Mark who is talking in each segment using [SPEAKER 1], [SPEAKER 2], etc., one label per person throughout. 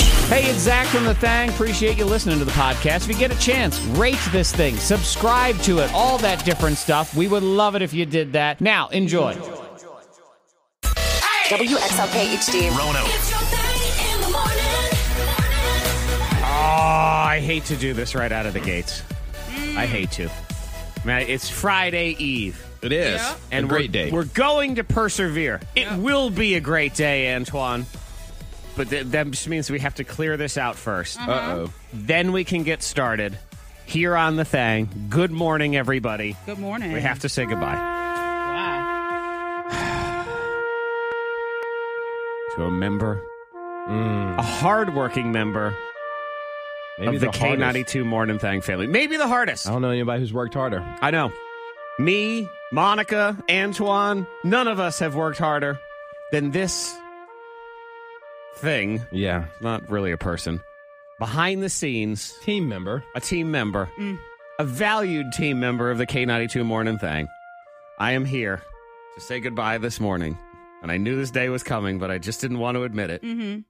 [SPEAKER 1] Hey, it's Zach from The Thang. Appreciate you listening to the podcast. If you get a chance, rate this thing, subscribe to it, all that different stuff. We would love it if you did that. Now, enjoy.
[SPEAKER 2] WXLK HD.
[SPEAKER 3] Rono.
[SPEAKER 4] It's your thing in the morning.
[SPEAKER 1] Oh, I hate to do this right out of the gates. I hate to. Man, it's Friday Eve.
[SPEAKER 3] It is.
[SPEAKER 1] And
[SPEAKER 3] a great day.
[SPEAKER 1] We're going to persevere. It will be a great day, Antoine. But th- that just means we have to clear this out 1st
[SPEAKER 5] Uh-huh.
[SPEAKER 3] Uh oh.
[SPEAKER 1] Then we can get started here on the thing. Good morning, everybody.
[SPEAKER 5] Good morning.
[SPEAKER 1] We have to say goodbye
[SPEAKER 5] Wow.
[SPEAKER 1] to a member,
[SPEAKER 5] Mm.
[SPEAKER 1] a hardworking member of the,
[SPEAKER 3] hardest.
[SPEAKER 1] K92 Morning Thang family. Maybe the hardest.
[SPEAKER 3] I
[SPEAKER 5] Oh.
[SPEAKER 3] don't know anybody who's worked harder.
[SPEAKER 1] I know. Me, Monica, Antoine, none of us have worked harder than this thing.
[SPEAKER 3] Yeah.
[SPEAKER 1] Not really a person. Behind the scenes,
[SPEAKER 3] Team member.
[SPEAKER 1] a team member, a valued team member of the K92 Morning Thing. I am here to say goodbye this morning. And I knew this day was coming, but I just didn't want to admit it.
[SPEAKER 5] Mm-hmm.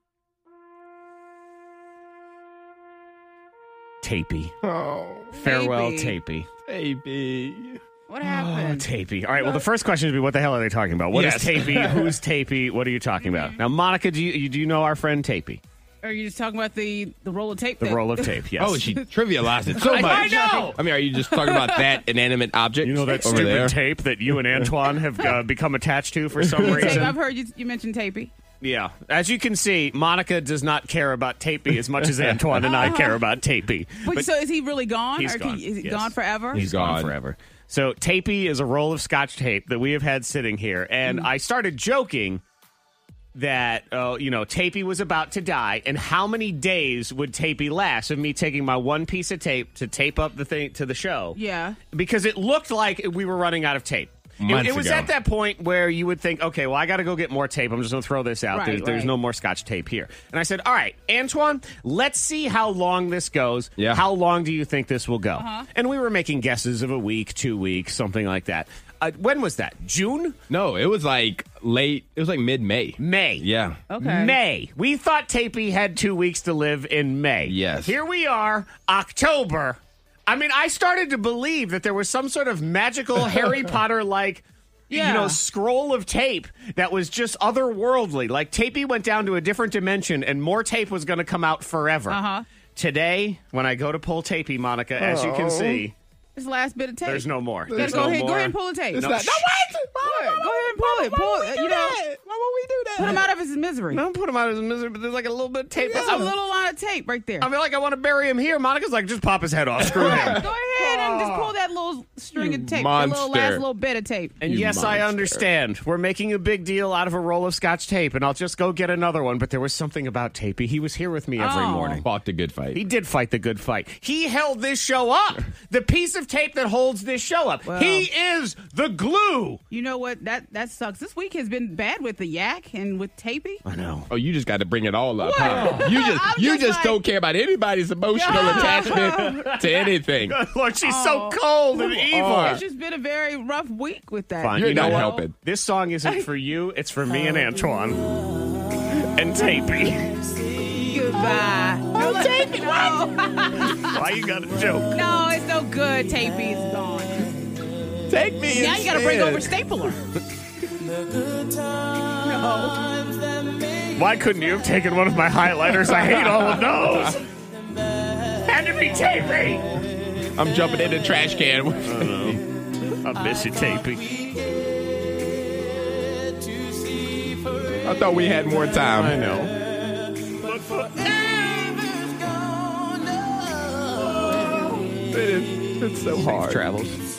[SPEAKER 1] Tapey.
[SPEAKER 3] Oh,
[SPEAKER 1] Farewell,
[SPEAKER 5] Tapey.
[SPEAKER 1] Tapey.
[SPEAKER 3] baby.
[SPEAKER 5] What
[SPEAKER 1] Oh,
[SPEAKER 5] happened?
[SPEAKER 1] Tapey. All right. Well, the first question would be, what the hell are they talking about? What
[SPEAKER 3] Yes.
[SPEAKER 1] is Tapey? Who's Tapey? What are you talking about? Now, Monica, do you, you do you know our friend Tapey?
[SPEAKER 5] Are you just talking about the the roll of tape?
[SPEAKER 1] The
[SPEAKER 5] that-
[SPEAKER 1] roll of tape. Yes.
[SPEAKER 3] Oh, she trivialized it so
[SPEAKER 1] I
[SPEAKER 3] much.
[SPEAKER 1] know.
[SPEAKER 3] I mean, are you just talking about that inanimate object?
[SPEAKER 1] You know that
[SPEAKER 3] over
[SPEAKER 1] stupid
[SPEAKER 3] there?
[SPEAKER 1] tape that you and Antoine have uh, become attached to for some
[SPEAKER 5] Tape.
[SPEAKER 1] reason.
[SPEAKER 5] I've heard you, you mentioned tapey.
[SPEAKER 1] Yeah. As you can see, Monica does not care about Tapey as much as Antoine and I care about Tapey.
[SPEAKER 5] But, so is he really gone?
[SPEAKER 1] He's
[SPEAKER 5] or can-
[SPEAKER 1] gone,
[SPEAKER 5] Is he
[SPEAKER 1] yes.
[SPEAKER 5] gone forever?
[SPEAKER 3] He's
[SPEAKER 1] gone
[SPEAKER 3] gone.
[SPEAKER 1] forever. So Tapey is a roll of scotch tape that we have had sitting here. And I started joking that, uh, you know, Tapey was about to die. And how many days would Tapey last of me taking my one piece of tape to tape up the thing to the show?
[SPEAKER 5] Yeah.
[SPEAKER 1] because it looked like we were running out of tape. It,
[SPEAKER 3] Months
[SPEAKER 1] it was
[SPEAKER 3] ago.
[SPEAKER 1] at that point where you would think, okay, well, I got to go get more tape. I'm just going to throw this out.
[SPEAKER 5] Right,
[SPEAKER 1] there's, there's
[SPEAKER 5] right.
[SPEAKER 1] no more scotch tape here. And I said, all right, Antoine, let's see how long this goes.
[SPEAKER 3] Yeah.
[SPEAKER 1] How long do you think this will go?
[SPEAKER 5] Uh-huh.
[SPEAKER 1] And we were making guesses of a week, two weeks, something like that. Uh, when was that? June?
[SPEAKER 3] No, it was like late. It was like mid-May.
[SPEAKER 1] May.
[SPEAKER 3] Yeah.
[SPEAKER 5] Okay.
[SPEAKER 1] May. We thought Tapey had two weeks to live in May.
[SPEAKER 3] Yes.
[SPEAKER 1] Here we are, October. I mean, I started to believe that there was some sort of magical Harry Potter like. You
[SPEAKER 5] Yeah.
[SPEAKER 1] know, scroll of tape that was just otherworldly. Like Tapey went down to a different dimension, and more tape was going to come out forever.
[SPEAKER 5] Uh-huh.
[SPEAKER 1] Today, when I go to pull Tapey, Monica, as you can see,
[SPEAKER 5] This last bit of tape.
[SPEAKER 1] there's no more.
[SPEAKER 5] Gotta
[SPEAKER 1] There's
[SPEAKER 5] go
[SPEAKER 1] no
[SPEAKER 5] ahead.
[SPEAKER 1] more.
[SPEAKER 5] Go ahead and pull the tape.
[SPEAKER 3] It's
[SPEAKER 1] No,
[SPEAKER 3] not-
[SPEAKER 1] shh.
[SPEAKER 3] no, what?
[SPEAKER 5] Go ahead and pull it. Pull it. You know,
[SPEAKER 3] why would we do that?
[SPEAKER 5] put him out of his misery.
[SPEAKER 1] Don't put him out of his misery, but there's like a little bit of tape.
[SPEAKER 5] There's a little line of tape right there.
[SPEAKER 1] I feel like I want to bury him here. Monica's like, just pop his head off. Screw him. Ah.
[SPEAKER 5] Go ahead and just pull that little string
[SPEAKER 3] You
[SPEAKER 5] of tape. The
[SPEAKER 3] monster.
[SPEAKER 5] little last little bit of tape.
[SPEAKER 1] And
[SPEAKER 3] You
[SPEAKER 1] yes, I
[SPEAKER 3] monster.
[SPEAKER 1] understand. We're making a big deal out of a roll of scotch tape, and I'll just go get another one. But there was something about Tapey. He was here with me every
[SPEAKER 5] Oh.
[SPEAKER 1] morning.
[SPEAKER 3] Fought a good fight.
[SPEAKER 1] He did fight the good fight. He held this show up. The piece of tape that holds this show up.
[SPEAKER 5] Well.
[SPEAKER 1] he is the glue.
[SPEAKER 5] You know what? That that sucks. This week has been bad with the yak and with tapey.
[SPEAKER 1] I know.
[SPEAKER 3] Oh, you just got to bring it all up.
[SPEAKER 5] What?
[SPEAKER 3] Huh? You just
[SPEAKER 5] I'm
[SPEAKER 3] you
[SPEAKER 5] just
[SPEAKER 3] just,
[SPEAKER 5] like-
[SPEAKER 3] don't care about anybody's emotional
[SPEAKER 5] Yeah.
[SPEAKER 3] attachment to anything.
[SPEAKER 1] Lord, she's
[SPEAKER 5] Oh.
[SPEAKER 1] so cold and evil.
[SPEAKER 5] It's just been a very rough week with that.
[SPEAKER 1] Fine,
[SPEAKER 3] You're
[SPEAKER 1] you know
[SPEAKER 3] not
[SPEAKER 1] what?
[SPEAKER 3] helping.
[SPEAKER 1] This song isn't for you. It's for me and Antoine and Tapey.
[SPEAKER 5] Goodbye. No, tapey. No.
[SPEAKER 1] Why you got a joke?
[SPEAKER 5] no, it's no good. Tapey is gone.
[SPEAKER 3] Take me.
[SPEAKER 5] Now you got to bring over stapler.
[SPEAKER 1] Why couldn't you have taken one of my highlighters? I hate all of those. Had to be Tapey.
[SPEAKER 3] I'm jumping in the trash can.
[SPEAKER 1] I miss you, Tapey.
[SPEAKER 3] I thought we had more time.
[SPEAKER 1] know.
[SPEAKER 3] It is, it's so hard. Oh. Travels.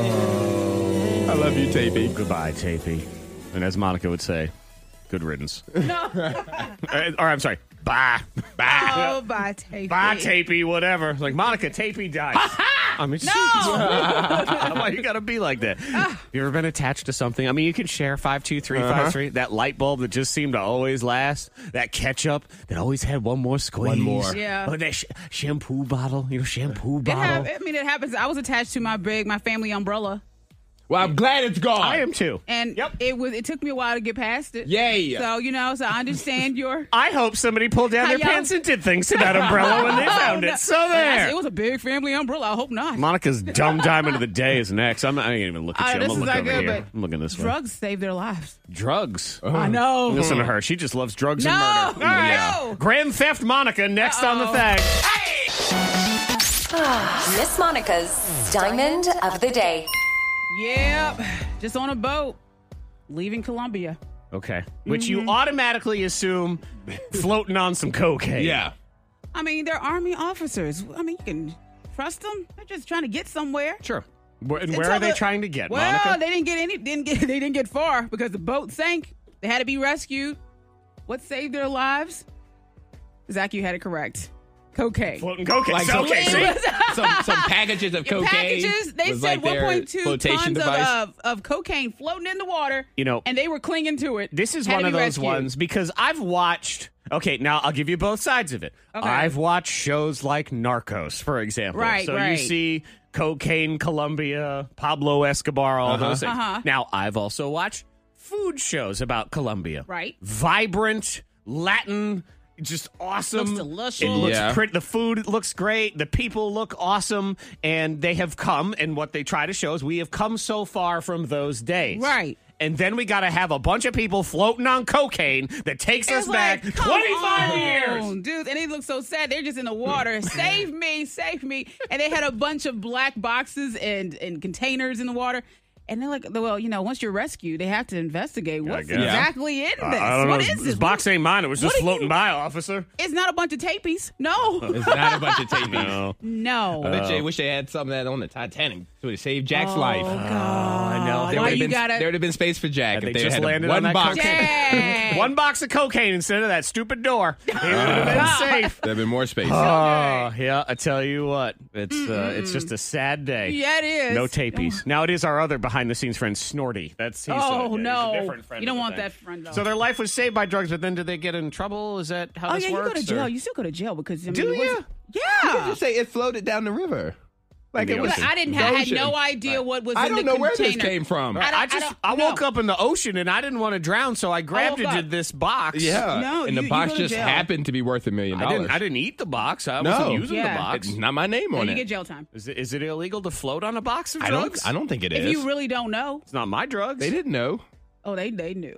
[SPEAKER 3] I love you, Tapey.
[SPEAKER 1] Goodbye, Tapey. And as Monica would say, good riddance.
[SPEAKER 5] No.
[SPEAKER 1] Uh, or I'm sorry. Bye. Bye.
[SPEAKER 5] Oh, bye, tapey.
[SPEAKER 1] Bye, Tapey, whatever. Like, Monica, Tapey dies. I mean, no! Why you gotta be like that?
[SPEAKER 5] Ah.
[SPEAKER 1] You ever been attached to something? I mean, you can share five, two, three, five,
[SPEAKER 5] Uh-huh.
[SPEAKER 1] three. That light bulb that just seemed to always last. That ketchup that always had one more squeeze.
[SPEAKER 3] One more.
[SPEAKER 5] Yeah.
[SPEAKER 1] Or that sh- shampoo bottle. You know, shampoo
[SPEAKER 5] It hap-
[SPEAKER 1] bottle.
[SPEAKER 5] I mean, it happens. I was attached to my big, my family umbrella.
[SPEAKER 4] Well, I'm glad it's gone.
[SPEAKER 1] I am too.
[SPEAKER 5] And
[SPEAKER 1] yep.
[SPEAKER 5] it was it took me a while to get past it.
[SPEAKER 4] Yay.
[SPEAKER 5] So you know, so I understand your
[SPEAKER 1] I hope somebody pulled down
[SPEAKER 5] Hi,
[SPEAKER 1] their
[SPEAKER 5] y'all.
[SPEAKER 1] pants and did things to that umbrella when they found
[SPEAKER 5] Oh, No.
[SPEAKER 1] it. So
[SPEAKER 5] Like I said,
[SPEAKER 1] there.
[SPEAKER 5] It was a big family umbrella. I hope not.
[SPEAKER 1] Monica's dumb diamond of the day is next. I'm not, I ain't even look
[SPEAKER 5] Oh,
[SPEAKER 1] at you. I'm
[SPEAKER 5] this
[SPEAKER 1] gonna
[SPEAKER 5] is
[SPEAKER 1] look
[SPEAKER 5] not
[SPEAKER 1] over
[SPEAKER 5] good,
[SPEAKER 1] here.
[SPEAKER 5] but
[SPEAKER 1] I'm looking this way.
[SPEAKER 5] Drugs save their lives.
[SPEAKER 1] Drugs. Oh.
[SPEAKER 5] I know.
[SPEAKER 1] Listen to her. She just loves drugs
[SPEAKER 5] No.
[SPEAKER 1] and murder.
[SPEAKER 5] No.
[SPEAKER 1] All Grand Theft Monica next on the
[SPEAKER 5] Uh-oh.
[SPEAKER 1] thing.
[SPEAKER 2] Miss Monica's Diamond of the Day.
[SPEAKER 5] Yep. Just on a boat, leaving Colombia.
[SPEAKER 1] Okay. Which
[SPEAKER 5] Mm-hmm.
[SPEAKER 1] you automatically assume floating on some cocaine.
[SPEAKER 4] Yeah.
[SPEAKER 5] I mean, they're army officers. I mean, you can trust them. They're just trying to get somewhere.
[SPEAKER 1] Sure. Where, and where
[SPEAKER 5] Until
[SPEAKER 1] are they
[SPEAKER 5] the-
[SPEAKER 1] trying to get,
[SPEAKER 5] Well,
[SPEAKER 1] Monica?
[SPEAKER 5] they didn't get any. Didn't get. They didn't get far because the boat sank. They had to be rescued. What saved their lives? Zach, you had it correct. Cocaine.
[SPEAKER 1] floating cocaine.
[SPEAKER 4] Like
[SPEAKER 1] So-
[SPEAKER 4] okay,
[SPEAKER 1] okay, see?
[SPEAKER 4] some, some some packages of cocaine.
[SPEAKER 5] Packages. They
[SPEAKER 4] was
[SPEAKER 5] said
[SPEAKER 4] like their
[SPEAKER 5] 1.2
[SPEAKER 4] flotation
[SPEAKER 5] tons of,
[SPEAKER 4] device.
[SPEAKER 3] uh,
[SPEAKER 5] of of cocaine floating in the water.
[SPEAKER 1] You know-
[SPEAKER 5] and they were clinging to it.
[SPEAKER 1] This is
[SPEAKER 5] Had
[SPEAKER 1] one
[SPEAKER 5] to
[SPEAKER 1] of
[SPEAKER 5] be
[SPEAKER 1] those
[SPEAKER 5] rescued.
[SPEAKER 1] ones because I've watched. Okay, now I'll give you both sides of it.
[SPEAKER 5] Okay.
[SPEAKER 1] I've watched shows like Narcos, for example.
[SPEAKER 5] Right,
[SPEAKER 1] So you
[SPEAKER 5] right.
[SPEAKER 1] see cocaine, Colombia, Pablo Escobar, all those things.
[SPEAKER 5] Uh-huh.
[SPEAKER 1] Now I've also watched food shows about Colombia.
[SPEAKER 5] Right.
[SPEAKER 1] Vibrant Latin. Just awesome.
[SPEAKER 5] Looks delicious.
[SPEAKER 1] It looks
[SPEAKER 4] Yeah.
[SPEAKER 1] pretty. The food looks great. The people look awesome. And they have come. And what they try to show is we have come so far from those days.
[SPEAKER 5] Right.
[SPEAKER 1] And then we got to have a bunch of people floating on cocaine that takes
[SPEAKER 5] It's
[SPEAKER 1] us back
[SPEAKER 5] like,
[SPEAKER 1] 25
[SPEAKER 5] come
[SPEAKER 1] years.
[SPEAKER 5] on, Dude, and they look so sad. They're just in the water. save me, save me. And they had a bunch of black boxes and, and containers in the water. And they're like, well, you know, once you're rescued, they have to investigate what's
[SPEAKER 1] guess.
[SPEAKER 5] exactly in this. What is
[SPEAKER 1] This,
[SPEAKER 5] this?
[SPEAKER 1] box ain't mine. It was
[SPEAKER 5] what
[SPEAKER 1] just
[SPEAKER 5] are
[SPEAKER 1] floating
[SPEAKER 5] you-
[SPEAKER 1] by, officer.
[SPEAKER 5] It's not a bunch of tapies. No.
[SPEAKER 4] It's not a bunch of tape.
[SPEAKER 5] no.
[SPEAKER 4] I bet you they wish they had something that on the Titanic would have saved Jack's
[SPEAKER 5] Oh,
[SPEAKER 4] life.
[SPEAKER 5] God.
[SPEAKER 1] I know. They
[SPEAKER 4] There
[SPEAKER 5] Why
[SPEAKER 4] would have
[SPEAKER 5] you
[SPEAKER 4] been,
[SPEAKER 5] gotta-
[SPEAKER 4] there would have been space for Jack
[SPEAKER 1] And
[SPEAKER 4] if
[SPEAKER 1] they
[SPEAKER 4] they
[SPEAKER 1] just
[SPEAKER 4] had
[SPEAKER 1] landed
[SPEAKER 4] one
[SPEAKER 1] on that
[SPEAKER 4] box.
[SPEAKER 1] cocaine.
[SPEAKER 5] Dang.
[SPEAKER 1] One box of cocaine instead of that stupid door. It would have been safe.
[SPEAKER 4] There'd have been more space.
[SPEAKER 1] Oh, yeah. I tell you what, it's uh, it's just a sad day.
[SPEAKER 5] Yeah, it is.
[SPEAKER 1] No tapies. Now it is our other behind the scenes friend, Snorty. That's he's, uh, yeah,
[SPEAKER 5] Oh,
[SPEAKER 1] he's a
[SPEAKER 5] no.
[SPEAKER 1] different friend
[SPEAKER 5] You don't
[SPEAKER 1] of the
[SPEAKER 5] want
[SPEAKER 1] thing.
[SPEAKER 5] that friend, though.
[SPEAKER 1] So their life was saved by drugs, but then did they get in trouble? Is that how
[SPEAKER 5] oh,
[SPEAKER 1] this
[SPEAKER 5] yeah, you
[SPEAKER 1] works?
[SPEAKER 5] go to jail.
[SPEAKER 1] or-
[SPEAKER 5] You still go to jail because, I mean,
[SPEAKER 1] Do
[SPEAKER 5] it wasn't-
[SPEAKER 4] You could
[SPEAKER 5] Yeah.
[SPEAKER 4] just say it floated down the river. Like
[SPEAKER 1] In
[SPEAKER 4] it
[SPEAKER 1] the
[SPEAKER 4] was.
[SPEAKER 5] But I didn't. I had no idea what was.
[SPEAKER 4] I
[SPEAKER 5] in
[SPEAKER 4] don't
[SPEAKER 5] the
[SPEAKER 4] know where this
[SPEAKER 5] container.
[SPEAKER 4] came from.
[SPEAKER 5] I don't-
[SPEAKER 1] I just
[SPEAKER 5] don't
[SPEAKER 1] I,
[SPEAKER 5] know.
[SPEAKER 1] woke up in the ocean and I didn't want to drown, so I grabbed
[SPEAKER 5] woke
[SPEAKER 1] into
[SPEAKER 5] up.
[SPEAKER 1] this box.
[SPEAKER 4] Yeah.
[SPEAKER 5] No,
[SPEAKER 4] and
[SPEAKER 5] you-
[SPEAKER 4] the
[SPEAKER 5] you
[SPEAKER 4] box
[SPEAKER 5] go to
[SPEAKER 4] just
[SPEAKER 5] jail.
[SPEAKER 4] happened to be worth a million
[SPEAKER 1] I
[SPEAKER 4] dollars.
[SPEAKER 1] didn't I didn't eat the box. I
[SPEAKER 4] No.
[SPEAKER 1] wasn't using
[SPEAKER 5] Yeah.
[SPEAKER 1] the box.
[SPEAKER 4] It's not my name
[SPEAKER 5] No,
[SPEAKER 4] on
[SPEAKER 5] you
[SPEAKER 4] it.
[SPEAKER 5] get jail time.
[SPEAKER 1] Is it, is it illegal to float on a box of
[SPEAKER 4] I
[SPEAKER 1] drugs?
[SPEAKER 4] don't. I don't think it is.
[SPEAKER 5] If you really don't know,
[SPEAKER 1] It's not my drugs.
[SPEAKER 4] they didn't know.
[SPEAKER 5] oh, they they knew.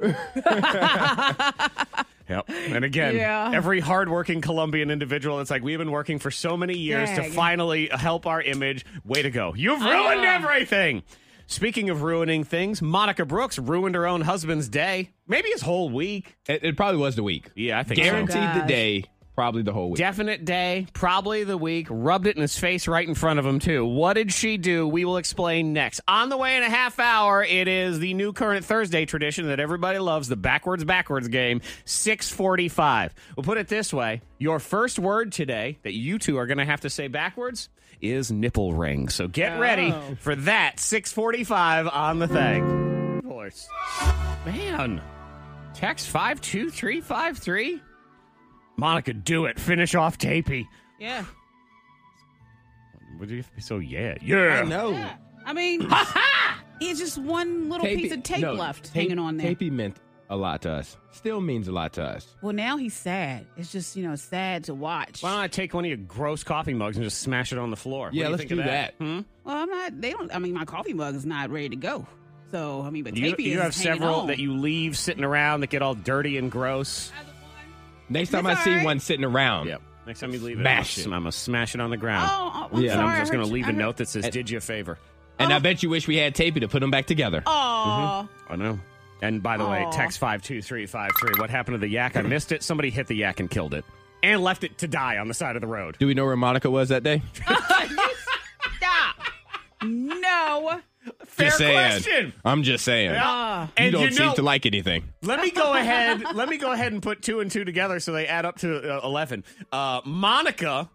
[SPEAKER 1] Yep. And again,
[SPEAKER 5] Yeah.
[SPEAKER 1] every hardworking Colombian individual, it's like we've been working for so many years to
[SPEAKER 5] Dang.
[SPEAKER 1] finally help our image. Way to go. You've ruined everything. Speaking of ruining things, Monica Brooks ruined her own husband's day. Maybe his whole week.
[SPEAKER 4] It, it probably was the week.
[SPEAKER 1] Yeah, I think so.
[SPEAKER 4] Guaranteed the
[SPEAKER 5] Oh, Gosh.
[SPEAKER 4] day. Probably the whole week.
[SPEAKER 1] Definite day, probably the week. Rubbed it in his face right in front of him, too. What did she do? We will explain next. On the way in a half hour, it is the new current Thursday tradition that everybody loves, the backwards backwards game, 645. We'll put it this way. Your first word today that you two are going to have to say backwards is nipple ring. So get ready
[SPEAKER 5] Oh.
[SPEAKER 1] for that, 645 on the thing. Divorce. Man. Text 52353. Monica, do it. Finish off Tapey.
[SPEAKER 5] yeah.
[SPEAKER 1] Would you have to be so yeah? Yeah.
[SPEAKER 4] I know.
[SPEAKER 5] I mean, it's just one little
[SPEAKER 4] Tapey-
[SPEAKER 5] piece of tape
[SPEAKER 4] no,
[SPEAKER 5] left
[SPEAKER 4] tape-
[SPEAKER 5] hanging on there.
[SPEAKER 4] Tapey meant a lot to us. Still means a lot to us.
[SPEAKER 5] Well, now he's sad. It's just you know sad to watch.
[SPEAKER 1] Why don't I take one of your gross coffee mugs and just smash it on the floor? What
[SPEAKER 4] Yeah,
[SPEAKER 1] you
[SPEAKER 4] let's
[SPEAKER 1] think of
[SPEAKER 4] do that.
[SPEAKER 1] Hmm?
[SPEAKER 5] Well, I'm not. They don't. I mean, my coffee mug is not ready to go. So I mean, but
[SPEAKER 1] You,
[SPEAKER 5] Tapey
[SPEAKER 1] you
[SPEAKER 5] is
[SPEAKER 1] have
[SPEAKER 5] hanging
[SPEAKER 1] several
[SPEAKER 5] on.
[SPEAKER 1] that you leave sitting around that get all dirty and gross.
[SPEAKER 4] Next time
[SPEAKER 5] It's
[SPEAKER 4] I
[SPEAKER 5] all
[SPEAKER 4] see
[SPEAKER 5] right.
[SPEAKER 4] one sitting around.
[SPEAKER 1] Next time you leave
[SPEAKER 4] Smash
[SPEAKER 1] it,
[SPEAKER 4] it.
[SPEAKER 1] I'm gonna smash it on the ground.
[SPEAKER 5] Oh, oh, I'm
[SPEAKER 4] Yeah.
[SPEAKER 1] and
[SPEAKER 5] sorry.
[SPEAKER 1] I'm just
[SPEAKER 5] I
[SPEAKER 1] gonna
[SPEAKER 5] heard
[SPEAKER 1] leave
[SPEAKER 5] you-
[SPEAKER 1] a
[SPEAKER 5] I heard-
[SPEAKER 1] note that says, "Did you a favor?" Oh.
[SPEAKER 4] And I bet you wish we had Tapey to put them back together.
[SPEAKER 5] Aw.
[SPEAKER 1] I know. And by the way,
[SPEAKER 5] Aw.
[SPEAKER 1] text five two three five three. What happened to the yak? I missed it. Somebody hit the yak and killed it, and left it to die on the side of the road.
[SPEAKER 4] Do we know where Monica was that day?
[SPEAKER 5] Stop.
[SPEAKER 1] Mm-hmm.
[SPEAKER 5] No.
[SPEAKER 1] Fair
[SPEAKER 4] just saying.
[SPEAKER 1] question.
[SPEAKER 4] I'm just saying.
[SPEAKER 1] Yeah.
[SPEAKER 4] You
[SPEAKER 1] and
[SPEAKER 4] don't
[SPEAKER 1] you
[SPEAKER 4] seem
[SPEAKER 1] know,
[SPEAKER 4] to like anything.
[SPEAKER 1] Let me go ahead. let me go ahead and put two and two together so they add up to uh, eleven. Uh, Monica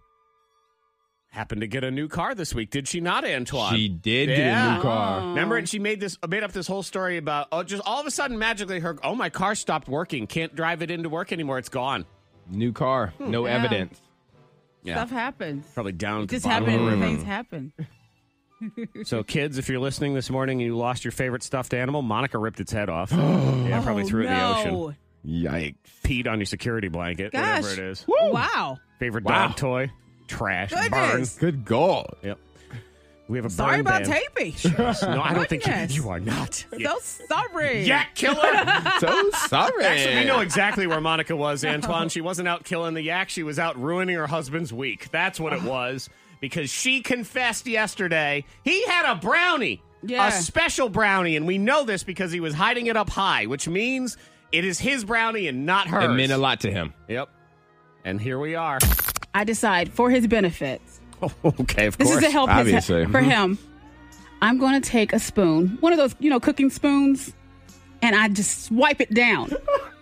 [SPEAKER 1] happened to get a new car this week, did she not, Antoine?
[SPEAKER 4] She did get a
[SPEAKER 1] Yeah. Oh.
[SPEAKER 4] new car.
[SPEAKER 1] Remember, and she made this made up this whole story about oh, just all of a sudden magically her oh my car stopped working, can't drive it into work anymore, it's gone.
[SPEAKER 4] New car. No
[SPEAKER 5] Yeah.
[SPEAKER 4] evidence.
[SPEAKER 1] Hmm, Yeah,
[SPEAKER 5] Stuff happens.
[SPEAKER 1] probably down. at
[SPEAKER 5] It
[SPEAKER 1] the
[SPEAKER 5] just
[SPEAKER 1] bottom of
[SPEAKER 5] happens
[SPEAKER 1] the
[SPEAKER 5] when
[SPEAKER 1] river.
[SPEAKER 5] things happen.
[SPEAKER 1] so, kids, if you're listening this morning and you lost your favorite stuffed animal, Monica ripped its head off. yeah, probably
[SPEAKER 5] Oh,
[SPEAKER 1] threw it in the
[SPEAKER 5] no.
[SPEAKER 1] ocean.
[SPEAKER 4] Yikes.
[SPEAKER 1] Peed on your security blanket, whatever
[SPEAKER 5] Gosh.
[SPEAKER 1] it is.
[SPEAKER 5] Wow.
[SPEAKER 1] Favorite
[SPEAKER 4] Wow.
[SPEAKER 1] dog toy, trash, burn.
[SPEAKER 5] Goodness.
[SPEAKER 4] Good goal.
[SPEAKER 1] Yep. We have a
[SPEAKER 5] Sorry
[SPEAKER 1] burn
[SPEAKER 5] about
[SPEAKER 1] ban.
[SPEAKER 5] taping.
[SPEAKER 1] No, I don't think
[SPEAKER 5] Goodness.
[SPEAKER 1] you, you are not.
[SPEAKER 5] So sorry.
[SPEAKER 1] Yak killer.
[SPEAKER 4] So sorry.
[SPEAKER 1] Actually, we know exactly where Monica was, Antoine. She wasn't out killing the yak. She was out ruining her husband's week. That's what it was. Because she confessed yesterday he had a brownie,
[SPEAKER 5] Yeah.
[SPEAKER 1] a special brownie. And we know this because he was hiding it up high, which means it is his brownie and not hers.
[SPEAKER 4] It meant a lot to him.
[SPEAKER 1] Yep. And here we are.
[SPEAKER 5] I decide for his benefit.
[SPEAKER 1] okay, of
[SPEAKER 5] This is to help his,
[SPEAKER 4] obviously. Mm-hmm.
[SPEAKER 5] for him. I'm going to take a spoon, one of those, you know, cooking spoons, and I just swipe it down.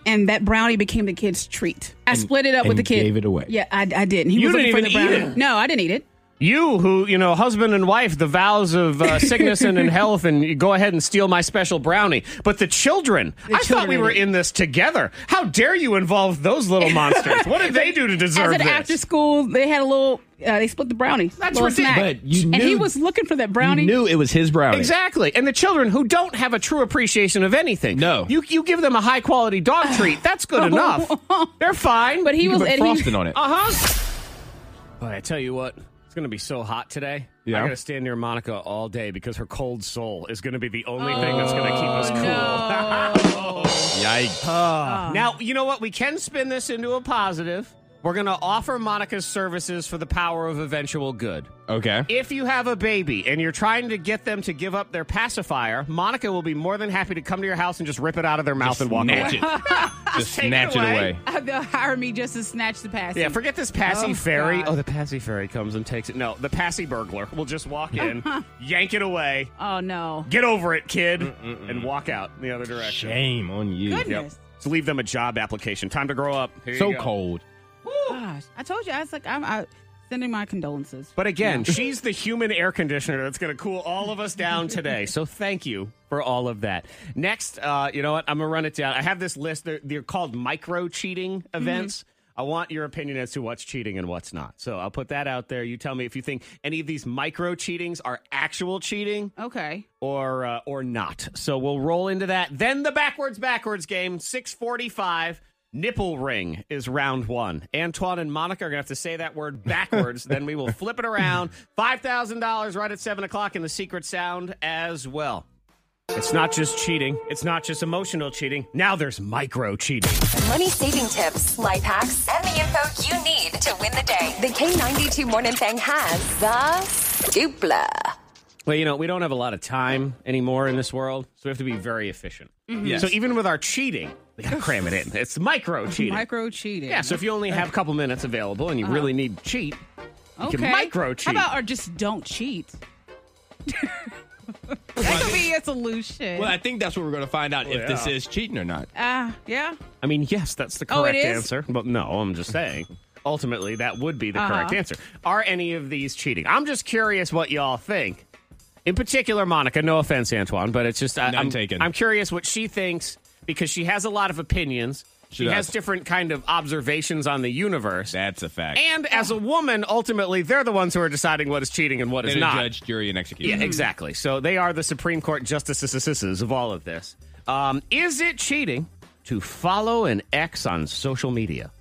[SPEAKER 5] and that brownie became the kid's treat. I split it up with
[SPEAKER 4] and
[SPEAKER 5] the kid.
[SPEAKER 4] gave it away.
[SPEAKER 5] Yeah, I, I didn't. He
[SPEAKER 1] You
[SPEAKER 5] was looking
[SPEAKER 1] didn't
[SPEAKER 5] for
[SPEAKER 1] even
[SPEAKER 5] the
[SPEAKER 1] eat
[SPEAKER 5] brownie.
[SPEAKER 1] it.
[SPEAKER 5] No, I didn't eat it.
[SPEAKER 1] You, who, you know, husband and wife, the vows of uh, sickness and in health, and you go ahead and steal my special brownie. But the children, I thought
[SPEAKER 5] children
[SPEAKER 1] we
[SPEAKER 5] ate
[SPEAKER 1] were
[SPEAKER 5] it.
[SPEAKER 1] in this together. How dare you involve those little monsters? What did they do to
[SPEAKER 5] As
[SPEAKER 1] deserve
[SPEAKER 5] an
[SPEAKER 1] this?
[SPEAKER 5] after school, they had a little. Uh, they split the brownie.
[SPEAKER 1] That's
[SPEAKER 5] little
[SPEAKER 1] ridiculous.
[SPEAKER 5] snack.
[SPEAKER 4] But you
[SPEAKER 5] and he
[SPEAKER 4] knew-
[SPEAKER 5] was looking for that brownie.
[SPEAKER 4] You knew it was his brownie.
[SPEAKER 1] Exactly. And the children who don't have a true appreciation of anything.
[SPEAKER 4] No.
[SPEAKER 1] You, you give them a high quality dog treat. That's good enough. They're fine.
[SPEAKER 5] Oh. but he
[SPEAKER 4] You
[SPEAKER 5] was.
[SPEAKER 4] put
[SPEAKER 5] and he-
[SPEAKER 4] frosting on it.
[SPEAKER 1] Uh huh. Boy, I tell you what, it's going to be so hot today.
[SPEAKER 4] Yeah.
[SPEAKER 1] I got to stand near Monica all day because her cold soul is going to be the only
[SPEAKER 5] Oh,
[SPEAKER 1] thing that's going to keep us cool.
[SPEAKER 4] Yikes.
[SPEAKER 1] Now, you know what? We can spin this into a positive. We're going to offer Monica's services for the power of eventual good.
[SPEAKER 4] okay.
[SPEAKER 1] If you have a baby and you're trying to get them to give up their pacifier, Monica will be more than happy to come to your house and just rip it out of their mouth and walk
[SPEAKER 4] snatch
[SPEAKER 1] away.
[SPEAKER 4] it. Just
[SPEAKER 1] Take it
[SPEAKER 4] snatch it
[SPEAKER 1] away.
[SPEAKER 4] away.
[SPEAKER 5] Uh, They'll hire me just to snatch the pass.
[SPEAKER 1] Yeah, forget this passy
[SPEAKER 5] Oh,
[SPEAKER 1] fairy.
[SPEAKER 5] God.
[SPEAKER 1] Oh, the passy fairy comes and takes it. No, the passy burglar will just walk in, yank it away,
[SPEAKER 5] Oh no.
[SPEAKER 1] get over it, kid, and walk out the other direction.
[SPEAKER 4] Shame on you.
[SPEAKER 5] Goodness.
[SPEAKER 1] So leave them a job application. Time to grow up. Here you
[SPEAKER 4] So
[SPEAKER 1] go.
[SPEAKER 4] cold.
[SPEAKER 5] Gosh, I told you. I was like, I'm I, sending my condolences.
[SPEAKER 1] But again, she's the human air conditioner that's going to cool all of us down today. So thank you for all of that. Next, uh, you know what? I'm going to run it down. I have this list. They're, they're called micro cheating events. I want your opinion as to what's cheating and what's not. So I'll put that out there. You tell me if you think any of these micro cheatings are actual cheating
[SPEAKER 5] Okay.
[SPEAKER 1] or uh, or not. So we'll roll into that. Then the backwards backwards game 645 nipple ring is round 1. Antoine and Monica are going to have to say that word backwards then we will flip it around. $5,000 right at 7 o'clock in the secret sound as well. It's not just cheating. It's not just emotional cheating. Now there's micro cheating.
[SPEAKER 2] Money saving tips, life hacks, and the info you need to win the day. The K92 Morning Thing has the dupla.
[SPEAKER 1] Well, you know, we don't have a lot of time anymore in this world, so we have to be very efficient.
[SPEAKER 4] Yes.
[SPEAKER 1] So even with our cheating, we got to cram it in. It's micro cheating.
[SPEAKER 5] Micro cheating.
[SPEAKER 1] Yeah, so if you only have a couple minutes available and you really need to cheat, you
[SPEAKER 5] Uh-huh. okay.
[SPEAKER 1] can micro cheat.
[SPEAKER 5] How about or just don't cheat? that could be a solution.
[SPEAKER 4] Well, I think that's what we're going to find out if
[SPEAKER 1] Oh, yeah.
[SPEAKER 4] this is cheating or not.
[SPEAKER 5] Ah, yeah.
[SPEAKER 1] I mean, yes, that's the
[SPEAKER 5] Oh, it
[SPEAKER 1] correct
[SPEAKER 5] is?
[SPEAKER 1] answer. But no, I'm just saying. Ultimately, that would be the
[SPEAKER 5] Uh-huh.
[SPEAKER 1] correct answer. Are any of these cheating? I'm just curious what y'all think. In particular, Monica. No offense, Antoine, but it's just I,
[SPEAKER 4] None
[SPEAKER 1] I'm
[SPEAKER 4] taken.
[SPEAKER 1] I'm curious what she thinks because she has a lot of opinions. She,
[SPEAKER 4] She
[SPEAKER 1] has
[SPEAKER 4] does.
[SPEAKER 1] different kind of observations on the universe.
[SPEAKER 4] That's a fact.
[SPEAKER 1] and as a woman, ultimately, they're the ones who are deciding what is cheating and what is
[SPEAKER 4] Then a
[SPEAKER 1] not.
[SPEAKER 4] judge, jury, and execution.
[SPEAKER 1] Yeah, exactly. So they are the Supreme Court justices of all of this. Um, is it cheating to follow an ex on social media?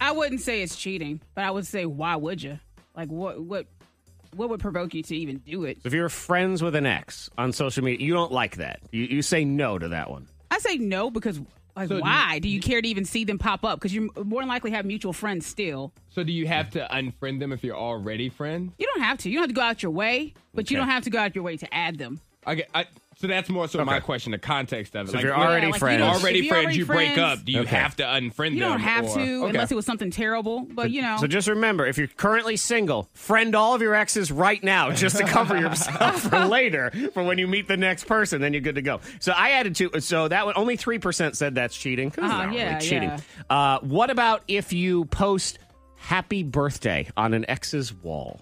[SPEAKER 5] I wouldn't say it's cheating, but I would say why would you? Like what what what would provoke you to even do it?
[SPEAKER 1] If you're friends with an ex on social media, you don't like that. You, you say no to that one.
[SPEAKER 5] I say no because like why do you care to even see them pop up? Because you more than likely have mutual friends still.
[SPEAKER 4] So do you have to unfriend them if you're already friends?
[SPEAKER 5] You don't have to. You don't have to go out your way, but you
[SPEAKER 1] Okay.
[SPEAKER 5] don't have to go out your way to add them.
[SPEAKER 4] Okay, I, so that's more so my question, the context of it.
[SPEAKER 1] So
[SPEAKER 4] Like,
[SPEAKER 1] if you're
[SPEAKER 4] if
[SPEAKER 1] already
[SPEAKER 5] like, you
[SPEAKER 1] friends,
[SPEAKER 4] you're
[SPEAKER 5] don't-
[SPEAKER 4] already
[SPEAKER 5] If you're
[SPEAKER 4] friends,
[SPEAKER 5] already
[SPEAKER 4] you break
[SPEAKER 5] friends-
[SPEAKER 4] up. Do you
[SPEAKER 1] Okay.
[SPEAKER 4] have to unfriend
[SPEAKER 5] You
[SPEAKER 4] them?
[SPEAKER 5] don't have
[SPEAKER 4] or-
[SPEAKER 5] to
[SPEAKER 4] Okay.
[SPEAKER 5] unless it was something terrible. But you know,
[SPEAKER 1] so just remember, if you're currently single, friend all of your exes right now just to cover yourself for later, for when you meet the next person, then you're good to go. So I added two. So that one, only three percent said that's cheating. 'cause it's
[SPEAKER 5] Uh-huh,
[SPEAKER 1] not really
[SPEAKER 5] yeah,
[SPEAKER 1] cheating.
[SPEAKER 5] yeah.
[SPEAKER 1] Uh, what about if you post "Happy Birthday" on an ex's wall?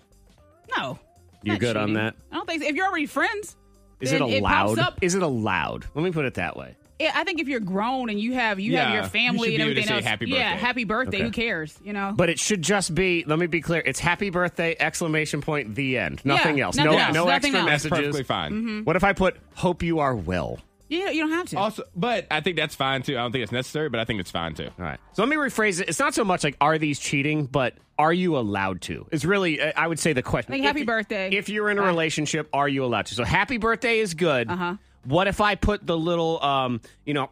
[SPEAKER 5] no.
[SPEAKER 1] You
[SPEAKER 5] Not
[SPEAKER 1] good on
[SPEAKER 5] cheating.
[SPEAKER 1] that?
[SPEAKER 5] I don't think so. if you're already friends.
[SPEAKER 1] Is
[SPEAKER 5] then
[SPEAKER 1] it allowed?
[SPEAKER 5] It pops up.
[SPEAKER 1] Is it allowed? Let me put it that way.
[SPEAKER 5] Yeah, I think if you're grown and you have you have
[SPEAKER 4] Yeah,
[SPEAKER 5] your
[SPEAKER 4] you
[SPEAKER 5] family and
[SPEAKER 4] should be able to
[SPEAKER 5] everything
[SPEAKER 4] say
[SPEAKER 5] else,
[SPEAKER 4] happy
[SPEAKER 5] yeah,
[SPEAKER 4] birthday.
[SPEAKER 5] happy birthday. Who cares? You know.
[SPEAKER 1] But it should just be. Let me be clear. It's happy birthday! Exclamation point. The end. Nothing else.
[SPEAKER 5] nothing
[SPEAKER 1] no,
[SPEAKER 5] else,
[SPEAKER 1] no
[SPEAKER 5] nothing
[SPEAKER 1] extra
[SPEAKER 5] else.
[SPEAKER 4] That's
[SPEAKER 1] messages.
[SPEAKER 4] perfectly fine.
[SPEAKER 1] What if I put hope you are well?
[SPEAKER 5] yeah, you don't have to.
[SPEAKER 4] Also, but I think that's fine too. I don't think it's necessary, but I think it's fine too.
[SPEAKER 1] All right. So let me rephrase it. It's not so much like are these cheating, but are you allowed to? Is really uh, I would say the question.
[SPEAKER 5] Like,
[SPEAKER 1] If-
[SPEAKER 5] happy birthday.
[SPEAKER 1] If you're in a relationship, are you allowed to? So happy birthday is good. Uh-huh. What if I put the little um, you know,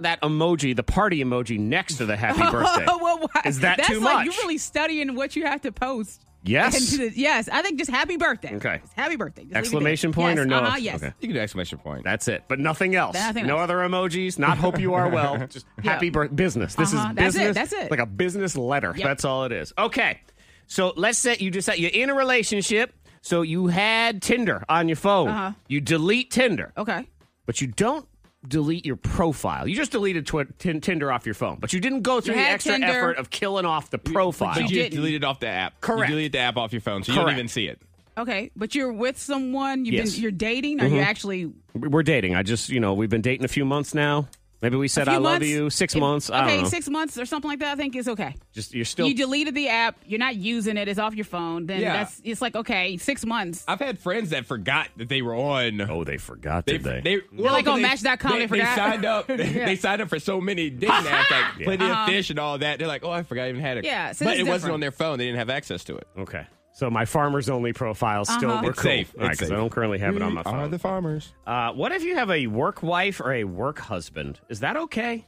[SPEAKER 1] that emoji, the party emoji next to the happy birthday?
[SPEAKER 5] well, why-
[SPEAKER 1] Is that
[SPEAKER 5] that's
[SPEAKER 1] too
[SPEAKER 5] like
[SPEAKER 1] much?
[SPEAKER 5] You're really studying what you have to post.
[SPEAKER 1] Yes.
[SPEAKER 5] And to- yes. I think just happy birthday.
[SPEAKER 1] Okay.
[SPEAKER 5] Just happy birthday. Just leave it there.
[SPEAKER 1] Exclamation point
[SPEAKER 5] Yes,
[SPEAKER 1] or no?
[SPEAKER 5] Uh-huh, yes.
[SPEAKER 1] Okay.
[SPEAKER 4] You can do exclamation point.
[SPEAKER 1] That's it, but nothing else.
[SPEAKER 5] Nothing
[SPEAKER 1] no
[SPEAKER 5] else.
[SPEAKER 1] other emojis. Not hope you are well. Just happy birth business. This
[SPEAKER 5] Uh-huh.
[SPEAKER 1] is
[SPEAKER 5] That's it.
[SPEAKER 1] business.
[SPEAKER 5] That's it.
[SPEAKER 1] Like a business letter.
[SPEAKER 5] Yep.
[SPEAKER 1] That's all it is. Okay, so let's say you decide you're in a relationship. So you had Tinder on your phone.
[SPEAKER 5] Uh-huh. Oh.
[SPEAKER 1] You delete Tinder,
[SPEAKER 5] Okay.
[SPEAKER 1] but you don't delete your profile. You just deleted twi- tin- Tinder off your phone, but you didn't go through the
[SPEAKER 5] had
[SPEAKER 1] extra
[SPEAKER 5] Tinder.
[SPEAKER 1] effort of killing off the profile.
[SPEAKER 4] But you, just
[SPEAKER 5] didn't.
[SPEAKER 4] deleted off the app.
[SPEAKER 1] Correct.
[SPEAKER 4] You deleted the app off your phone, so you
[SPEAKER 1] Correct.
[SPEAKER 4] don't even see it.
[SPEAKER 5] Okay. But you're with someone. You've
[SPEAKER 1] Yes. Mm-hmm.
[SPEAKER 5] been. You're dating. Or you actually.
[SPEAKER 1] We're dating. I just you know we've been dating a few months now. Maybe we said
[SPEAKER 5] few
[SPEAKER 1] I love
[SPEAKER 5] months?
[SPEAKER 1] you six
[SPEAKER 5] If-
[SPEAKER 1] months.
[SPEAKER 5] Okay.
[SPEAKER 1] I don't know.
[SPEAKER 5] Six months or something like that. I think is okay.
[SPEAKER 1] just you're still
[SPEAKER 5] you deleted the app. You're not using it. It's off your phone. Then
[SPEAKER 4] Yeah.
[SPEAKER 5] that's. It's like okay. Six months.
[SPEAKER 4] I've had friends that forgot that they were on.
[SPEAKER 1] Oh, they forgot, did they?
[SPEAKER 4] well,
[SPEAKER 5] like on
[SPEAKER 4] they-
[SPEAKER 5] Match.com, they
[SPEAKER 4] They,
[SPEAKER 5] forgot.
[SPEAKER 4] signed up. They signed up for so many dating apps, like plenty of fish and all that. They're like, oh, I forgot I even had
[SPEAKER 5] Um,
[SPEAKER 4] it.
[SPEAKER 5] Yeah, so
[SPEAKER 4] but it
[SPEAKER 5] that's
[SPEAKER 4] wasn't
[SPEAKER 5] different.
[SPEAKER 4] on their phone. They didn't have access to it.
[SPEAKER 1] Okay. So my farmers only profile still
[SPEAKER 5] Uh-huh.
[SPEAKER 1] we're
[SPEAKER 4] It's
[SPEAKER 1] cool.
[SPEAKER 4] safe.
[SPEAKER 1] All right,
[SPEAKER 4] It's
[SPEAKER 1] 'cause I
[SPEAKER 4] safe.
[SPEAKER 1] don't currently have it on my
[SPEAKER 5] Mm.
[SPEAKER 1] phone.
[SPEAKER 4] farmers?
[SPEAKER 1] uh, what if you have a work wife or a work husband? Is that okay?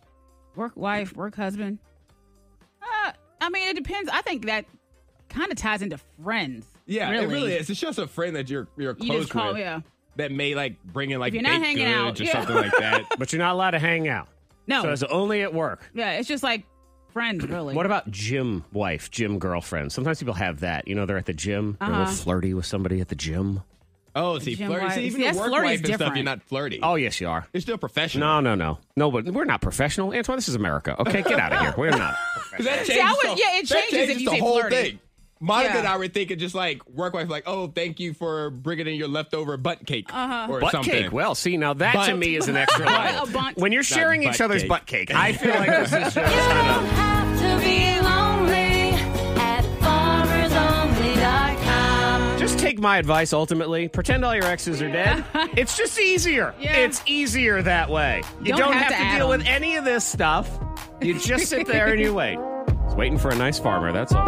[SPEAKER 5] work wife, work husband. Uh, I mean, it depends. I think that kind of ties into friends.
[SPEAKER 4] Yeah,
[SPEAKER 5] really.
[SPEAKER 4] it really is. It's just a friend that you're you're
[SPEAKER 5] You
[SPEAKER 4] close
[SPEAKER 5] just call,
[SPEAKER 4] with
[SPEAKER 5] yeah.
[SPEAKER 4] that may like bring in like
[SPEAKER 5] you're not
[SPEAKER 4] baked
[SPEAKER 5] hanging out,
[SPEAKER 4] goods or
[SPEAKER 5] yeah.
[SPEAKER 4] something like that.
[SPEAKER 1] But you're not allowed to hang out.
[SPEAKER 5] No,
[SPEAKER 1] So it's only at work.
[SPEAKER 5] yeah, it's just like friends, really.
[SPEAKER 1] What about gym wife, gym girlfriend? Sometimes people have that. You know, they're at the gym. They're a little
[SPEAKER 5] Uh-huh.
[SPEAKER 1] flirty with somebody at the gym.
[SPEAKER 4] Oh, see,
[SPEAKER 5] Gym
[SPEAKER 4] flirty.
[SPEAKER 5] wife.
[SPEAKER 4] See, even
[SPEAKER 5] See,
[SPEAKER 4] your
[SPEAKER 5] that's
[SPEAKER 4] work
[SPEAKER 5] flirty's
[SPEAKER 4] wife and stuff,
[SPEAKER 5] different.
[SPEAKER 4] you're not flirty.
[SPEAKER 1] Oh, yes, you are.
[SPEAKER 4] you're still professional.
[SPEAKER 1] No, no, no. No, but we're not professional. Antoine, this is America. Okay, get out of here. We're not.
[SPEAKER 4] Because that
[SPEAKER 5] See,
[SPEAKER 4] changes,
[SPEAKER 5] I would-
[SPEAKER 4] the,
[SPEAKER 5] yeah, it
[SPEAKER 4] that
[SPEAKER 5] changes if you
[SPEAKER 4] the
[SPEAKER 5] say
[SPEAKER 4] whole
[SPEAKER 5] flirty.
[SPEAKER 4] thing. Monica
[SPEAKER 5] Yeah.
[SPEAKER 4] and I were thinking just like work wife, like, oh, thank you for bringing in your leftover butt cake
[SPEAKER 5] Uh-huh.
[SPEAKER 4] or
[SPEAKER 1] butt
[SPEAKER 4] something.
[SPEAKER 1] cake. Well, see, now that to
[SPEAKER 4] Bunt.
[SPEAKER 1] me is an extra
[SPEAKER 5] A
[SPEAKER 1] level.
[SPEAKER 5] bunt.
[SPEAKER 1] When you're sharing each
[SPEAKER 4] butt
[SPEAKER 1] other's
[SPEAKER 4] cake.
[SPEAKER 1] butt cake, I feel like this is just kind of. Just take my advice ultimately. Pretend all your exes are dead. it's just easier.
[SPEAKER 5] Yeah.
[SPEAKER 1] It's easier that way. You don't,
[SPEAKER 5] Don't have
[SPEAKER 1] have,
[SPEAKER 5] to
[SPEAKER 1] to,
[SPEAKER 5] add
[SPEAKER 1] deal
[SPEAKER 5] them.
[SPEAKER 1] with any of this stuff. You just sit there and you wait. It's waiting for a nice farmer, that's all.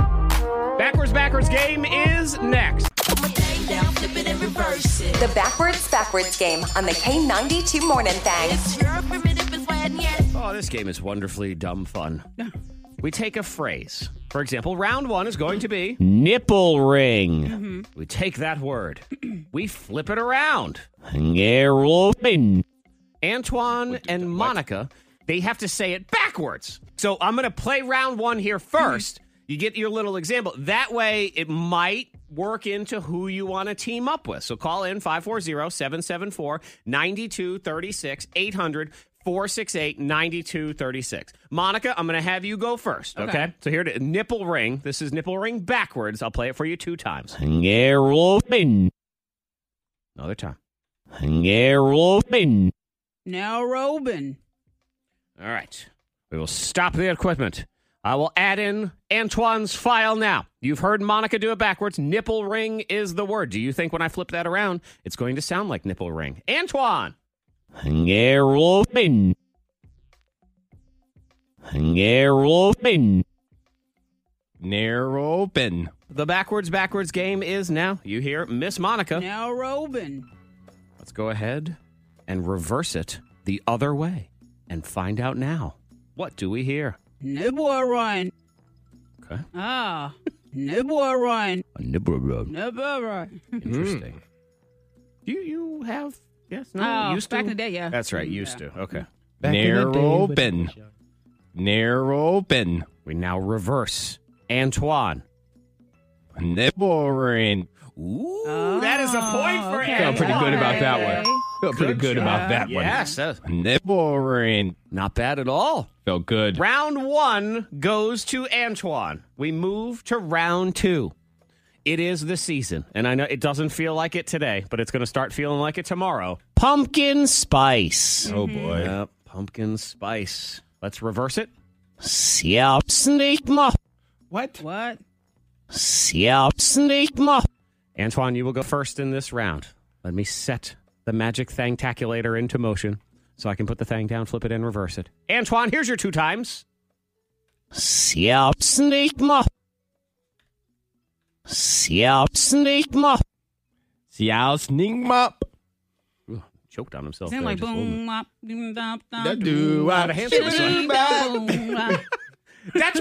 [SPEAKER 1] Backwards, backwards game is next.
[SPEAKER 2] The backwards, backwards game on the K92 Morning Thing.
[SPEAKER 1] Oh, this game is wonderfully dumb fun. We take a phrase. For example, round one is going to be nipple ring. We take that word, we flip it around. Antoine and Monica, they have to say it backwards. So I'm going to play round one here 1st You get your little example. That way, it might work into who you want to team up with. So call in 540 774 9236 800 468 9236. Monica, I'm going to have you go first. Okay. So here it is nipple ring. This is nipple ring backwards. I'll play it for you two times. Another time.
[SPEAKER 5] now, Robin.
[SPEAKER 1] All right. We will stop the equipment. I will add in Antoine's file now. You've heard Monica do it backwards. Nipple ring is the word. Do you think when I flip that around, it's going to sound like nipple ring? Antoine. Hangeropen. Hangeropen.
[SPEAKER 4] Narrow open.
[SPEAKER 1] The backwards backwards game is now. You hear Miss Monica.
[SPEAKER 5] Now, Robin.
[SPEAKER 1] Let's go ahead and reverse it the other way and find out now. What do we hear?
[SPEAKER 5] Nibble run.
[SPEAKER 1] Okay.
[SPEAKER 5] Ah. Nibble run.
[SPEAKER 1] A nipple ring.
[SPEAKER 5] Nibble run.
[SPEAKER 1] Interesting. Hmm. You you have yes no
[SPEAKER 5] Oh,
[SPEAKER 1] used to
[SPEAKER 5] back in the day, yeah.
[SPEAKER 1] That's right, used to. Okay.
[SPEAKER 4] Narrow open. Narrow open.
[SPEAKER 1] We now reverse Antoine.
[SPEAKER 4] Nipple ring.
[SPEAKER 1] Ooh, that is a point
[SPEAKER 5] Oh,
[SPEAKER 1] for
[SPEAKER 5] okay.
[SPEAKER 1] Antoine.
[SPEAKER 4] Feel pretty good about that
[SPEAKER 5] Okay.
[SPEAKER 4] one. Feel pretty good about that one.
[SPEAKER 1] Yes, that's
[SPEAKER 4] Nipple ring.
[SPEAKER 1] not bad at all.
[SPEAKER 4] Felt good.
[SPEAKER 1] Round one goes to Antoine. We move to round two. It is the season, and I know it doesn't feel like
[SPEAKER 5] Mm-hmm.
[SPEAKER 1] it today, but it's going to start feeling like it tomorrow. Pumpkin spice.
[SPEAKER 4] Oh boy.
[SPEAKER 1] Yep, Pumpkin spice. Let's reverse it. Siap sneak mo.
[SPEAKER 4] What?
[SPEAKER 5] What?
[SPEAKER 1] Siap sneak mo. Antoine, you will go first in this round. Let me set the magic thangtaculator into motion so I can put the thang down, flip it, and reverse it. Antoine, here's your two times. Siap sneak mo. Siap sneak mo.
[SPEAKER 4] Xiao Sning Mop.
[SPEAKER 1] Ooh, Choked on himself.
[SPEAKER 5] Sound
[SPEAKER 1] there,
[SPEAKER 5] like
[SPEAKER 1] just holding it.
[SPEAKER 5] boom, wop, boom, dop, dop,
[SPEAKER 4] That
[SPEAKER 5] boom,
[SPEAKER 4] do
[SPEAKER 1] Out of hand for this one.
[SPEAKER 5] boom, dop, boom, wop.
[SPEAKER 1] That's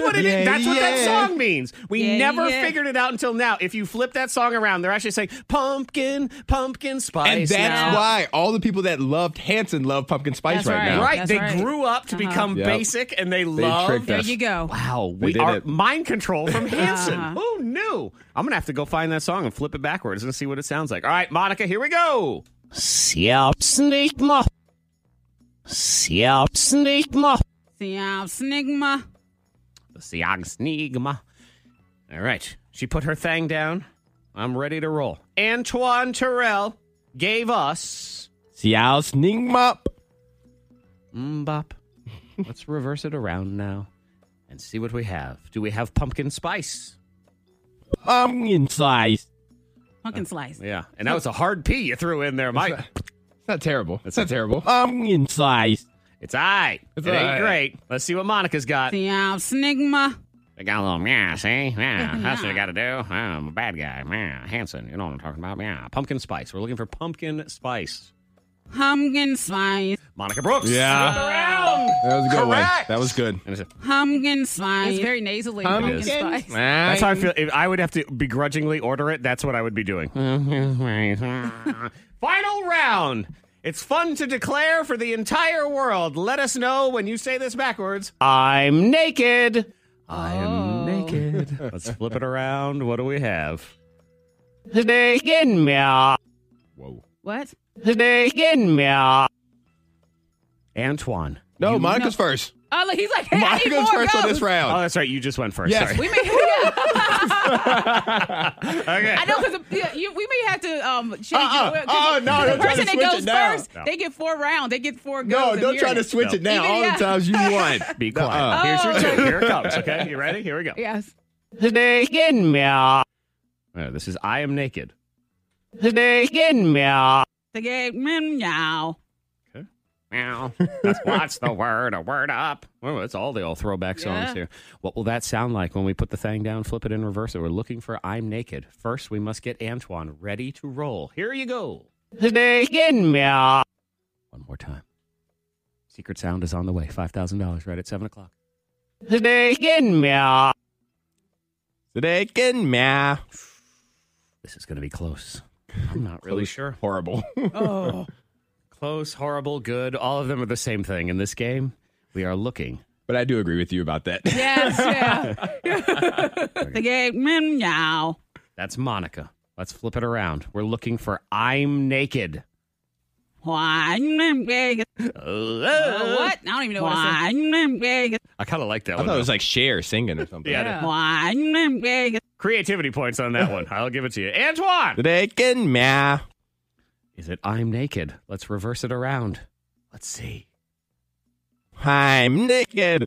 [SPEAKER 1] what it is.
[SPEAKER 4] Yeah,
[SPEAKER 1] That's what that
[SPEAKER 4] yeah.
[SPEAKER 1] song means. We
[SPEAKER 5] Yeah,
[SPEAKER 1] never
[SPEAKER 5] yeah.
[SPEAKER 1] figured it out until now. If you flip that song around, they're actually saying pumpkin, pumpkin spice.
[SPEAKER 4] And that's
[SPEAKER 1] now.
[SPEAKER 4] why all the people that loved Hanson love pumpkin spice
[SPEAKER 5] That's
[SPEAKER 4] right,
[SPEAKER 5] right.
[SPEAKER 4] now.
[SPEAKER 1] Right,
[SPEAKER 5] That's
[SPEAKER 1] they
[SPEAKER 5] right. Uh-huh.
[SPEAKER 1] grew up to become
[SPEAKER 4] Yep.
[SPEAKER 1] basic, and they, love.
[SPEAKER 4] tricked
[SPEAKER 5] There
[SPEAKER 4] us.
[SPEAKER 5] you go.
[SPEAKER 1] Wow,
[SPEAKER 4] They
[SPEAKER 1] we
[SPEAKER 4] did
[SPEAKER 1] are
[SPEAKER 4] it.
[SPEAKER 1] mind control from Hanson.
[SPEAKER 5] Uh-huh.
[SPEAKER 1] Who knew? I'm gonna have to go find that song and flip it backwards and see what it sounds like. All right, Monica, here we go. Siop sneak mo. Siop sneak mo.
[SPEAKER 5] See, I'm Snigma.
[SPEAKER 1] The Siag Snigma. All right. She put her thing down. I'm ready to roll. Antoine Terrell gave us
[SPEAKER 4] Xiao Sning Mop.
[SPEAKER 1] Mbop. Mm, Let's reverse it around now and see what we have. Do we have pumpkin spice?
[SPEAKER 4] Pumpkin spice.
[SPEAKER 5] Pumpkin
[SPEAKER 4] Uh,
[SPEAKER 5] slice.
[SPEAKER 1] Yeah. And that was a hard P you threw in there, Mike.
[SPEAKER 4] It's not terrible. It's not terrible. Pumpkin spice.
[SPEAKER 1] It's all right.
[SPEAKER 4] It's
[SPEAKER 1] it ain't
[SPEAKER 4] all right.
[SPEAKER 1] great. Let's see what Monica's got.
[SPEAKER 5] See, I'm Snigma.
[SPEAKER 1] They got a little, yeah, see? Yeah, that's what I got to do. I'm a bad guy. Yeah, Hanson. You know what I'm talking about. Yeah, pumpkin spice. We're looking for pumpkin spice.
[SPEAKER 5] Pumpkin spice.
[SPEAKER 1] Monica Brooks.
[SPEAKER 4] Yeah.
[SPEAKER 1] Flip it around.
[SPEAKER 4] That was a good one.
[SPEAKER 1] Correct.
[SPEAKER 4] That was good.
[SPEAKER 1] And it's a-
[SPEAKER 5] Pumpkin spice. It's very nasally. Pumpkin
[SPEAKER 4] Pumpkin
[SPEAKER 5] spice.
[SPEAKER 1] That's how I feel. If I would have to begrudgingly order it, that's what I would be doing. Final round. It's fun to declare for the entire world. Let us know when you say this backwards. I'm naked. I'm naked. Let's flip it around. What do we have? Naked meow.
[SPEAKER 4] Whoa.
[SPEAKER 5] What?
[SPEAKER 1] Naked meow. Antoine.
[SPEAKER 4] No, Monica's first.
[SPEAKER 5] Oh, look, he's like, hey, I need
[SPEAKER 4] Monica's
[SPEAKER 5] more
[SPEAKER 4] first on
[SPEAKER 5] goes.
[SPEAKER 4] this round.
[SPEAKER 1] Oh, that's right. You just went first.
[SPEAKER 4] Yes.
[SPEAKER 1] Sorry.
[SPEAKER 5] We may, yeah,
[SPEAKER 1] Okay.
[SPEAKER 5] I know because you, we may have to um, change
[SPEAKER 4] Uh-uh.
[SPEAKER 5] it. 'Cause
[SPEAKER 4] Uh-uh, no,
[SPEAKER 5] the
[SPEAKER 4] don't try
[SPEAKER 5] person
[SPEAKER 4] to
[SPEAKER 5] that
[SPEAKER 4] switch it
[SPEAKER 5] goes
[SPEAKER 4] now.
[SPEAKER 5] first, they get four rounds. They get four goes.
[SPEAKER 4] No,
[SPEAKER 5] if
[SPEAKER 4] don't
[SPEAKER 5] you're-
[SPEAKER 4] try to switch it now.
[SPEAKER 5] Even-
[SPEAKER 4] All
[SPEAKER 5] yeah.
[SPEAKER 4] the times you want.
[SPEAKER 1] Be quiet.
[SPEAKER 4] Uh-uh.
[SPEAKER 1] Here's your joke. Here it comes. Okay, you ready? Here we go.
[SPEAKER 5] Yes.
[SPEAKER 1] Naked meow. Oh, this is I am naked. Naked meow.
[SPEAKER 5] The game, meow.
[SPEAKER 1] Meow. That's what's the word. A word up. Oh, that's all the old throwback songs
[SPEAKER 5] Yeah.
[SPEAKER 1] here. What will that sound like when we put the thing down, flip it in reverse? It? We're looking for I'm naked. First, we must get Antoine ready to roll. Here you go. Naked meow. One more time. Secret sound is on the way. Five thousand dollars right at seven o'clock. Naked meow.
[SPEAKER 4] Today can meh.
[SPEAKER 1] This is going to be close. I'm not really sure.
[SPEAKER 4] Horrible.
[SPEAKER 5] Oh.
[SPEAKER 1] Close, horrible, good. All of them are the same thing. In this game, we are looking.
[SPEAKER 4] but I do agree with you about that.
[SPEAKER 5] Yes, yeah. the game, meow.
[SPEAKER 1] That's Monica. Let's flip it around. We're looking for I'm naked.
[SPEAKER 5] Why? What? I don't even Uh, know what I said.
[SPEAKER 1] I kind of like that
[SPEAKER 4] I
[SPEAKER 1] one.
[SPEAKER 4] thought it
[SPEAKER 1] though.
[SPEAKER 4] was like Cher singing or something.
[SPEAKER 1] Yeah.
[SPEAKER 5] Uh. Why?
[SPEAKER 1] Creativity points on that one. I'll give it to you. Antoine!
[SPEAKER 4] Today can meh.
[SPEAKER 1] Is it I'm naked? Let's reverse it around. Let's see.
[SPEAKER 4] I'm naked.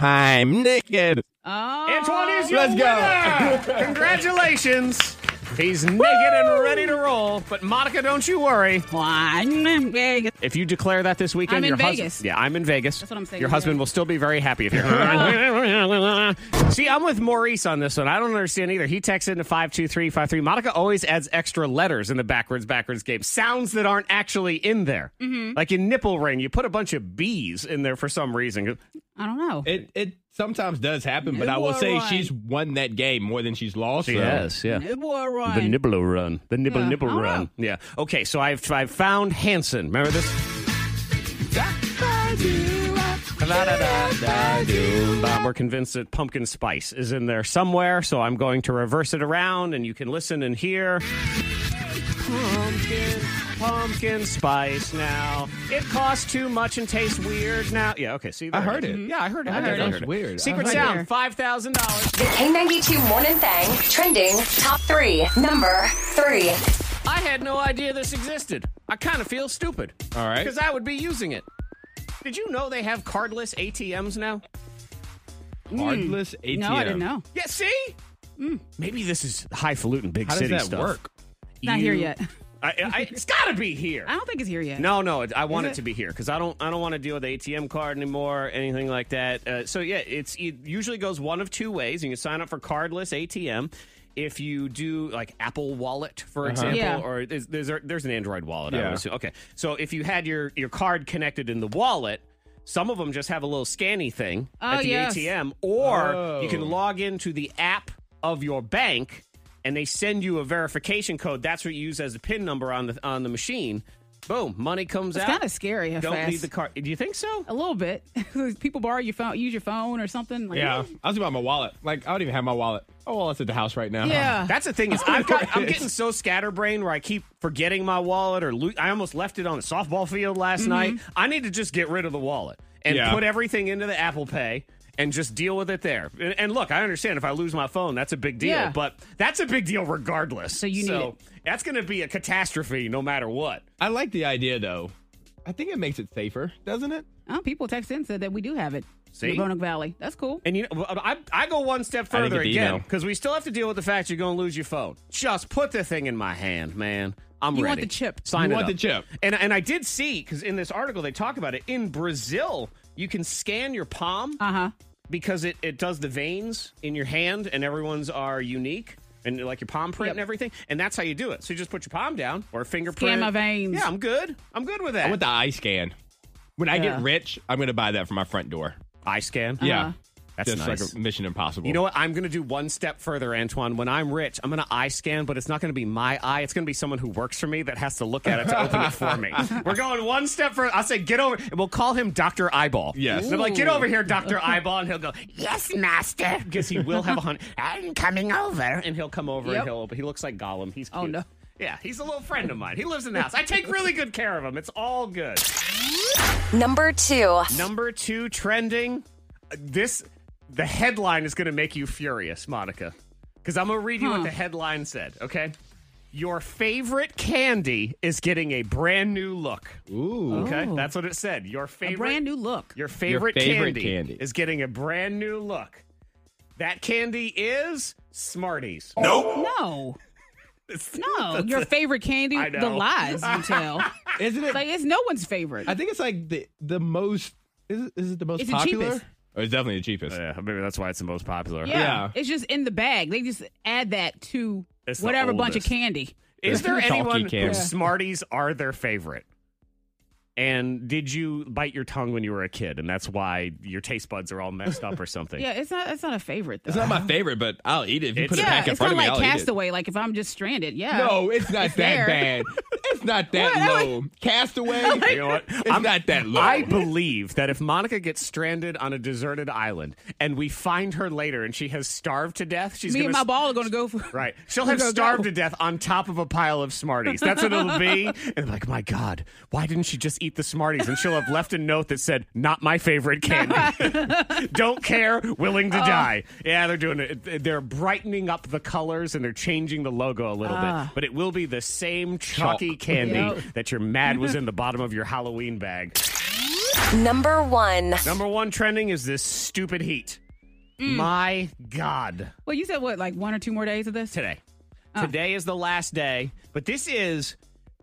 [SPEAKER 4] I'm naked.
[SPEAKER 5] Oh.
[SPEAKER 1] Antoine is your
[SPEAKER 4] Let's go.
[SPEAKER 1] winner. Congratulations. He's naked and ready to roll. But Monica, don't you worry.
[SPEAKER 5] Why?
[SPEAKER 1] If you declare that this weekend,
[SPEAKER 5] I'm in
[SPEAKER 1] your husband.
[SPEAKER 5] Vegas.
[SPEAKER 1] Yeah, I'm in Vegas.
[SPEAKER 5] That's what I'm saying,
[SPEAKER 1] Your husband
[SPEAKER 5] yeah.
[SPEAKER 1] will still be very happy if you're. See, I'm with Maurice on this one. I don't understand either. He texts into five two three five three. Monica always adds extra letters in the backwards backwards game. Sounds that aren't actually in there.
[SPEAKER 5] Mm-hmm.
[SPEAKER 1] Like in nipple ring, you put a bunch of B's in there for some reason.
[SPEAKER 5] I don't know.
[SPEAKER 4] It it sometimes does happen, but I
[SPEAKER 5] Nibble
[SPEAKER 4] will say
[SPEAKER 5] run.
[SPEAKER 4] she's won that game more than she's lost. so-
[SPEAKER 1] yeah.
[SPEAKER 5] Nibble run.
[SPEAKER 1] The nibble run. The nibble
[SPEAKER 5] Yeah, Oh,
[SPEAKER 1] nibble
[SPEAKER 5] I don't
[SPEAKER 1] run.
[SPEAKER 5] know.
[SPEAKER 1] Yeah. Okay, so I've I've found Hanson. Remember this? We're convinced that pumpkin spice is in there somewhere, so I'm going to reverse it around and you can listen and hear. Pumpkin, pumpkin spice now. It costs too much and tastes weird now. Yeah, okay, see?
[SPEAKER 4] I
[SPEAKER 1] there
[SPEAKER 4] heard
[SPEAKER 1] is.
[SPEAKER 4] it.
[SPEAKER 1] Yeah, I heard it. I,
[SPEAKER 4] I heard
[SPEAKER 1] definitely
[SPEAKER 4] it. That's weird. I
[SPEAKER 1] Secret
[SPEAKER 4] heard
[SPEAKER 1] sound,
[SPEAKER 5] it.
[SPEAKER 1] $5,000.
[SPEAKER 2] The K92 Morning Thang trending top three. Number three.
[SPEAKER 1] I had no idea this existed. I kind of feel stupid.
[SPEAKER 4] All right.
[SPEAKER 1] Because I would be using it. Did you know they have cardless ATMs now?
[SPEAKER 4] Cardless ATM.
[SPEAKER 5] No, I didn't know.
[SPEAKER 1] Yeah, see? Maybe this is highfalutin big
[SPEAKER 4] Mm. How does
[SPEAKER 1] city
[SPEAKER 4] that
[SPEAKER 1] stuff.
[SPEAKER 4] work?
[SPEAKER 5] Not here yet.
[SPEAKER 1] I, I, it's got to be here.
[SPEAKER 5] I don't think it's here yet.
[SPEAKER 1] No, no, it- I want it,
[SPEAKER 5] it?
[SPEAKER 1] to be here because I don't, I don't want to deal with the ATM card anymore, anything like that. Uh, so yeah, it's it usually goes one of two ways. You can sign up for cardless ATM if you do like Apple Wallet, for example,
[SPEAKER 5] Yeah.
[SPEAKER 1] or there's, there's there's an Android Wallet. I would
[SPEAKER 4] Uh-huh. Yeah.
[SPEAKER 1] assume. Okay, so if you had your your card connected in the wallet. Some of them just have a little scanny thing
[SPEAKER 5] Oh,
[SPEAKER 1] at the
[SPEAKER 5] yes.
[SPEAKER 1] ATM, or
[SPEAKER 4] Oh.
[SPEAKER 1] you can log into the app of your bank and they send you a verification code. That's what you use as a PIN number on the on the machine. Boom, money comes
[SPEAKER 5] It's
[SPEAKER 1] out.
[SPEAKER 5] kind of scary. How
[SPEAKER 1] Don't
[SPEAKER 5] fast.
[SPEAKER 1] leave the car. Do you think so?
[SPEAKER 5] A little bit. People borrow your phone, use your phone or something. Like,
[SPEAKER 4] Yeah. I was about my wallet. Like, I don't even have my wallet. My wallet's at the house right now.
[SPEAKER 5] Yeah.
[SPEAKER 1] That's the thing is I've got I'm getting so scatterbrained where I keep forgetting my wallet or lo- I almost left it on the softball field last
[SPEAKER 5] Mm-hmm.
[SPEAKER 1] night. I need to just get rid of the wallet and
[SPEAKER 4] Yeah.
[SPEAKER 1] put everything into the Apple Pay and just deal with it there. And, and look, I understand if I lose my phone, that's a big deal,
[SPEAKER 5] Yeah.
[SPEAKER 1] but that's a big deal regardless. So
[SPEAKER 5] you need it.
[SPEAKER 1] that's going to be a catastrophe no matter what.
[SPEAKER 4] I like the idea, though. I think it makes it safer, doesn't it?
[SPEAKER 5] Oh, people text in and said that we do have it.
[SPEAKER 1] See?
[SPEAKER 5] in the Roanoke Valley. That's cool.
[SPEAKER 1] And you know, I, I go one step
[SPEAKER 4] I didn't
[SPEAKER 1] further
[SPEAKER 4] get the
[SPEAKER 1] again
[SPEAKER 4] email.
[SPEAKER 1] because we still have to deal with the fact you're going to lose your phone. Just put the thing in my hand, man. I'm
[SPEAKER 5] You want
[SPEAKER 1] ready.
[SPEAKER 5] the chip.
[SPEAKER 4] You
[SPEAKER 1] Sign it
[SPEAKER 4] want
[SPEAKER 1] up.
[SPEAKER 4] the chip.
[SPEAKER 1] And and I did see because in this article they talk about it in Brazil you can scan your palm
[SPEAKER 5] Uh huh.
[SPEAKER 1] because it it does the veins in your hand and everyone's are unique. And like your palm print
[SPEAKER 5] Yep.
[SPEAKER 1] and everything, and that's how you do it. So you just put your palm down or fingerprint.
[SPEAKER 5] my veins.
[SPEAKER 1] Yeah, I'm good. I'm good with that.
[SPEAKER 4] I want the eye scan. When I
[SPEAKER 5] Yeah.
[SPEAKER 4] get rich, I'm going to buy that for my front door.
[SPEAKER 1] eye scan.
[SPEAKER 5] Uh-huh.
[SPEAKER 4] Yeah.
[SPEAKER 1] That's
[SPEAKER 4] Just
[SPEAKER 1] nice.
[SPEAKER 4] like a Mission Impossible.
[SPEAKER 1] You know what? I'm going to do one step further, Antoine. When I'm rich, I'm going to eye scan, but it's not going to be my eye. It's going to be someone who works for me that has to look at it to open it for me. We're going one step further. I'll say, get over. And we'll call him Dr. Eyeball.
[SPEAKER 4] Yes.
[SPEAKER 1] And I'm like, get
[SPEAKER 5] Ooh.
[SPEAKER 1] over here, Dr. Eyeball. And he'll go, yes, master. Because he will have a hundred. I'm coming over. And he'll come over
[SPEAKER 5] Yep.
[SPEAKER 1] and he'll open. He looks like Gollum. He's cute.
[SPEAKER 5] Oh, no.
[SPEAKER 1] Yeah, he's a little friend of mine. He lives in the house. I take really good care of him. It's all good.
[SPEAKER 2] Number two.
[SPEAKER 1] Number two trending. uh, This the headline is going to make you furious, Monica, because I'm going to read you what the headline said. Okay, your favorite candy is getting a brand new look.
[SPEAKER 4] Ooh.
[SPEAKER 1] Okay,
[SPEAKER 5] Oh.
[SPEAKER 1] that's what it said. Your favorite
[SPEAKER 5] A brand new look.
[SPEAKER 1] Your favorite,
[SPEAKER 4] favorite
[SPEAKER 1] candy,
[SPEAKER 4] candy.
[SPEAKER 1] is getting a brand new look. That candy is Smarties.
[SPEAKER 5] No. No, your favorite candy,
[SPEAKER 1] I
[SPEAKER 5] the
[SPEAKER 1] know.
[SPEAKER 5] lies you tell.
[SPEAKER 4] Isn't it?
[SPEAKER 5] like it's no one's favorite.
[SPEAKER 4] I think it's like the the most. Is it, is it the most
[SPEAKER 5] It's the
[SPEAKER 4] popular?
[SPEAKER 5] cheapest.
[SPEAKER 4] Oh, it's definitely the cheapest.
[SPEAKER 1] Yeah, maybe that's why it's the most popular.
[SPEAKER 5] yeah,
[SPEAKER 4] yeah.
[SPEAKER 5] it's just in the bag. They just add that to
[SPEAKER 1] It's the
[SPEAKER 5] whatever bunch of
[SPEAKER 1] oldest.
[SPEAKER 5] candy.
[SPEAKER 1] Is there
[SPEAKER 4] Chalky
[SPEAKER 1] anyone
[SPEAKER 4] can.
[SPEAKER 1] whose Smarties are their favorite? And did you bite your tongue when you were a kid, and that's why your taste buds are all messed up or something?
[SPEAKER 5] Yeah, it's not. It's not a favorite though.
[SPEAKER 4] It's not my favorite, but I'll eat it if you
[SPEAKER 1] It's-
[SPEAKER 4] put it
[SPEAKER 5] yeah,
[SPEAKER 4] back in
[SPEAKER 5] it's
[SPEAKER 4] front
[SPEAKER 5] not
[SPEAKER 4] of me.
[SPEAKER 5] like
[SPEAKER 4] I'll eat it.
[SPEAKER 5] Castaway. Like if I'm just stranded, yeah.
[SPEAKER 4] No, it's not that
[SPEAKER 5] there.
[SPEAKER 4] bad. It's not that
[SPEAKER 5] What? I
[SPEAKER 4] low. Castaway. You know what? It's not that low.
[SPEAKER 1] I believe that if Monica gets stranded on a deserted island and we find her later and she has starved to death, she's
[SPEAKER 5] me
[SPEAKER 1] gonna
[SPEAKER 5] and my
[SPEAKER 1] s-
[SPEAKER 5] ball are gonna go for
[SPEAKER 1] Right. She'll have
[SPEAKER 5] go, go.
[SPEAKER 1] starved to death on top of a pile of Smarties. That's what it'll be. And like, my God, why didn't she just eat the Smarties? And she'll have left a note that said, not my favorite candy. Don't care, willing to
[SPEAKER 5] Oh.
[SPEAKER 1] die. Yeah, they're doing it. They're brightening up the colors and they're changing the logo a little bit. But it will be the same chalky
[SPEAKER 4] Chalk.
[SPEAKER 1] candy
[SPEAKER 5] Ah. Yep.
[SPEAKER 1] that you're mad was in the bottom of your Halloween bag.
[SPEAKER 2] Number one.
[SPEAKER 1] Number one trending is this stupid heat.
[SPEAKER 5] Mm.
[SPEAKER 1] My God.
[SPEAKER 5] Well, you said what, like one or two more days of this?
[SPEAKER 1] today.
[SPEAKER 5] Oh.
[SPEAKER 1] Today is the last day, but this is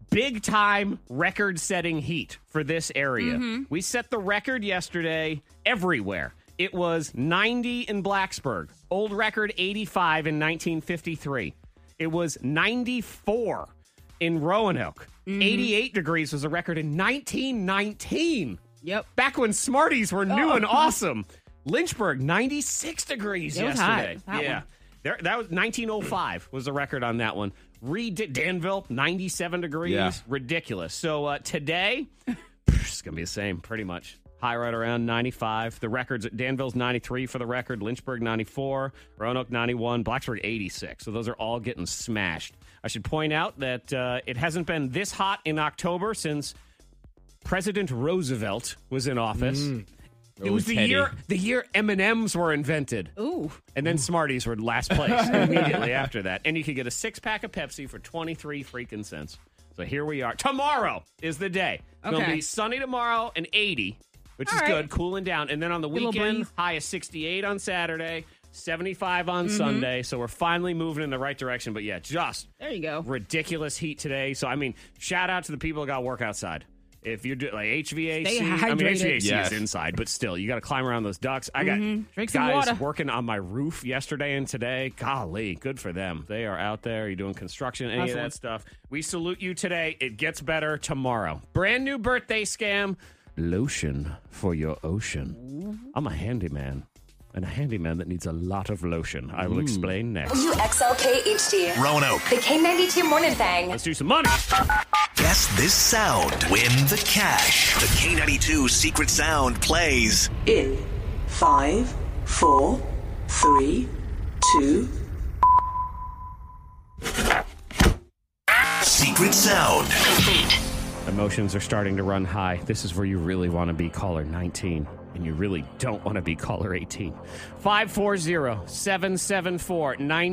[SPEAKER 1] big time record setting heat for this area.
[SPEAKER 5] Mm-hmm.
[SPEAKER 1] We set the record yesterday everywhere. It was 90 in Blacksburg, old record 85 in 1953. It was 94 in Roanoke.
[SPEAKER 5] Mm-hmm.
[SPEAKER 1] 88 degrees was a record in 1919.
[SPEAKER 5] Yep.
[SPEAKER 1] Back when Smarties were new
[SPEAKER 5] Oh.
[SPEAKER 1] and awesome. Lynchburg, 96 degrees
[SPEAKER 5] It was hot,
[SPEAKER 1] yesterday.
[SPEAKER 5] that
[SPEAKER 1] yeah.
[SPEAKER 5] one.
[SPEAKER 1] There, that was 1905 was the record on that one. Reed Danville, 97 degrees.
[SPEAKER 4] Yeah.
[SPEAKER 1] Ridiculous. So uh, today, it's going to be the same pretty much. High right around 95. The records at Danville's 93 for the record, Lynchburg 94, Roanoke 91, Blacksburg 86. So those are all getting smashed. I should point out that uh, it hasn't been this hot in October since President Roosevelt was in office. It
[SPEAKER 4] Oh,
[SPEAKER 1] was the
[SPEAKER 4] Teddy.
[SPEAKER 1] year the year M&Ms were invented.
[SPEAKER 5] Ooh.
[SPEAKER 1] And then Smarties were last place immediately after that. And you could get a six pack of Pepsi for 23 freaking cents. So here we are. Tomorrow is the day. It's going to
[SPEAKER 5] Okay.
[SPEAKER 1] be sunny tomorrow and 80. which
[SPEAKER 5] All
[SPEAKER 1] is
[SPEAKER 5] right.
[SPEAKER 1] good, cooling down. And then on the
[SPEAKER 5] little
[SPEAKER 1] weekend,
[SPEAKER 5] breeze.
[SPEAKER 1] high of 68 on Saturday, 75 on
[SPEAKER 5] Mm-hmm.
[SPEAKER 1] Sunday. So we're finally moving in the right direction. But yeah, just
[SPEAKER 5] There you go.
[SPEAKER 1] ridiculous heat today. So I mean, shout out to the people that got to work outside. If you're do, like HVAC,
[SPEAKER 5] Stay
[SPEAKER 1] I mean
[SPEAKER 5] hydrated. Mm-hmm.
[SPEAKER 1] HVAC
[SPEAKER 4] Yes.
[SPEAKER 1] is inside, but still, you got to climb around those ducks. I got
[SPEAKER 5] Drink some
[SPEAKER 1] guys
[SPEAKER 5] water.
[SPEAKER 1] working on my roof yesterday and today. Golly, good for them. They are out there. You're doing construction, any of
[SPEAKER 5] Hustling.
[SPEAKER 1] that stuff. We salute you today. It gets better tomorrow. Brand new birthday scam lotion for your ocean. I'm a handyman, and a handyman that needs a lot of lotion. I will explain next.
[SPEAKER 2] WXLK HD.
[SPEAKER 6] Roanoke.
[SPEAKER 2] The K92 Morning Thing.
[SPEAKER 1] Let's do some money.
[SPEAKER 6] Guess this sound. Win the cash. The K92 Secret Sound plays
[SPEAKER 7] In five, four, three, two.
[SPEAKER 6] Secret Sound.
[SPEAKER 1] Emotions are starting to run high. This is where you really want to be caller 19 and you really don't want to be caller 18.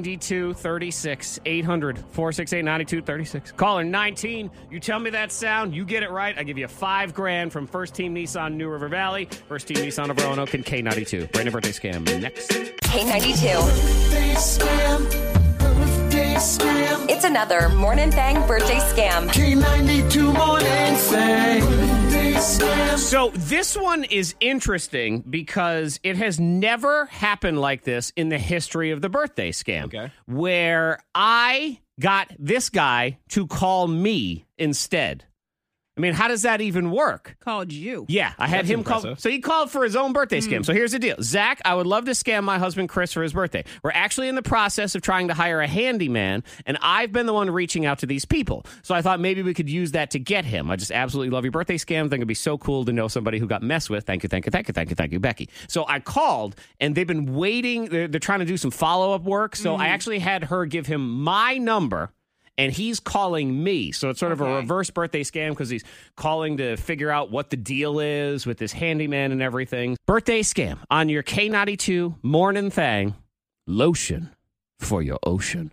[SPEAKER 1] 540-774-9236 800-468-9236. Caller 19, you tell me that sound, you get it right, I give you 5 grand from First Team Nissan New River Valley, First Team Nissan of Roanoke and K92. Brandon birthday scam next.
[SPEAKER 2] K92. It's another Morning Thing birthday scam.
[SPEAKER 1] So this one is interesting because it has never happened like this in the history of the birthday scam.
[SPEAKER 4] Okay.
[SPEAKER 1] Where I got this guy to call me instead. I mean, how does that even work?
[SPEAKER 5] Called you.
[SPEAKER 1] Yeah, I had
[SPEAKER 4] That's
[SPEAKER 1] him call.
[SPEAKER 4] impressive. Hmm.
[SPEAKER 1] So he called for his own birthday scam. So here's the deal, Zach. I would love to scam my husband Chris for his birthday. We're actually in the process of trying to hire a handyman, and I've been the one reaching out to these people. So I thought maybe we could use that to get him. I just absolutely love your birthday scam. Think it'd be so cool to know somebody who got messed with. Thank you, thank you, thank you, thank you, thank you, Becky. So I called, and they've been waiting. They're, they're trying to do some follow up work. So
[SPEAKER 4] Hmm.
[SPEAKER 1] I actually had her give him my number and he's calling me. So it's sort of a reverse birthday scam because he's calling to figure out what the deal is with this handyman and everything. Birthday scam on your K92 morning thing lotion for your ocean.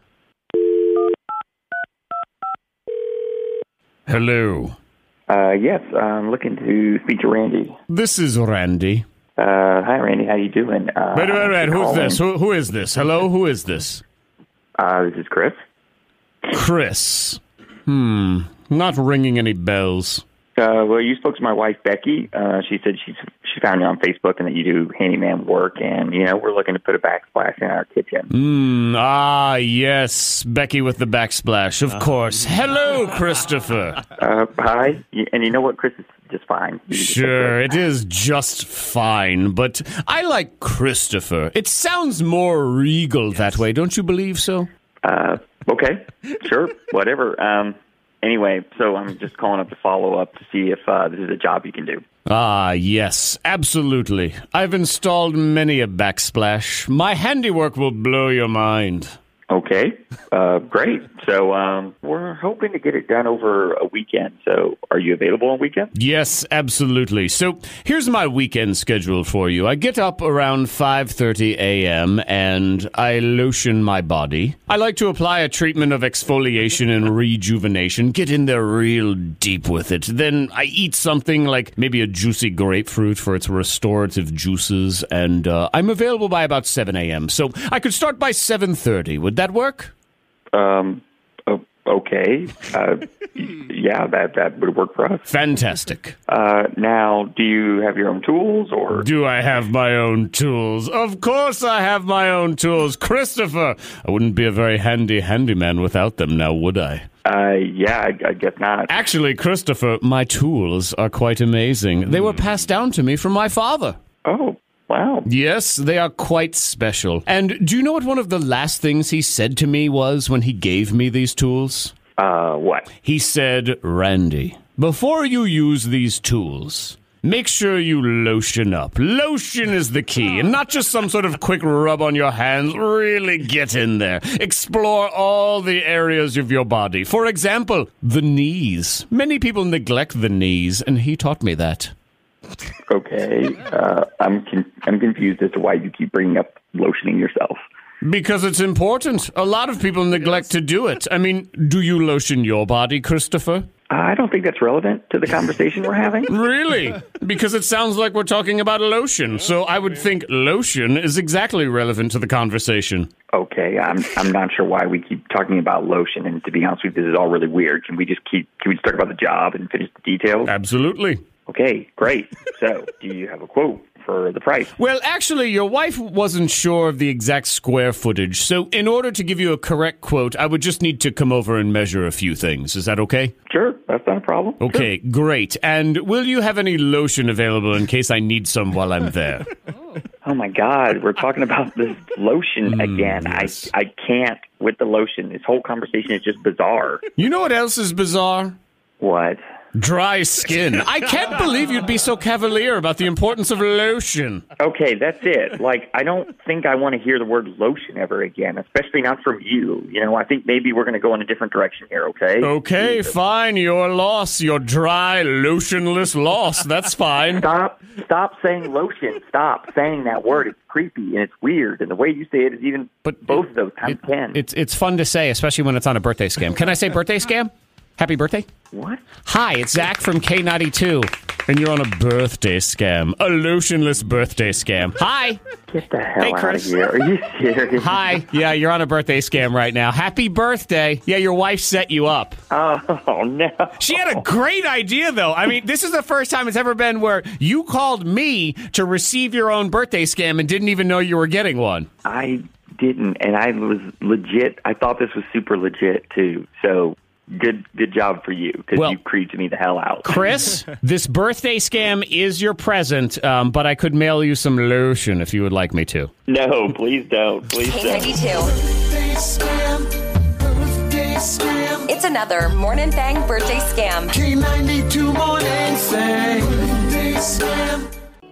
[SPEAKER 1] Hello.
[SPEAKER 8] Uh, yes, I'm looking to speak to Randy.
[SPEAKER 1] This is Randy.
[SPEAKER 8] Uh, hi, Randy. How you doing? Uh,
[SPEAKER 1] Wait, wait, wait. Who's
[SPEAKER 8] calling.
[SPEAKER 1] this? Who, who is this? Hello, who is this?
[SPEAKER 8] Uh, this is Chris.
[SPEAKER 1] Chris. Hmm. Not ringing any bells.
[SPEAKER 8] Uh, well, you spoke to my wife, Becky. Uh, she said she she found you on Facebook and that you do handyman work, and you know we're looking to put a backsplash in our kitchen.
[SPEAKER 1] Mm, ah, yes. Becky with the backsplash, of course. Hello, Christopher.
[SPEAKER 8] Uh, hi, Y- and you know what? Chris is just fine. You just
[SPEAKER 1] Sure,
[SPEAKER 8] said
[SPEAKER 1] it is just fine, but I like Christopher. It sounds more regal that way, don't you believe so?
[SPEAKER 8] that. Uh, okay, sure, whatever. Um, anyway, so I'm just calling up to follow up to see if uh, this is a job you can do.
[SPEAKER 1] Ah, yes, absolutely. I've installed many a backsplash. My handiwork will blow your mind.
[SPEAKER 8] Okay, uh, great. So um, we're hoping to get it done over a weekend. So are you available on weekends?
[SPEAKER 1] Yes, absolutely. So here's my weekend schedule for you. I get up around 5:30 a.m. and I lotion my body. I like to apply a treatment of exfoliation and rejuvenation. Get in there real deep with it. Then I eat something like maybe a juicy grapefruit for its restorative juices, and uh, I'm available by about 7 a.m. So I could start by 7:30. Would that work?
[SPEAKER 8] Um, o- okay. Uh, y- yeah, that that would work for us.
[SPEAKER 1] Fantastic.
[SPEAKER 8] Uh, now, do you have your own tools or?
[SPEAKER 1] Do I have my own tools? Of course I have my own tools, Christopher. I wouldn't be a very handy handyman without them now, would I?
[SPEAKER 8] Uh, yeah, I, I guess not.
[SPEAKER 1] Actually, Christopher, my tools are quite amazing. They were passed down to me from my father.
[SPEAKER 8] Oh, wow.
[SPEAKER 1] Yes, they are quite special. And do you know what one of the last things he said to me was when he gave me these tools?
[SPEAKER 8] Uh, what?
[SPEAKER 1] He said, Randy, before you use these tools, make sure you lotion up. Lotion is the key, and not just some sort of quick rub on your hands. Really get in there. Explore all the areas of your body. For example, the knees. Many people neglect the knees, and he taught me that.
[SPEAKER 8] Okay. Uh, I'm con- I'm confused as to why you keep bringing up lotioning yourself.
[SPEAKER 1] Because it's important. A lot of people neglect to do it. I mean, do you lotion your body, Christopher?
[SPEAKER 8] Uh, I don't think that's relevant to the conversation we're having.
[SPEAKER 9] Really? Because it sounds like we're talking about lotion, so I would think lotion is exactly relevant to the conversation.
[SPEAKER 8] Okay, I'm I'm not sure why we keep talking about lotion. And to be honest with you, this is all really weird. Can we just keep? Can we just talk about the job and finish the details?
[SPEAKER 1] Uh,
[SPEAKER 9] Absolutely.
[SPEAKER 8] Okay, great. So, do you have a quote for the price?
[SPEAKER 9] Well, actually, your wife wasn't sure of the exact square footage, so in order to give you a correct quote, I would just need to come over and measure a few things. Is that okay?
[SPEAKER 8] Sure, that's not a problem.
[SPEAKER 1] Oh.
[SPEAKER 9] Okay, great. And will you have any lotion available in case I need some while I'm there?
[SPEAKER 8] Oh my God, we're talking about this lotion again. I I can't with the lotion. This whole conversation is just bizarre.
[SPEAKER 9] you know what else is bizarre?
[SPEAKER 8] What?
[SPEAKER 9] Dry skin. I can't believe you'd be so cavalier about the importance of lotion.
[SPEAKER 8] Okay, that's it. Like, I don't think I want to hear the word lotion ever again, especially not from you. You know, I think maybe we're going to go in a different direction here. Okay.
[SPEAKER 9] Okay, fine. Your loss. Your dry, lotionless loss. That's fine.
[SPEAKER 8] Stop! Stop saying lotion. Stop saying that word. It's creepy and it's weird, and the way you say it is even.
[SPEAKER 9] But
[SPEAKER 8] both
[SPEAKER 9] it-
[SPEAKER 8] of those times ten.
[SPEAKER 9] It's it's fun to say, especially when it's on a birthday scam. Can I say birthday scam? Happy birthday.
[SPEAKER 8] what?
[SPEAKER 9] Hi, it's Zach from K92. And you're on a birthday scam. A lotionless birthday scam. Hi.
[SPEAKER 8] Get the hell out
[SPEAKER 9] Chris.
[SPEAKER 8] of here! Are you serious?
[SPEAKER 9] Hi. Yeah, you're on a birthday scam right now. Happy birthday. Yeah, your wife set you up.
[SPEAKER 8] Oh no!
[SPEAKER 1] She had a great idea, though. I mean, this is the first time it's ever been where
[SPEAKER 9] You called me to receive your own birthday scam and didn't even know you were getting one.
[SPEAKER 8] I didn't, and I was legit. I thought this was super legit too. So good, good job for you because
[SPEAKER 9] Well-
[SPEAKER 8] you creeped me the hell out.
[SPEAKER 9] Chris, this birthday scam is your present, um, but I could mail you some lotion if you would like me to.
[SPEAKER 8] No, please don't. Please don't.
[SPEAKER 2] K92. It's another Morning Thang birthday scam.
[SPEAKER 3] K92 morning thing.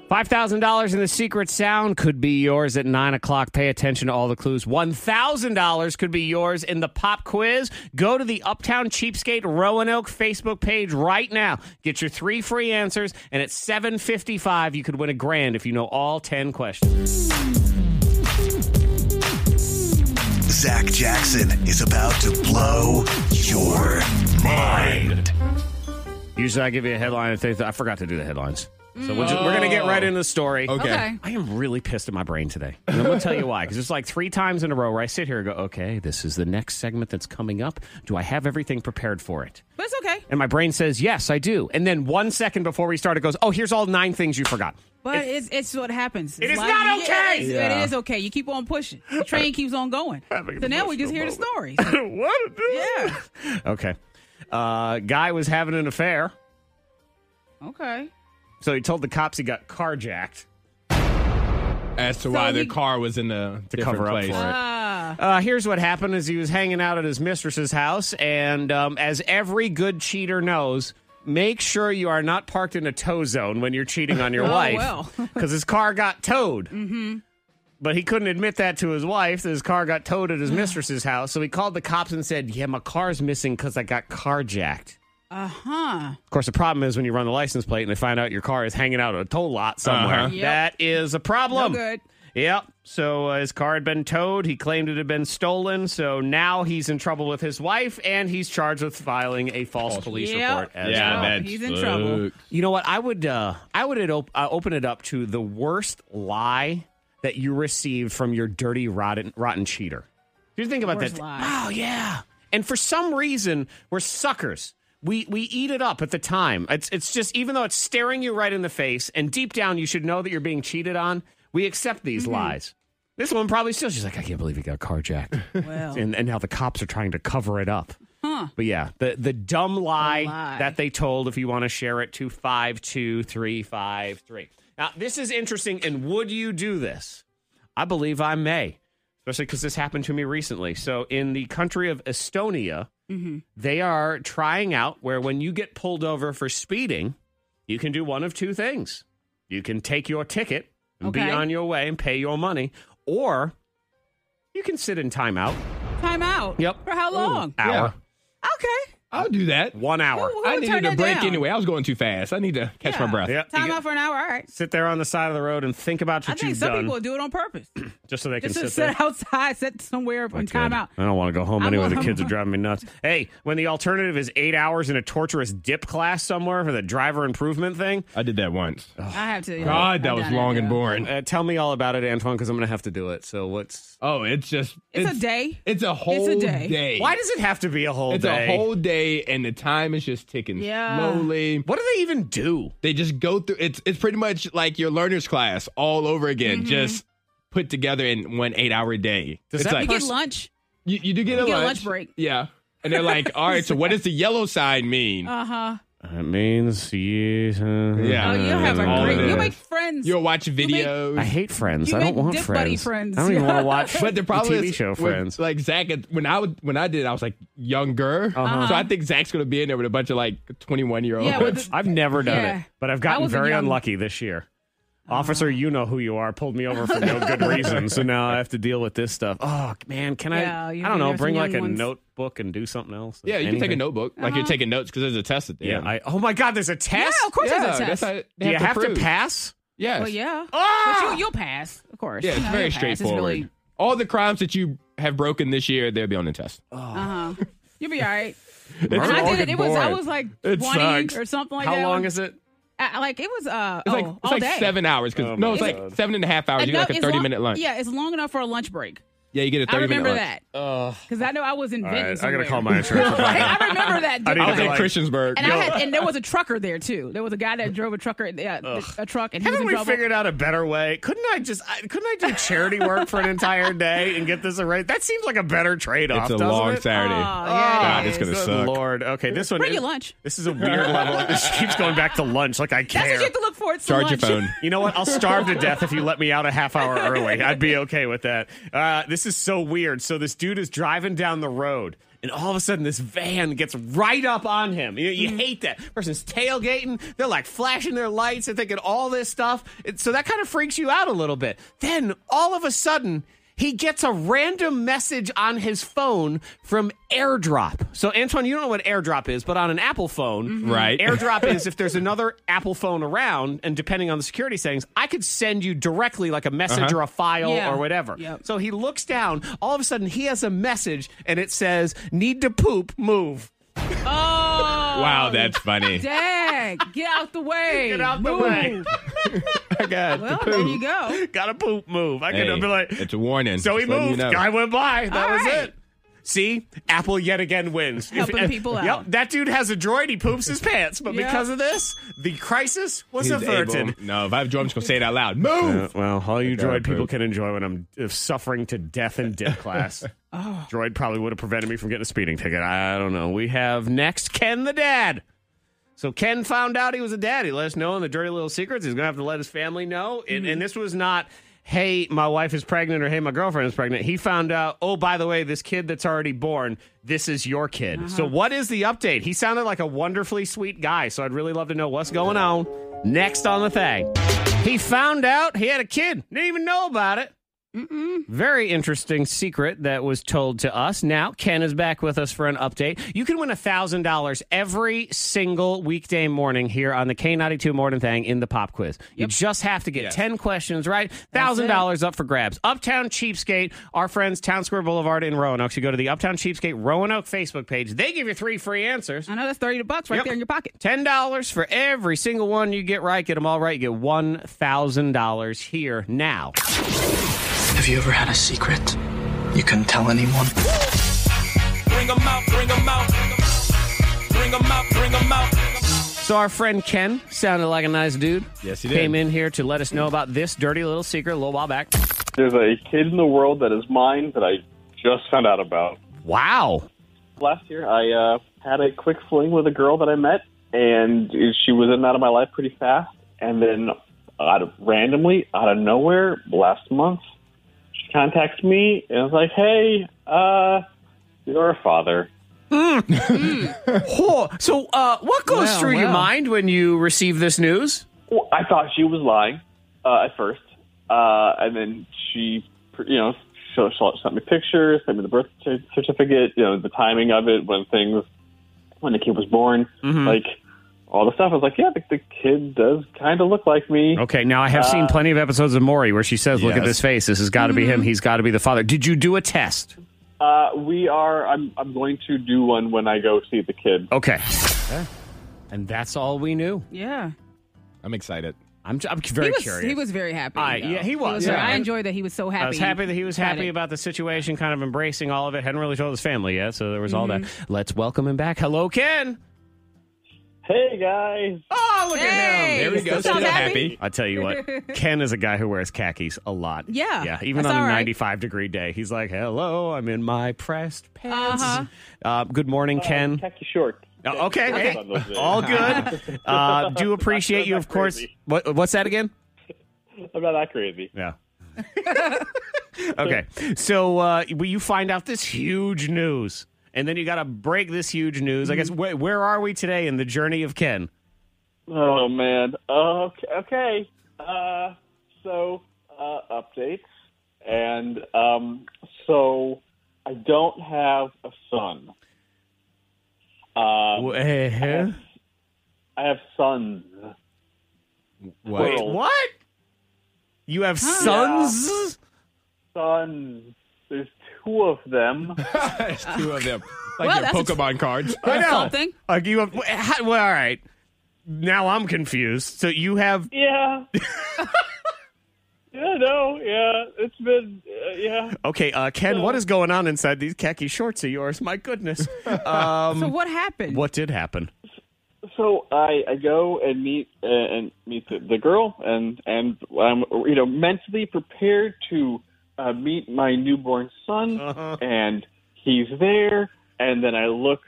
[SPEAKER 1] $5,000 in the secret sound could be yours at 9 o'clock. Pay attention to all the clues. $1,000 could be yours in the pop quiz. Go to the Uptown Cheapskate Roanoke Facebook page right now. Get your three free answers, and at 755 you could win a grand if you know all 10 questions.
[SPEAKER 6] Zach Jackson is about to blow your mind.
[SPEAKER 1] Usually I give you a headline. and things- I forgot to do the headlines. So we'll just, we're going to get right into the story.
[SPEAKER 4] Okay.
[SPEAKER 1] I am really pissed at my brain today. And I'm going to tell you why. Because it's like three times in a row where I sit here and go, okay, this is the next segment that's coming up. Do I have everything prepared for it?
[SPEAKER 5] But it's okay.
[SPEAKER 1] And my brain says, yes, I do. And then one second before we start, it goes, oh, here's all nine things you forgot.
[SPEAKER 5] But it's, it's what happens. It
[SPEAKER 1] is not okay!
[SPEAKER 5] It is, it is okay. You keep on pushing. The train keeps on going. So now we just hear the stories.
[SPEAKER 1] what?
[SPEAKER 5] yeah.
[SPEAKER 1] Okay. Uh, guy was having an affair,
[SPEAKER 5] Okay.
[SPEAKER 1] so he told the cops he got carjacked.
[SPEAKER 4] As to why the
[SPEAKER 5] he-
[SPEAKER 4] car was in a different
[SPEAKER 1] cover up
[SPEAKER 4] place.
[SPEAKER 1] for it.
[SPEAKER 5] Ah.
[SPEAKER 1] Uh, here's what happened: is he was hanging out at his mistress's house, and um, as every good cheater knows, make sure you are not parked in a tow zone when you're cheating on your
[SPEAKER 5] Oh,
[SPEAKER 1] wife,
[SPEAKER 5] well.
[SPEAKER 1] because his car got towed. Mm-hmm. But he couldn't admit that to his wife that his car got towed at his mistress's house, so he called the cops and said, "Yeah, my car's missing because I got carjacked."
[SPEAKER 5] uh huh.
[SPEAKER 1] Of course, the problem is when you run the license plate and they find out your car is hanging out at a tow lot somewhere.
[SPEAKER 4] Uh-huh.
[SPEAKER 5] Yep.
[SPEAKER 1] That is a
[SPEAKER 5] No
[SPEAKER 1] problem.
[SPEAKER 5] good.
[SPEAKER 1] Yep. So uh, his car had been towed. He claimed it had been stolen. So now he's in trouble with his wife, and he's charged with filing a false police
[SPEAKER 5] Yep.
[SPEAKER 1] report. As
[SPEAKER 4] Yeah,
[SPEAKER 1] well.
[SPEAKER 5] Oh,
[SPEAKER 4] that's
[SPEAKER 5] he's in trouble.
[SPEAKER 1] You know what? I would uh, I would it op- uh, open it up to the worst lie that you received from your dirty rotten rotten cheater. Do you think about
[SPEAKER 5] Worst
[SPEAKER 1] that?
[SPEAKER 5] lie.
[SPEAKER 1] Wow, yeah. And for some reason, we're suckers. We we eat it up at the time. It's it's just even though it's staring you right in the face, and deep down you should know that you're being cheated on. We accept these
[SPEAKER 5] Mm-hmm.
[SPEAKER 1] lies. This one probably still. She's like, I can't believe he got carjacked,
[SPEAKER 5] Well.
[SPEAKER 1] and and now the cops are trying to cover it up.
[SPEAKER 5] Huh.
[SPEAKER 1] But yeah, the the dumb lie,
[SPEAKER 5] lie.
[SPEAKER 1] that they told. If you want to share it, to five two three five three. Now this is interesting. And would you do this? I believe I may, especially because this happened to me recently. So in the country of Estonia,
[SPEAKER 5] Mm-hmm.
[SPEAKER 1] they are trying out where when you get pulled over for speeding, you can do one of two things. You can take your ticket and be
[SPEAKER 5] Okay.
[SPEAKER 1] on your way and pay your money, or you can sit in timeout.
[SPEAKER 5] Time out.
[SPEAKER 1] Yep.
[SPEAKER 5] For how long?
[SPEAKER 1] Hour.
[SPEAKER 5] Okay.
[SPEAKER 4] I'll do that.
[SPEAKER 1] One hour.
[SPEAKER 5] Who- who
[SPEAKER 4] I
[SPEAKER 5] would turn
[SPEAKER 4] needed a
[SPEAKER 5] that
[SPEAKER 4] break
[SPEAKER 5] down?
[SPEAKER 4] anyway. I was going too fast. I need to catch my
[SPEAKER 5] Yeah.
[SPEAKER 4] breath.
[SPEAKER 1] Yep.
[SPEAKER 5] Time
[SPEAKER 1] You
[SPEAKER 5] out for an hour. All right.
[SPEAKER 1] Sit there on the side of the road and think about
[SPEAKER 5] I
[SPEAKER 1] what
[SPEAKER 5] think
[SPEAKER 1] you've
[SPEAKER 5] some
[SPEAKER 1] done,
[SPEAKER 5] people do it on purpose.
[SPEAKER 1] just so they can
[SPEAKER 5] Just to
[SPEAKER 1] sit there.
[SPEAKER 5] sit outside, sit somewhere on
[SPEAKER 1] Good.
[SPEAKER 5] timeout.
[SPEAKER 1] I Oh. don't want to go home
[SPEAKER 5] I'm
[SPEAKER 1] anyway.
[SPEAKER 5] a-
[SPEAKER 1] The kids are driving me nuts. Hey, when the alternative is eight hours in a torturous dip class somewhere for the driver improvement thing,
[SPEAKER 4] I did that once.
[SPEAKER 1] Oh.
[SPEAKER 5] I have to.
[SPEAKER 4] God, that
[SPEAKER 5] I've
[SPEAKER 4] was
[SPEAKER 5] done it,
[SPEAKER 4] long and
[SPEAKER 5] yeah.
[SPEAKER 4] boring.
[SPEAKER 1] uh, tell me all about it, Antoine, because I'm going to have to do it. So what's?
[SPEAKER 4] Oh, it's just
[SPEAKER 5] It's a day.
[SPEAKER 4] It's a whole
[SPEAKER 5] day.
[SPEAKER 1] Why does it have to be a whole
[SPEAKER 4] it's
[SPEAKER 1] day?
[SPEAKER 4] a whole day, and the time is just ticking
[SPEAKER 5] Yeah.
[SPEAKER 4] slowly.
[SPEAKER 1] What do they even do?
[SPEAKER 4] They just go through. It's it's pretty much like your learner's class all over
[SPEAKER 5] Mm-hmm.
[SPEAKER 4] again, just put together in one eight-hour day.
[SPEAKER 1] Does
[SPEAKER 4] it's
[SPEAKER 1] that
[SPEAKER 5] You
[SPEAKER 4] like,
[SPEAKER 5] get lunch.
[SPEAKER 4] you, you do get a,
[SPEAKER 5] get a
[SPEAKER 4] lunch.
[SPEAKER 5] lunch break.
[SPEAKER 4] Yeah, and they're like, "All right, so what does the yellow side mean?"
[SPEAKER 5] Uh huh.
[SPEAKER 1] It means you.
[SPEAKER 4] Yeah.
[SPEAKER 5] Oh, you'll have a
[SPEAKER 4] all
[SPEAKER 5] great.
[SPEAKER 4] it
[SPEAKER 5] You'll
[SPEAKER 4] is.
[SPEAKER 5] make friends.
[SPEAKER 4] You'll watch
[SPEAKER 5] make-
[SPEAKER 4] videos.
[SPEAKER 1] I hate Friends.
[SPEAKER 5] You
[SPEAKER 1] I
[SPEAKER 5] make
[SPEAKER 1] don't want
[SPEAKER 5] dick
[SPEAKER 1] friends.
[SPEAKER 5] buddy friends.
[SPEAKER 1] I don't even want to watch.
[SPEAKER 4] But the problem
[SPEAKER 1] TV
[SPEAKER 4] is,
[SPEAKER 1] show
[SPEAKER 4] with-
[SPEAKER 1] Friends.
[SPEAKER 4] like Zach, when I would, when I did, it, I was like younger,
[SPEAKER 1] Uh-huh.
[SPEAKER 4] so I think Zach's gonna be in there with a bunch of like twenty one year olds.
[SPEAKER 5] Yeah, but the-
[SPEAKER 1] I've never done
[SPEAKER 5] Yeah.
[SPEAKER 1] it, but I've
[SPEAKER 5] I
[SPEAKER 1] gotten
[SPEAKER 5] was a
[SPEAKER 1] very
[SPEAKER 5] young-
[SPEAKER 1] unlucky this year. Officer, you know who you are, pulled me over for no good reason. So now I have to deal with this stuff. Oh, man, can
[SPEAKER 5] Yeah,
[SPEAKER 1] I?
[SPEAKER 5] you-
[SPEAKER 1] I don't know,
[SPEAKER 5] there's some
[SPEAKER 1] bring like
[SPEAKER 5] young
[SPEAKER 1] a
[SPEAKER 5] ones.
[SPEAKER 1] notebook and do something else.
[SPEAKER 4] yeah, you can take a
[SPEAKER 1] Anything.
[SPEAKER 4] notebook, like
[SPEAKER 5] Uh-huh.
[SPEAKER 4] you're taking notes because there's a test at the
[SPEAKER 1] Yeah.
[SPEAKER 4] end.
[SPEAKER 1] I, oh, my God, there's a test?
[SPEAKER 5] Yeah, of course
[SPEAKER 4] yeah,
[SPEAKER 5] there's a
[SPEAKER 4] that's
[SPEAKER 5] test.
[SPEAKER 4] how it- they
[SPEAKER 1] Do you have to,
[SPEAKER 4] prove.
[SPEAKER 1] pass?
[SPEAKER 4] Yes.
[SPEAKER 5] Well, yeah.
[SPEAKER 1] Ah!
[SPEAKER 5] But you, you'll pass, of course.
[SPEAKER 4] Yeah,
[SPEAKER 5] You
[SPEAKER 4] it's
[SPEAKER 5] know,
[SPEAKER 4] very
[SPEAKER 5] you'll pass.
[SPEAKER 4] straightforward.
[SPEAKER 5] It's really,
[SPEAKER 4] All the crimes that you have broken this year, they'll be on the test.
[SPEAKER 5] uh huh. You'll be all right.
[SPEAKER 4] It's
[SPEAKER 5] When I
[SPEAKER 4] long
[SPEAKER 5] did it,
[SPEAKER 4] and
[SPEAKER 5] it was I
[SPEAKER 4] boring.
[SPEAKER 5] was like oh
[SPEAKER 1] It
[SPEAKER 5] twenty
[SPEAKER 1] sucks.
[SPEAKER 5] or something like
[SPEAKER 1] How
[SPEAKER 5] that.
[SPEAKER 1] long is it?
[SPEAKER 5] I, I- like it was uh
[SPEAKER 4] It's
[SPEAKER 5] oh,
[SPEAKER 4] like, it's
[SPEAKER 5] all
[SPEAKER 4] like
[SPEAKER 5] day.
[SPEAKER 4] seven hours because
[SPEAKER 1] Oh my
[SPEAKER 4] no, it's like
[SPEAKER 1] God.
[SPEAKER 4] seven and a half hours. You get
[SPEAKER 5] Enough-
[SPEAKER 4] like a
[SPEAKER 5] it's
[SPEAKER 4] thirty
[SPEAKER 5] long-
[SPEAKER 4] minute lunch.
[SPEAKER 5] Yeah, it's long enough for a lunch break.
[SPEAKER 4] yeah, you get a
[SPEAKER 5] I
[SPEAKER 4] thirty
[SPEAKER 5] remember
[SPEAKER 4] minute lunch.
[SPEAKER 5] that because I know I was in
[SPEAKER 1] All
[SPEAKER 5] Benton.
[SPEAKER 1] right, I got
[SPEAKER 5] somewhere.
[SPEAKER 1] to call my insurance.
[SPEAKER 5] Like, I remember that.
[SPEAKER 1] I
[SPEAKER 5] dude.
[SPEAKER 1] need
[SPEAKER 4] I
[SPEAKER 1] to
[SPEAKER 4] was
[SPEAKER 1] They're
[SPEAKER 4] in
[SPEAKER 1] like-
[SPEAKER 4] Christiansburg.
[SPEAKER 5] and
[SPEAKER 4] Yo,
[SPEAKER 5] I had, and there was a trucker there too. There was a guy that drove a trucker, yeah, a truck, and he was
[SPEAKER 1] Haven't
[SPEAKER 5] in
[SPEAKER 1] we
[SPEAKER 5] trouble.
[SPEAKER 1] figured out a better way? Couldn't I just? I, couldn't I do charity work for an entire day and get this arranged? That seems like a better trade-off.
[SPEAKER 4] it's a
[SPEAKER 1] doesn't
[SPEAKER 4] long
[SPEAKER 1] it?
[SPEAKER 4] Saturday.
[SPEAKER 5] Oh,
[SPEAKER 4] God,
[SPEAKER 5] yeah,
[SPEAKER 4] it's gonna
[SPEAKER 1] Good
[SPEAKER 4] suck.
[SPEAKER 1] Lord. Okay, this one.
[SPEAKER 5] Bring
[SPEAKER 1] is-
[SPEAKER 5] your lunch.
[SPEAKER 1] This is a weird level. This keeps going back to lunch. Like I
[SPEAKER 5] That's
[SPEAKER 1] care.
[SPEAKER 5] what you have to look for. It's
[SPEAKER 4] Charge your
[SPEAKER 5] lunch.
[SPEAKER 4] phone.
[SPEAKER 1] You know what? I'll starve to death if you let me out a half hour early. I'd be okay with that. Uh, this is so weird. So this dude is driving down the road, and all of a sudden, this van gets right up on him. You, you
[SPEAKER 5] Mm.
[SPEAKER 1] hate that person's tailgating. They're like flashing their lights and thinking all this stuff. It- so that kind of freaks you out a little bit. Then all of a sudden. He gets a random message on his phone from AirDrop. So, Antoine, you don't know what AirDrop is, but on an Apple phone,
[SPEAKER 4] Mm-hmm. Right.
[SPEAKER 1] AirDrop is if there's another Apple phone around, and depending on the security settings, I could send you directly like a message
[SPEAKER 4] Uh-huh.
[SPEAKER 1] or a file
[SPEAKER 5] Yeah.
[SPEAKER 1] or whatever.
[SPEAKER 5] Yep.
[SPEAKER 1] So he looks down. All of a sudden, he has a message, and it says, "Need to poop. Move.
[SPEAKER 5] Oh, wow,
[SPEAKER 4] Wow, that's funny.
[SPEAKER 5] dang! Get out the way.
[SPEAKER 1] Get out the
[SPEAKER 5] Move.
[SPEAKER 1] way.
[SPEAKER 4] I got
[SPEAKER 5] Well,
[SPEAKER 4] the
[SPEAKER 5] there
[SPEAKER 4] poop.
[SPEAKER 5] you go.
[SPEAKER 1] Gotta poop. Move. I
[SPEAKER 4] Hey,
[SPEAKER 1] could be like,
[SPEAKER 4] it's a warning.
[SPEAKER 1] so he
[SPEAKER 4] Just letting you
[SPEAKER 1] moved.
[SPEAKER 4] know.
[SPEAKER 1] Guy went by. That
[SPEAKER 5] All
[SPEAKER 1] was
[SPEAKER 5] right.
[SPEAKER 1] it." See, Apple yet again wins.
[SPEAKER 5] Helping people out.
[SPEAKER 1] Yep, that dude has a droid. He poops his pants, but
[SPEAKER 5] Yeah.
[SPEAKER 1] because of this, the crisis was
[SPEAKER 4] He's
[SPEAKER 1] averted.
[SPEAKER 4] able- No, if I have drums, gonna say it out loud. Move.
[SPEAKER 1] Uh, well, all you
[SPEAKER 4] gotta
[SPEAKER 1] droid people
[SPEAKER 4] poop.
[SPEAKER 1] can enjoy when I'm uh, suffering to death in dip class.
[SPEAKER 5] Oh.
[SPEAKER 1] Droid probably would have prevented me from getting a speeding ticket. I don't know. We have next Ken the dad. So Ken found out he was a dad. He let us know in the dirty little secrets. He's gonna have to let his family know. And, and this was not, hey, my wife is pregnant or hey, my girlfriend is pregnant. He found out. Oh, by the way, this kid that's already born, this is your kid. So what is the update? He sounded like a wonderfully sweet guy. So I'd really love to know what's going on next on the thing. He found out he had a kid. Didn't even know about it. Very interesting secret that was told to us. Now, Ken is back with us for an update. You can win $1,000 every single weekday morning here on the K92 Morning Thing in the pop quiz. You just have to get 10 questions right. $1,000 up for grabs. Uptown Cheapskate, our friends, Town Square Boulevard in Roanoke. So go to the Uptown Cheapskate Roanoke Facebook page. They give you three free answers.
[SPEAKER 5] I know that's thirty bucks right
[SPEAKER 1] Yep.
[SPEAKER 5] there in your pocket.
[SPEAKER 1] Ten dollars for every single one you get right. Get them all right. You get one thousand dollars here now.
[SPEAKER 7] Have you ever had a secret you couldn't tell anyone?
[SPEAKER 1] So our friend Ken sounded like a nice dude.
[SPEAKER 4] Yes, he did.
[SPEAKER 1] Came in here to let us know about this dirty little secret a little while back.
[SPEAKER 10] There's a kid in the world that is mine that I just found out about.
[SPEAKER 1] Wow.
[SPEAKER 10] Last year, I uh, had a quick fling with a girl that I met, and she was in and out of my life pretty fast. And then, out of, randomly, out of nowhere, last month, she contacts me and is like, "Hey, uh, you're a father."
[SPEAKER 1] Oh, so uh, what goes
[SPEAKER 5] Wow,
[SPEAKER 1] through your
[SPEAKER 5] wow.
[SPEAKER 1] mind when you receive this news?
[SPEAKER 10] Well, I thought she was lying uh, at first, uh, and then she, you know, she, she sent me pictures, sent me the birth cer- certificate, you know, the timing of it, when things, when the kid was born, like all the stuff. I was like, yeah, the, the kid does kind of look like me.
[SPEAKER 1] Okay, now I have seen plenty of episodes of Maury where she says, "Look at
[SPEAKER 10] Yes.
[SPEAKER 1] this face. This has got to be him. He's got to be the father." Did you do a test?
[SPEAKER 10] Uh, we are. I'm. I'm going to do one when I go see the kid.
[SPEAKER 1] Okay. And that's all we knew.
[SPEAKER 5] Yeah.
[SPEAKER 4] I'm excited.
[SPEAKER 1] I'm, I'm very
[SPEAKER 5] he was,
[SPEAKER 1] curious.
[SPEAKER 5] He was very happy.
[SPEAKER 1] I-
[SPEAKER 5] though.
[SPEAKER 1] yeah, he was.
[SPEAKER 5] very-
[SPEAKER 1] Yeah.
[SPEAKER 5] I enjoyed that he was so happy.
[SPEAKER 1] I was happy that he was
[SPEAKER 5] about
[SPEAKER 1] happy
[SPEAKER 5] it.
[SPEAKER 1] about the situation, kind of embracing all of it. Hadn't really told his family yet, so there was all that.
[SPEAKER 5] Mm-hmm.
[SPEAKER 1] Let's welcome him back. Hello, Ken.
[SPEAKER 10] Hey guys.
[SPEAKER 1] Oh, look
[SPEAKER 5] Hey,
[SPEAKER 1] at him.
[SPEAKER 5] There he goes, still still happy. happy.
[SPEAKER 1] I tell you what, Ken is a guy who wears khakis a lot.
[SPEAKER 5] Yeah,
[SPEAKER 1] Yeah. Even
[SPEAKER 5] that's
[SPEAKER 1] on a
[SPEAKER 5] all right.
[SPEAKER 1] 95 degree day, he's like, hello, I'm in my pressed pants.
[SPEAKER 5] Uh-huh.
[SPEAKER 1] Uh, good morning, Ken.
[SPEAKER 10] Khaki short.
[SPEAKER 1] Uh, okay.
[SPEAKER 5] Okay.
[SPEAKER 1] hey, all good. Uh, do appreciate you, of course.
[SPEAKER 10] crazy.
[SPEAKER 1] What, what's that again?
[SPEAKER 10] I'm not that crazy.
[SPEAKER 1] Yeah. okay. So uh, well, you find out this huge news, and then you got to break this huge news. I guess where, where are we today in the journey of Ken?
[SPEAKER 10] Oh man. Okay. Okay. Uh, so uh, updates, and um, so I don't have a son. Um,
[SPEAKER 1] Wait,
[SPEAKER 10] I have sons.
[SPEAKER 4] What?
[SPEAKER 10] Plural.
[SPEAKER 1] what? You have sons?
[SPEAKER 10] Sons. There's two of them.
[SPEAKER 4] There's two of them. Like
[SPEAKER 5] Well,
[SPEAKER 4] your
[SPEAKER 5] that's a-
[SPEAKER 4] Pokemon cards.
[SPEAKER 1] I know.
[SPEAKER 5] Something.
[SPEAKER 1] Like Uh, you have, wh- how- well, all right. Now I'm confused. So you have
[SPEAKER 10] Yeah. yeah, no, yeah. It's been, uh, yeah.
[SPEAKER 1] okay, uh, Ken. What is going on inside these khaki shorts of yours? My goodness. Um,
[SPEAKER 5] So what happened?
[SPEAKER 1] what did happen?
[SPEAKER 10] So I, I go and meet uh, and meet the, the girl, and and I'm you know mentally prepared to uh, meet my newborn son,
[SPEAKER 1] Uh-huh.
[SPEAKER 10] and he's there, and then I look.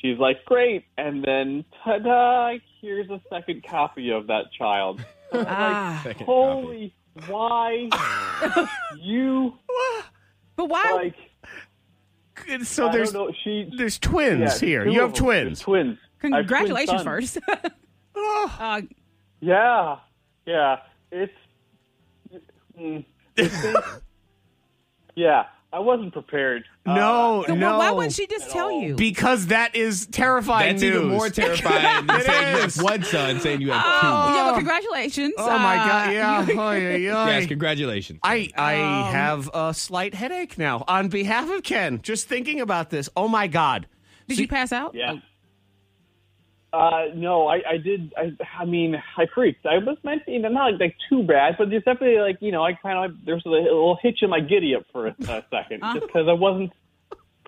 [SPEAKER 10] She's like, great, and then ta-da! Here's a second copy of that child.
[SPEAKER 5] Ah.
[SPEAKER 4] Second copy.
[SPEAKER 10] Holy, why you
[SPEAKER 5] But why?
[SPEAKER 10] like?
[SPEAKER 1] So
[SPEAKER 10] I
[SPEAKER 1] there's
[SPEAKER 10] don't know. She
[SPEAKER 1] there's twins
[SPEAKER 10] Yeah,
[SPEAKER 1] here.
[SPEAKER 10] two
[SPEAKER 1] You
[SPEAKER 10] of
[SPEAKER 1] have
[SPEAKER 10] them.
[SPEAKER 1] twins.
[SPEAKER 10] There's Twins. I have twin
[SPEAKER 5] Congratulations
[SPEAKER 10] sons.
[SPEAKER 5] first. uh,
[SPEAKER 10] Yeah, yeah. It's. mm, it's been- yeah, I wasn't prepared. Uh,
[SPEAKER 1] No,
[SPEAKER 5] so
[SPEAKER 1] no.
[SPEAKER 5] why wouldn't she just
[SPEAKER 10] At
[SPEAKER 5] tell
[SPEAKER 10] all.
[SPEAKER 5] you? Oh,
[SPEAKER 1] Because that is terrifying
[SPEAKER 4] That's
[SPEAKER 1] news.
[SPEAKER 4] even more terrifying than
[SPEAKER 1] It
[SPEAKER 4] saying you have
[SPEAKER 1] is.
[SPEAKER 4] one son, saying you have two.
[SPEAKER 5] oh, yeah, well, congratulations.
[SPEAKER 1] oh my
[SPEAKER 5] Uh,
[SPEAKER 1] god! Yeah.
[SPEAKER 5] you-
[SPEAKER 1] Oy, oy, oy.
[SPEAKER 4] Yes, congratulations.
[SPEAKER 1] Oh, I I
[SPEAKER 10] Um,
[SPEAKER 1] have a slight headache now. On behalf of Ken, just thinking about this. Oh my god!
[SPEAKER 5] did you pass out?
[SPEAKER 10] Yeah. Uh, no, I, I did. I, I mean, I freaked. I was meant, to, you know, not like, like too bad, but there's definitely like, you know, I kind of there was a little hitch in my giddy up for a, a second just because I wasn't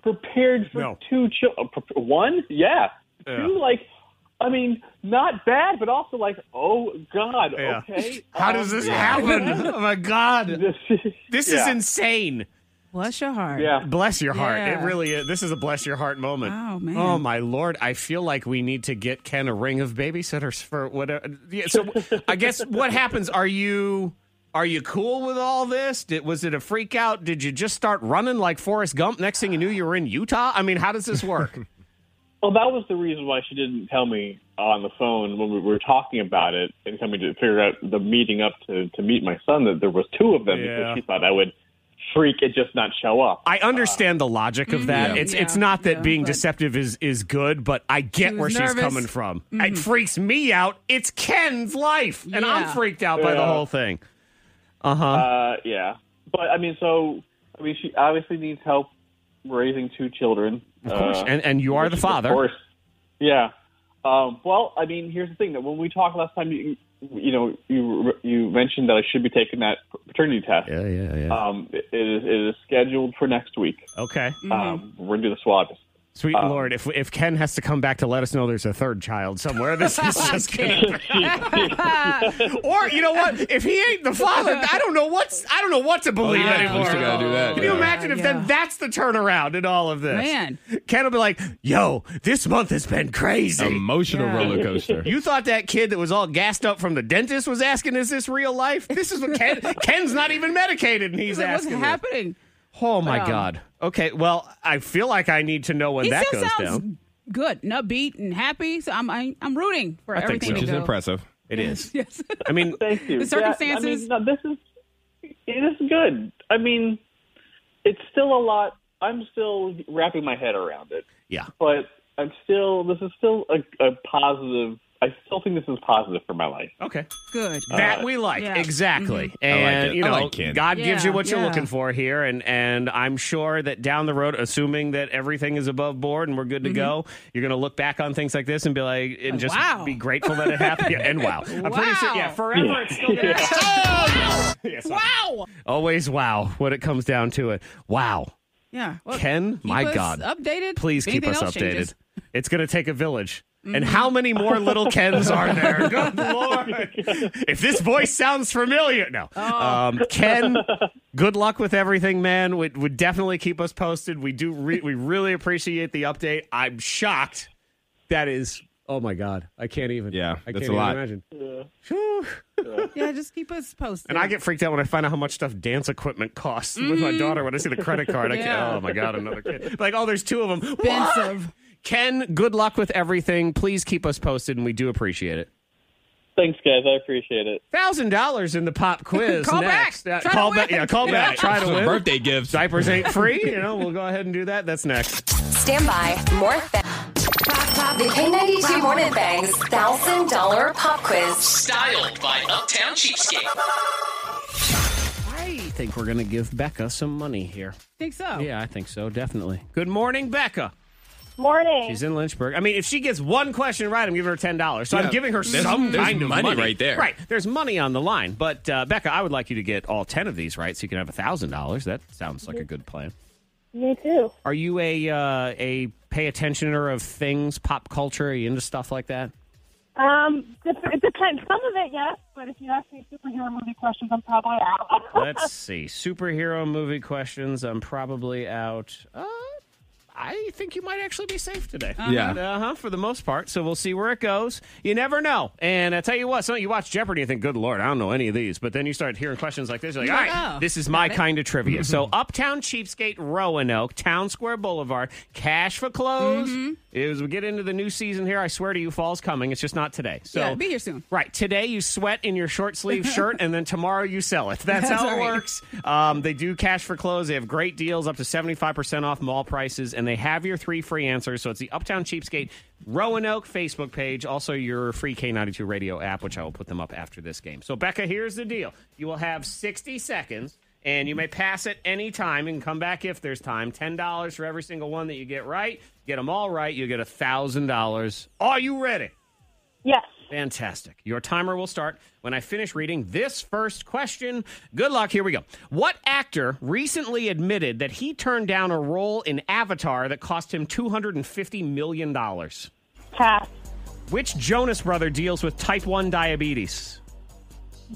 [SPEAKER 10] prepared for
[SPEAKER 1] No.
[SPEAKER 10] two children. One, yeah.
[SPEAKER 1] Yeah.
[SPEAKER 10] Two, like, I mean, not bad, but also like, oh God,
[SPEAKER 1] Yeah.
[SPEAKER 10] okay.
[SPEAKER 1] How
[SPEAKER 10] um,
[SPEAKER 1] does this
[SPEAKER 10] yeah.
[SPEAKER 1] happen? oh my god!
[SPEAKER 10] This-
[SPEAKER 1] This is
[SPEAKER 10] yeah.
[SPEAKER 1] insane.
[SPEAKER 5] Bless your heart.
[SPEAKER 10] Yeah.
[SPEAKER 1] Bless your heart.
[SPEAKER 5] Yeah.
[SPEAKER 1] It really is. This is a bless your heart moment.
[SPEAKER 5] Oh, man.
[SPEAKER 1] Oh my lord! I feel like we need to get Ken a ring of babysitters for whatever. Yeah, so I guess what happens? Are you are you cool with all this? Did, was it a freak out? Did you just start running like Forrest Gump? Next thing you knew, you were in Utah. I mean, how does this work?
[SPEAKER 10] Well, that was the reason why she didn't tell me on the phone when we were talking about it and coming to figure out the meeting up to, to meet my son that there was two of them
[SPEAKER 1] Yeah.
[SPEAKER 10] because she thought I would freak and just not show up.
[SPEAKER 1] I understand the logic of that.
[SPEAKER 4] Yeah.
[SPEAKER 1] It's it's
[SPEAKER 5] Yeah,
[SPEAKER 1] not that
[SPEAKER 5] yeah,
[SPEAKER 1] being
[SPEAKER 5] but-
[SPEAKER 1] deceptive is is good, but I get
[SPEAKER 5] She
[SPEAKER 1] where
[SPEAKER 5] was
[SPEAKER 1] she's
[SPEAKER 5] nervous. Mm-hmm.
[SPEAKER 1] coming from. It freaks me out. It's Ken's life, and I'm
[SPEAKER 5] Yeah.
[SPEAKER 1] freaked out by the
[SPEAKER 10] Yeah.
[SPEAKER 1] whole thing.
[SPEAKER 10] Uh, yeah, but I mean, so I mean, she obviously needs help raising two children. Of
[SPEAKER 1] course. and and you are the father.
[SPEAKER 10] Of course. Yeah. Um, well, I mean, here's the thing that when we talked last time, you you know you you mentioned that I should be taking that paternity test.
[SPEAKER 1] Yeah, yeah, yeah.
[SPEAKER 10] Um, it, is, it is scheduled for next week.
[SPEAKER 1] okay.
[SPEAKER 5] Mm.
[SPEAKER 10] Um, we're gonna do the swabs.
[SPEAKER 1] Sweet
[SPEAKER 10] uh,
[SPEAKER 1] Lord, if if Ken has to come back to let us know there's a third child somewhere, this is just gonna.
[SPEAKER 5] Ah,
[SPEAKER 1] or you know what? If he ain't the father, I don't know what's I don't know what to believe
[SPEAKER 4] Oh, yeah,
[SPEAKER 1] anymore.
[SPEAKER 4] we still gotta do that,
[SPEAKER 1] Can you
[SPEAKER 4] yeah.
[SPEAKER 1] imagine if
[SPEAKER 5] Yeah.
[SPEAKER 1] then that's the turnaround in all of this?
[SPEAKER 5] Man.
[SPEAKER 1] Ken will be like, "Yo, this month has been crazy."
[SPEAKER 4] Emotional
[SPEAKER 5] Yeah.
[SPEAKER 4] roller coaster.
[SPEAKER 1] you thought that kid that was all gassed up from the dentist was asking, "Is this real life?" This is what Ken Ken's not even medicated, and he's
[SPEAKER 5] Like, What's
[SPEAKER 1] asking. this.
[SPEAKER 5] happening?
[SPEAKER 1] Oh my
[SPEAKER 5] Um,
[SPEAKER 1] God. Okay, well, I feel like I need to know when
[SPEAKER 5] He
[SPEAKER 1] that
[SPEAKER 5] still
[SPEAKER 1] goes
[SPEAKER 5] sounds
[SPEAKER 1] down.
[SPEAKER 5] good and upbeat and happy. So I'm I, I'm rooting for
[SPEAKER 1] think
[SPEAKER 5] everything
[SPEAKER 1] so.
[SPEAKER 5] to
[SPEAKER 4] Which is
[SPEAKER 5] go.
[SPEAKER 4] impressive.
[SPEAKER 1] It is.
[SPEAKER 5] Yes.
[SPEAKER 1] I mean,
[SPEAKER 10] Thank you.
[SPEAKER 5] The circumstances?
[SPEAKER 10] Yeah, I mean, no, this is it is good. I mean, it's still a lot. I'm still wrapping my head around it,
[SPEAKER 1] yeah.
[SPEAKER 10] but I'm still. This is still a, a positive. I still think this is positive for my life.
[SPEAKER 1] Okay.
[SPEAKER 5] Good.
[SPEAKER 1] That we like
[SPEAKER 5] Yeah.
[SPEAKER 1] exactly,
[SPEAKER 5] Mhm.
[SPEAKER 1] and
[SPEAKER 4] it.
[SPEAKER 1] you
[SPEAKER 4] Uh, I
[SPEAKER 1] know,
[SPEAKER 4] like Ken.
[SPEAKER 1] God
[SPEAKER 5] Yeah,
[SPEAKER 1] gives you what you're
[SPEAKER 5] yeah.
[SPEAKER 1] looking for here, and and I'm sure that down the road, assuming that everything is above board and we're good to
[SPEAKER 5] Mm-hmm.
[SPEAKER 1] go, you're gonna look back on things like this and be like, and just
[SPEAKER 5] wow.
[SPEAKER 1] be grateful that it happened. yeah, and wow, I'm pretty sure, yeah,
[SPEAKER 5] Wow.
[SPEAKER 1] forever it's still gonna.
[SPEAKER 5] Wow.
[SPEAKER 1] Always wow when it comes down to it. Wow,
[SPEAKER 5] Yeah. Well,
[SPEAKER 1] Ken,
[SPEAKER 5] keep
[SPEAKER 1] my
[SPEAKER 5] us
[SPEAKER 1] God,
[SPEAKER 5] Updated.
[SPEAKER 1] Please
[SPEAKER 5] If
[SPEAKER 1] keep
[SPEAKER 5] anything
[SPEAKER 1] us
[SPEAKER 5] else
[SPEAKER 1] updated.
[SPEAKER 5] changes. Mm-hmm.
[SPEAKER 1] It's going to take a village. And how many more little Kens are there? Good Lord. If this voice sounds familiar. No.
[SPEAKER 5] Oh.
[SPEAKER 1] Um, Ken, good luck with everything, man. Would, would definitely keep us posted. We do. Re- we really appreciate the update. I'm shocked. That is. Oh, my God. I can't even.
[SPEAKER 4] Yeah, that's a
[SPEAKER 1] I can't even
[SPEAKER 4] lot.
[SPEAKER 1] imagine. Phew.
[SPEAKER 5] Yeah, just keep us posted.
[SPEAKER 1] And I get freaked out when I find out how much stuff dance equipment costs with my daughter when I see the credit card. I
[SPEAKER 5] Mm-hmm. Yeah.
[SPEAKER 1] can't, oh my god, another kid. Like, oh, there's two of them.
[SPEAKER 5] expensive.
[SPEAKER 1] Ken, good luck with everything. Please keep us posted, and we do appreciate it.
[SPEAKER 10] Thanks, guys. I appreciate it.
[SPEAKER 1] Thousand dollars in the pop quiz.
[SPEAKER 5] Call
[SPEAKER 1] next.
[SPEAKER 5] back.
[SPEAKER 1] Uh,
[SPEAKER 5] Try to
[SPEAKER 1] call
[SPEAKER 5] win.
[SPEAKER 1] back. Yeah, call back. Try to
[SPEAKER 4] Some
[SPEAKER 1] win.
[SPEAKER 4] birthday gifts.
[SPEAKER 1] Diapers ain't free. You know, we'll go ahead and do that. That's next.
[SPEAKER 2] Stand by. More fa- The K92 Morning Thang's $1,000 pop quiz.
[SPEAKER 7] Styled by Uptown Cheapskate.
[SPEAKER 1] I think we're gonna give Becca some money here.
[SPEAKER 5] Think so.
[SPEAKER 1] Yeah, I think so. Definitely. Oh. Good morning, Becca.
[SPEAKER 11] Morning.
[SPEAKER 1] She's in Lynchburg. I mean, if she gets one question right, I'm giving her ten dollars. So
[SPEAKER 4] Yeah,
[SPEAKER 1] I'm giving her
[SPEAKER 4] there's-
[SPEAKER 1] some
[SPEAKER 4] there's
[SPEAKER 1] kind of
[SPEAKER 4] money right there.
[SPEAKER 1] Right, there's money on the line. But uh, Becca, I would like you to get all ten of these right, so you can have thousand dollars. That sounds like a good plan.
[SPEAKER 11] Me too.
[SPEAKER 1] Are you a uh, a pay attentioner of things, pop culture? Are you into stuff like that?
[SPEAKER 11] Um, dep- it depends. Some of it, yes, but if you ask me superhero movie questions, I'm probably out.
[SPEAKER 1] Let's see. Superhero movie questions. I'm probably out. Uh, I think you might actually be safe today.
[SPEAKER 5] Uh-huh.
[SPEAKER 4] Yeah.
[SPEAKER 1] Uh huh. For the most part. So we'll see where it goes. You never know. And I tell you what, some you watch Jeopardy and think, good Lord, I don't know any of these. But then you start hearing questions like this. You're like, all
[SPEAKER 5] You're like,
[SPEAKER 1] right,
[SPEAKER 5] oh, Mm-hmm.
[SPEAKER 1] this is my kind of trivia. so Uptown Cheapskate, Roanoke, Town Square Boulevard, Cash for Clothes.
[SPEAKER 5] Mm-hmm.
[SPEAKER 1] As we get into the new season here, I swear to you, fall's coming. It's just not today. So
[SPEAKER 5] Yeah, be here soon.
[SPEAKER 1] Right. Today you sweat in your short sleeve shirt, and then tomorrow you sell it. That's,
[SPEAKER 5] That's
[SPEAKER 1] how it
[SPEAKER 5] all right.
[SPEAKER 1] works. Um, they do cash for clothes. They have great deals, up to seventy five percent off mall prices, and they have your three free answers. So it's the Uptown Cheapskate Roanoke Facebook page, also your free K ninety two radio app, which I will put them up after this game. So Becca, here's the deal: you will have sixty seconds. And you may pass it any time and come back if there's time. $10 for every single one that you get right. Get them all right. You get $1,000. Are you ready?
[SPEAKER 11] yes.
[SPEAKER 1] Fantastic. Your timer will start when I finish reading this first question. Good luck. Here we go. What actor recently admitted that he turned down a role in Avatar that cost him $250 million?
[SPEAKER 11] Pass.
[SPEAKER 1] Which Jonas brother deals with type 1 diabetes?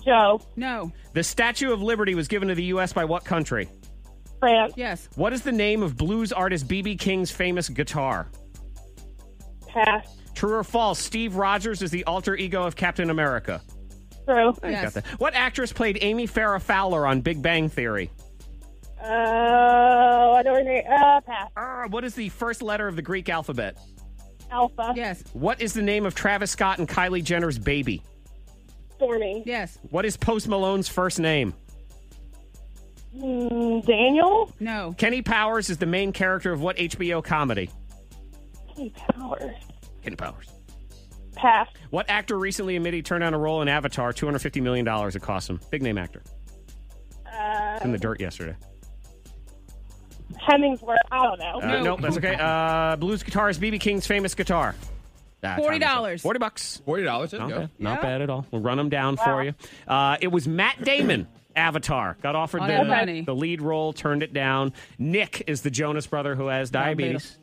[SPEAKER 11] Joe.
[SPEAKER 5] No.
[SPEAKER 1] The Statue of Liberty was given to the U.S. by what country? Oh,
[SPEAKER 11] France.
[SPEAKER 5] Yes.
[SPEAKER 1] What is the name of blues artist B.B. King's famous guitar?
[SPEAKER 11] Pass.
[SPEAKER 1] True or false, Steve Rogers is the alter ego of Captain America.
[SPEAKER 11] Through.
[SPEAKER 5] Yes.
[SPEAKER 1] oh, Got that. What actress played Amy Farrah Fowler on Big Bang Theory?
[SPEAKER 11] Uh, I don't know. Uh, pass.
[SPEAKER 1] Uh, what is the first letter of the Greek alphabet?
[SPEAKER 11] Alpha.
[SPEAKER 5] Yes.
[SPEAKER 1] What is the name of Travis Scott and Kylie Jenner's baby?
[SPEAKER 11] Stormy.
[SPEAKER 5] Yes.
[SPEAKER 1] What is Post Malone's first name?
[SPEAKER 11] Mm, Daniel.
[SPEAKER 5] No.
[SPEAKER 1] Kenny Powers is the main character of what HBO comedy?
[SPEAKER 11] Hey, Powers.
[SPEAKER 1] Kenny Powers.
[SPEAKER 11] Pass.
[SPEAKER 1] What actor recently admitted he turned down a role in Avatar? $250 million it cost him. Big name actor.
[SPEAKER 11] Uh,
[SPEAKER 1] It's in the dirt yesterday.
[SPEAKER 11] Hemmingsworth. I don't know.
[SPEAKER 1] Uh, nope, that's okay. Uh, blues guitarist BB King's famous guitar. Ah, time is up.
[SPEAKER 5] $40.
[SPEAKER 1] 40 bucks.
[SPEAKER 4] Forty dollars. Let's
[SPEAKER 1] Not,
[SPEAKER 4] go.
[SPEAKER 1] bad. Not
[SPEAKER 5] Yeah.
[SPEAKER 1] bad at all. We'll run them down for you. Uh, it was Matt Damon, Avatar, got offered
[SPEAKER 5] Oh,
[SPEAKER 1] the,
[SPEAKER 5] that's funny.
[SPEAKER 1] the lead role, turned it down. Nick is the Jonas brother who has diabetes.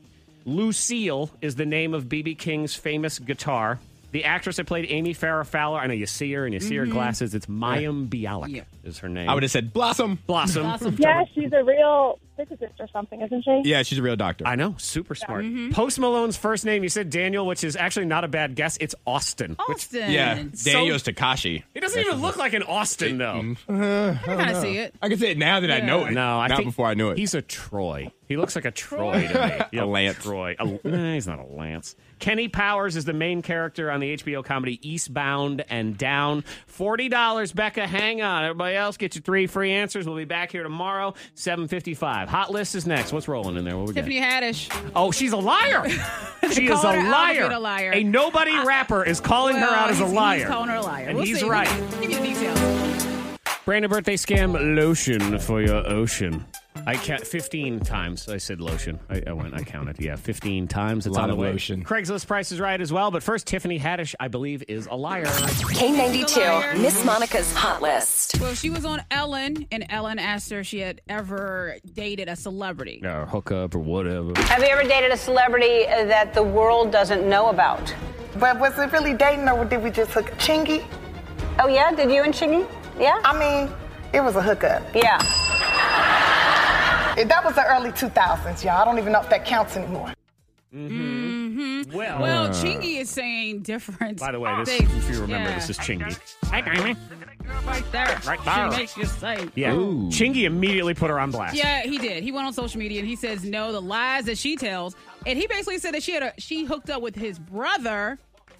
[SPEAKER 1] Lucille is the name of BB King's famous guitar. The actress that played Amy Farrah Fowler, I know you see her and you see her glasses. It's Mayim Bialik
[SPEAKER 5] Mm-hmm. Yeah.
[SPEAKER 1] is her name.
[SPEAKER 4] I would have said Blossom.
[SPEAKER 1] Blossom.
[SPEAKER 5] Awesome.
[SPEAKER 11] Yeah, she's a real physicist or something, isn't she?
[SPEAKER 4] Yeah, she's a real doctor.
[SPEAKER 1] I know, super smart.
[SPEAKER 5] Mm-hmm.
[SPEAKER 1] Post Malone's first name, you said Daniel, which is actually not a bad guess. It's Austin. Which,
[SPEAKER 5] Austin.
[SPEAKER 4] yeah,
[SPEAKER 1] So-
[SPEAKER 4] Daniel's Takashi.
[SPEAKER 1] he doesn't even look like an Austin, though.
[SPEAKER 5] I kind of see it.
[SPEAKER 4] I can say it now that I know it.
[SPEAKER 1] No, I
[SPEAKER 4] not
[SPEAKER 1] think
[SPEAKER 4] before I knew it.
[SPEAKER 1] He's a Troy. He looks like a Troy to me.
[SPEAKER 4] A Lance.
[SPEAKER 1] Troy. A- nah, he's not a Lance. Kenny Powers is the main character on the HBO comedy Eastbound and Down. Forty dollars, Becca. Hang on, everybody else, get your three free answers. We'll be back here tomorrow, seven fifty-five. five. Hot list is next. What's rolling in there? What we got?
[SPEAKER 5] Tiffany Haddish.
[SPEAKER 1] Oh, she's a liar. She is
[SPEAKER 5] Called
[SPEAKER 1] a
[SPEAKER 5] her
[SPEAKER 1] liar.
[SPEAKER 5] outfit a liar.
[SPEAKER 1] A nobody rapper is calling her out as a liar.
[SPEAKER 5] He's calling her a liar.
[SPEAKER 1] And
[SPEAKER 5] We'll
[SPEAKER 1] he's
[SPEAKER 5] see.
[SPEAKER 1] right.
[SPEAKER 5] Give you the details.
[SPEAKER 1] Brand new birthday scam lotion for your ocean. I count 15 times. I said lotion. I, I went, I counted. Yeah, 15 times. It's
[SPEAKER 4] Lot
[SPEAKER 1] on the
[SPEAKER 4] of
[SPEAKER 1] way.
[SPEAKER 4] lotion.
[SPEAKER 1] Craigslist price is right as well. But first, Tiffany Haddish, I believe, is a liar.
[SPEAKER 2] K92, Miss Monica's Hot List.
[SPEAKER 5] Well, she was on Ellen, and Ellen asked her if she had ever dated a celebrity.
[SPEAKER 1] Or hookup or whatever.
[SPEAKER 12] Have you ever dated a celebrity that the world doesn't know about?
[SPEAKER 13] But was it really dating or did we just hook Chingy?
[SPEAKER 12] Oh yeah, did you and Chingy? Yeah.
[SPEAKER 13] I mean, it was a hookup.
[SPEAKER 12] Yeah.
[SPEAKER 13] That was the early 2000s, y'all. I don't even know if that counts anymore.
[SPEAKER 5] Mm-hmm.
[SPEAKER 1] Well,
[SPEAKER 5] well,
[SPEAKER 1] Uh.
[SPEAKER 5] Chingy is saying different.
[SPEAKER 1] By the way, this,
[SPEAKER 5] things.
[SPEAKER 1] if you remember,
[SPEAKER 5] Yeah.
[SPEAKER 1] this is Chingy.
[SPEAKER 5] Hey, Diamond. Right there.
[SPEAKER 1] Right there.
[SPEAKER 5] She makes you say.
[SPEAKER 1] Yeah. Chingy immediately put her on blast.
[SPEAKER 5] Yeah, he did. He went on social media and he says no, the lies that she tells, and he basically said that she had a she hooked up with his brother.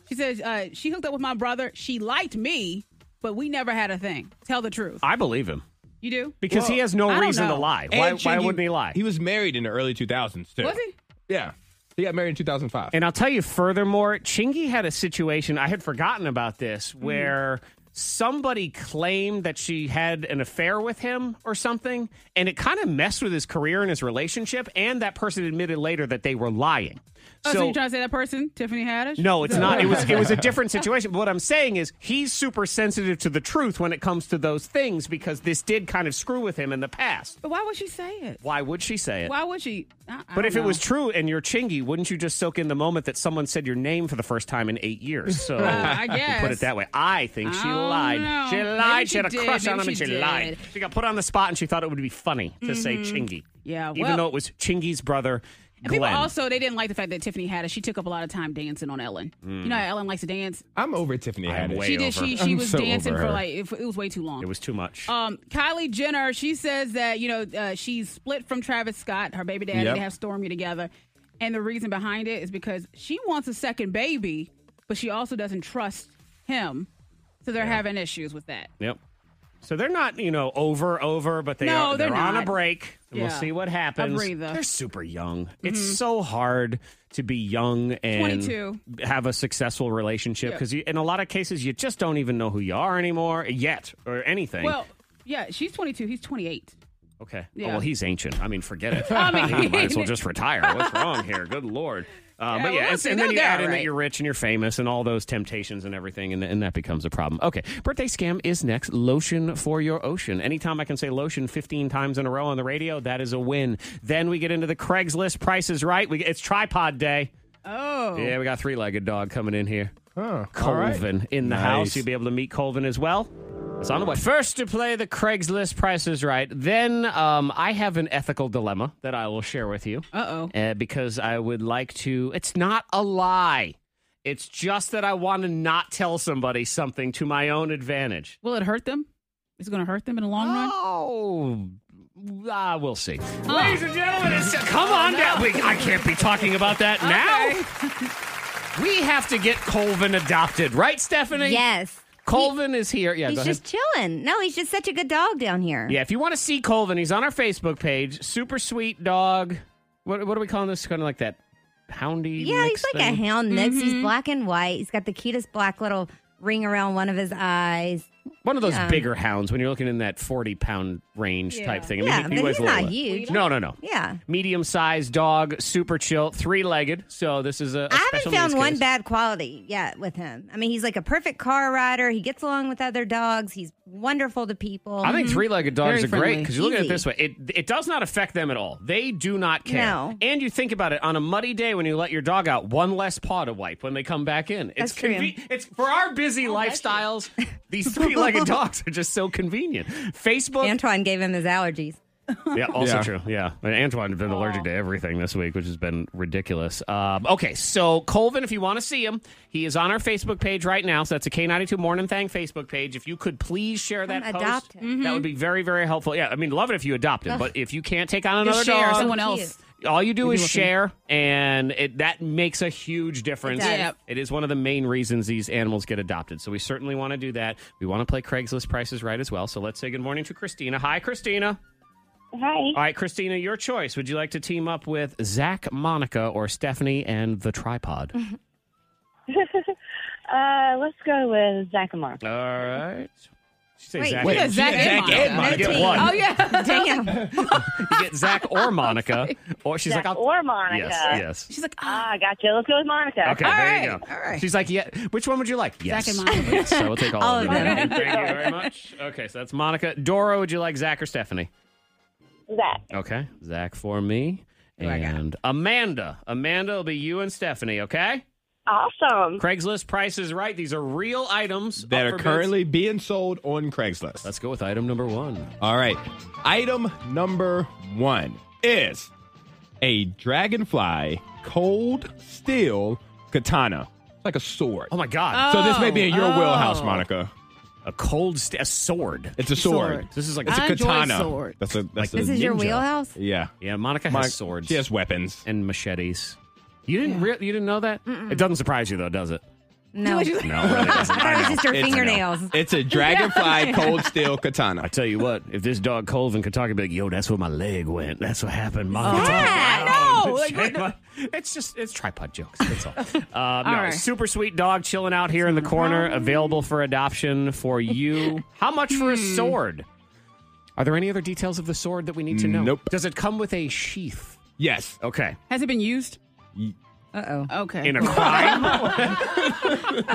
[SPEAKER 5] She says uh, she hooked up with my brother. She liked me, but we never had a thing. Tell the truth.
[SPEAKER 1] I believe him.
[SPEAKER 5] You do
[SPEAKER 1] Because he has no
[SPEAKER 5] I don't
[SPEAKER 1] reason to
[SPEAKER 5] know.
[SPEAKER 1] lie.
[SPEAKER 4] And
[SPEAKER 1] Why- why
[SPEAKER 4] Chingy-
[SPEAKER 1] wouldn't he lie?
[SPEAKER 4] He was married in the early 2000s, too.
[SPEAKER 5] Was he?
[SPEAKER 4] Yeah. He got married in 2005.
[SPEAKER 1] And I'll tell you furthermore, Chingy had a situation, I had forgotten about
[SPEAKER 5] Mm.
[SPEAKER 1] this, where somebody claimed that she had an affair with him or something, and it kind of messed with his career and his relationship, and that person admitted later that they were lying.
[SPEAKER 5] Oh, so, you're trying to say that person, Tiffany Haddish?
[SPEAKER 1] No, it's not. It was it was a different situation. But what I'm saying is he's super sensitive to the truth when it comes to those things because this did kind of screw with him in the past.
[SPEAKER 5] But why would she say it?
[SPEAKER 1] Why would she say it?
[SPEAKER 5] Why would she? I, I
[SPEAKER 1] But
[SPEAKER 5] don't
[SPEAKER 1] if it was
[SPEAKER 5] know.
[SPEAKER 1] true and you're Chingy, wouldn't you just soak in the moment that someone said your name for the first time in eight years? So
[SPEAKER 5] Uh, I
[SPEAKER 1] you put it
[SPEAKER 5] guess.
[SPEAKER 1] that way. I think she
[SPEAKER 5] I don't
[SPEAKER 1] lied.
[SPEAKER 5] know.
[SPEAKER 1] She
[SPEAKER 5] Oh, Maybe
[SPEAKER 1] lied. She,
[SPEAKER 5] she
[SPEAKER 1] had a
[SPEAKER 5] did.
[SPEAKER 1] crush on
[SPEAKER 5] Maybe
[SPEAKER 1] him and
[SPEAKER 5] she
[SPEAKER 1] she lied.
[SPEAKER 5] did.
[SPEAKER 1] She got put on the spot and she thought it would be funny to say
[SPEAKER 5] Mhm.
[SPEAKER 1] Chingy.
[SPEAKER 5] Yeah,
[SPEAKER 1] even
[SPEAKER 5] well-
[SPEAKER 1] though it was Chingy's brother,
[SPEAKER 5] And people
[SPEAKER 1] Glenn.
[SPEAKER 5] also they didn't like the fact that Tiffany Haddish she took up a lot of time dancing on Ellen.
[SPEAKER 1] Mm.
[SPEAKER 5] You know how Ellen likes to dance.
[SPEAKER 4] I'm over Tiffany
[SPEAKER 1] I'm
[SPEAKER 4] Haddish.
[SPEAKER 1] way
[SPEAKER 5] she did. She
[SPEAKER 1] over.
[SPEAKER 5] she was dancing for like it, it was way too long.
[SPEAKER 1] It was too much.
[SPEAKER 5] Um, Kylie Jenner, she says that you know uh, she's split from Travis Scott, her baby daddy.
[SPEAKER 1] Yep.
[SPEAKER 5] They have Stormy together, and the reason behind it is because she wants a second baby, but she also doesn't trust him, so they're having issues with that.
[SPEAKER 1] Yep. So they're not, you know, over, over, but they
[SPEAKER 5] No,
[SPEAKER 1] are,
[SPEAKER 5] they're
[SPEAKER 1] they're, on a
[SPEAKER 5] not.
[SPEAKER 1] break. And
[SPEAKER 5] Yeah.
[SPEAKER 1] We'll see what
[SPEAKER 5] A
[SPEAKER 1] happens.
[SPEAKER 5] breather. Mm-hmm.
[SPEAKER 1] They're super young. It's so hard to be young and
[SPEAKER 5] 22.
[SPEAKER 1] have a successful relationship
[SPEAKER 5] Yeah.
[SPEAKER 1] because in a lot of cases, you just don't even know who you are anymore yet or anything.
[SPEAKER 5] Well, yeah, she's 22, he's 28.
[SPEAKER 1] okay. Oh,
[SPEAKER 5] yeah.
[SPEAKER 1] well, he's ancient. I mean, forget it.
[SPEAKER 5] I mean-
[SPEAKER 1] might as well just retire. What's wrong here? Good Lord. Uh,
[SPEAKER 5] Yeah,
[SPEAKER 1] but
[SPEAKER 5] well,
[SPEAKER 1] yeah,
[SPEAKER 5] we'll
[SPEAKER 1] and-
[SPEAKER 5] see.
[SPEAKER 1] and
[SPEAKER 5] They'll
[SPEAKER 1] then you
[SPEAKER 5] get
[SPEAKER 1] add
[SPEAKER 5] it
[SPEAKER 1] in
[SPEAKER 5] right.
[SPEAKER 1] that you're rich and you're famous and all those temptations and everything, and, and that becomes a problem. Okay, birthday scam is next. Lotion for your ocean. Anytime I can say lotion 15 times in a row on the radio, that is a win. Then we get into the Craigslist Price is Right. We, it's tripod day.
[SPEAKER 5] Oh.
[SPEAKER 1] Yeah, we got three legged dog coming in here.
[SPEAKER 4] all right.
[SPEAKER 1] Colvin in the
[SPEAKER 4] Nice.
[SPEAKER 1] house. You'll be able to meet Colvin as well. It's on the way. First to play the Craigslist Price is Right. Then um, I have an ethical dilemma that I will share with you.
[SPEAKER 5] Uh-oh.
[SPEAKER 1] Uh, because I would like to. It's not a lie. It's just that I want to not tell somebody something to my own advantage.
[SPEAKER 5] Will it hurt them? Is it going to hurt them in the long run?
[SPEAKER 1] Oh, ah, we'll see. Ladies and gentlemen, it's, come on down. We, I can't be talking about that now. we have to get Colvin adopted, right, Stephanie?
[SPEAKER 14] Yes.
[SPEAKER 1] Colvin is here. Yeah, go
[SPEAKER 14] he's
[SPEAKER 1] ahead.
[SPEAKER 14] just chilling. No, he's just such a good dog down here.
[SPEAKER 1] Yeah, if you want to see Colvin, he's on our Facebook page. Super sweet dog. What what are we calling this? Kind of like that houndy.
[SPEAKER 14] Yeah,
[SPEAKER 1] mix
[SPEAKER 14] he's like
[SPEAKER 1] thing? Mm-hmm.
[SPEAKER 14] a hound mix. He's black and white. He's got the cutest black little ring around one of his eyes.
[SPEAKER 1] One of those
[SPEAKER 14] Yeah.
[SPEAKER 1] bigger hounds when you're looking in that 40 pound range
[SPEAKER 14] Yeah.
[SPEAKER 1] type thing.
[SPEAKER 14] Yeah, but
[SPEAKER 1] weighs
[SPEAKER 14] he's
[SPEAKER 1] a little
[SPEAKER 14] not
[SPEAKER 1] less.
[SPEAKER 14] huge.
[SPEAKER 1] No, no, no.
[SPEAKER 14] Yeah.
[SPEAKER 1] Medium sized dog, super chill, three legged. So this is a. a
[SPEAKER 14] I haven't
[SPEAKER 1] special
[SPEAKER 14] found
[SPEAKER 1] needs
[SPEAKER 14] one
[SPEAKER 1] case.
[SPEAKER 14] bad quality yet with him. I mean, he's like a perfect car rider. He gets along with other dogs. He's wonderful to people.
[SPEAKER 1] I think three legged dogs are great because you look at it
[SPEAKER 14] Mm-hmm. Easy.
[SPEAKER 1] this way it, it does not affect them at all. They do not care.
[SPEAKER 14] No.
[SPEAKER 1] And you think about it on a muddy day when you let your dog out, one less paw to wipe when they come back in. It's
[SPEAKER 14] That's true. Oh,
[SPEAKER 1] It's For our busy lifestyles, these three legged dogs are just so convenient. Facebook.
[SPEAKER 14] Antoine gave him his allergies.
[SPEAKER 1] Yeah, also
[SPEAKER 14] Yeah.
[SPEAKER 1] true. Yeah. And Antoine's been allergic to everything this week, which has been ridiculous. Um, okay, so Colvin, if you want to see him, he is on our Facebook page right now. So that's a K92 Morning Thang Facebook page. If you could please share that
[SPEAKER 14] Come
[SPEAKER 1] post,
[SPEAKER 14] adopt him.
[SPEAKER 1] that would be very, very helpful. Yeah, I mean, love it if you adopt him,
[SPEAKER 14] Ugh.
[SPEAKER 1] but if you can't take on another
[SPEAKER 5] Just share,
[SPEAKER 1] dog,
[SPEAKER 5] someone else.
[SPEAKER 1] all you do
[SPEAKER 5] We'd be
[SPEAKER 1] is
[SPEAKER 5] looking.
[SPEAKER 1] share, and it, that makes a huge difference.
[SPEAKER 5] It does. Yep.
[SPEAKER 1] It is one of the main reasons these animals get adopted. So we certainly want to do that. We want to play Craigslist prices right as well. So let's say good morning to Christina. Hi, Christina.
[SPEAKER 11] Hi.
[SPEAKER 1] All right, Christina, your choice. Would you like to team up with Zach, Monica, or Stephanie and the tripod?
[SPEAKER 15] uh, let's go with Zach and Mark.
[SPEAKER 1] All right. She said
[SPEAKER 15] Wait,
[SPEAKER 1] Zach,
[SPEAKER 15] you
[SPEAKER 1] and-
[SPEAKER 15] said Zach
[SPEAKER 1] she said
[SPEAKER 15] and
[SPEAKER 1] Zach
[SPEAKER 15] Monica.
[SPEAKER 1] You get
[SPEAKER 15] No
[SPEAKER 1] one.
[SPEAKER 15] team.
[SPEAKER 5] Oh yeah.
[SPEAKER 14] Damn.
[SPEAKER 1] You get Zach or Monica. Or she's
[SPEAKER 15] Zach
[SPEAKER 1] like, I'll-
[SPEAKER 15] or Monica.
[SPEAKER 1] Yes, yes.
[SPEAKER 5] She's like,
[SPEAKER 15] ah, I gotcha. Let's go with Monica.
[SPEAKER 1] Okay, there you go. She's like, yeah. Which one would you like? Yes.
[SPEAKER 15] and Monica.
[SPEAKER 1] Yes, I will take all,
[SPEAKER 15] All
[SPEAKER 1] of
[SPEAKER 15] of
[SPEAKER 1] them.
[SPEAKER 15] them.
[SPEAKER 1] Thank you very much. Okay, so that's Monica. Dora, would you like Zach or Stephanie?
[SPEAKER 15] Zach.
[SPEAKER 1] Okay, Zach for me. And Amanda. Amanda will be you and Stephanie, okay?
[SPEAKER 15] Awesome.
[SPEAKER 1] Craigslist Price is Right. These are real items
[SPEAKER 4] that
[SPEAKER 1] up
[SPEAKER 4] are
[SPEAKER 1] for bids.
[SPEAKER 4] currently being sold on Craigslist. Let's
[SPEAKER 1] go with item number one.
[SPEAKER 4] All right. Item number one is a dragonfly cold steel katana. It's like a sword. Oh
[SPEAKER 1] my
[SPEAKER 4] god. So this may be in your
[SPEAKER 1] Oh.
[SPEAKER 4] wheelhouse, Monica.
[SPEAKER 1] A cold st- a sword.
[SPEAKER 4] It's a sword.
[SPEAKER 1] Sword. This is like-
[SPEAKER 4] it's a
[SPEAKER 1] I enjoy
[SPEAKER 4] katana.
[SPEAKER 1] sword.
[SPEAKER 4] That's a that's
[SPEAKER 14] This
[SPEAKER 4] a
[SPEAKER 14] is your
[SPEAKER 4] ninja.
[SPEAKER 14] wheelhouse?
[SPEAKER 4] Yeah.
[SPEAKER 1] Yeah, Monica has
[SPEAKER 4] Mon-
[SPEAKER 1] swords.
[SPEAKER 4] She has weapons
[SPEAKER 1] and machetes. You didn't rea- you didn't know that? It doesn't surprise you though, does it?
[SPEAKER 14] No.
[SPEAKER 1] No, it really doesn't.
[SPEAKER 14] I thought it was just her
[SPEAKER 1] I know.
[SPEAKER 14] fingernails.
[SPEAKER 4] It's a dragonfly
[SPEAKER 14] Yeah.
[SPEAKER 4] cold steel katana. I
[SPEAKER 1] tell you what, if this dog Colvin could talk, he'd be like, "Yo, that's where my leg went. That's what happened, Mom."
[SPEAKER 5] I know. Like,
[SPEAKER 1] Shake my- it's just it's tripod jokes. That's all. Uh, no,
[SPEAKER 5] right.
[SPEAKER 1] Super sweet dog chilling out here in the corner, available for adoption for you. How much for a
[SPEAKER 5] Hmm.
[SPEAKER 1] sword? Are there any other details of the sword that we need to know?
[SPEAKER 4] Nope.
[SPEAKER 1] Does it come with a sheath?
[SPEAKER 4] Yes.
[SPEAKER 1] Okay.
[SPEAKER 5] Has it been used? Uh oh. Okay.
[SPEAKER 1] In a crime?
[SPEAKER 5] uh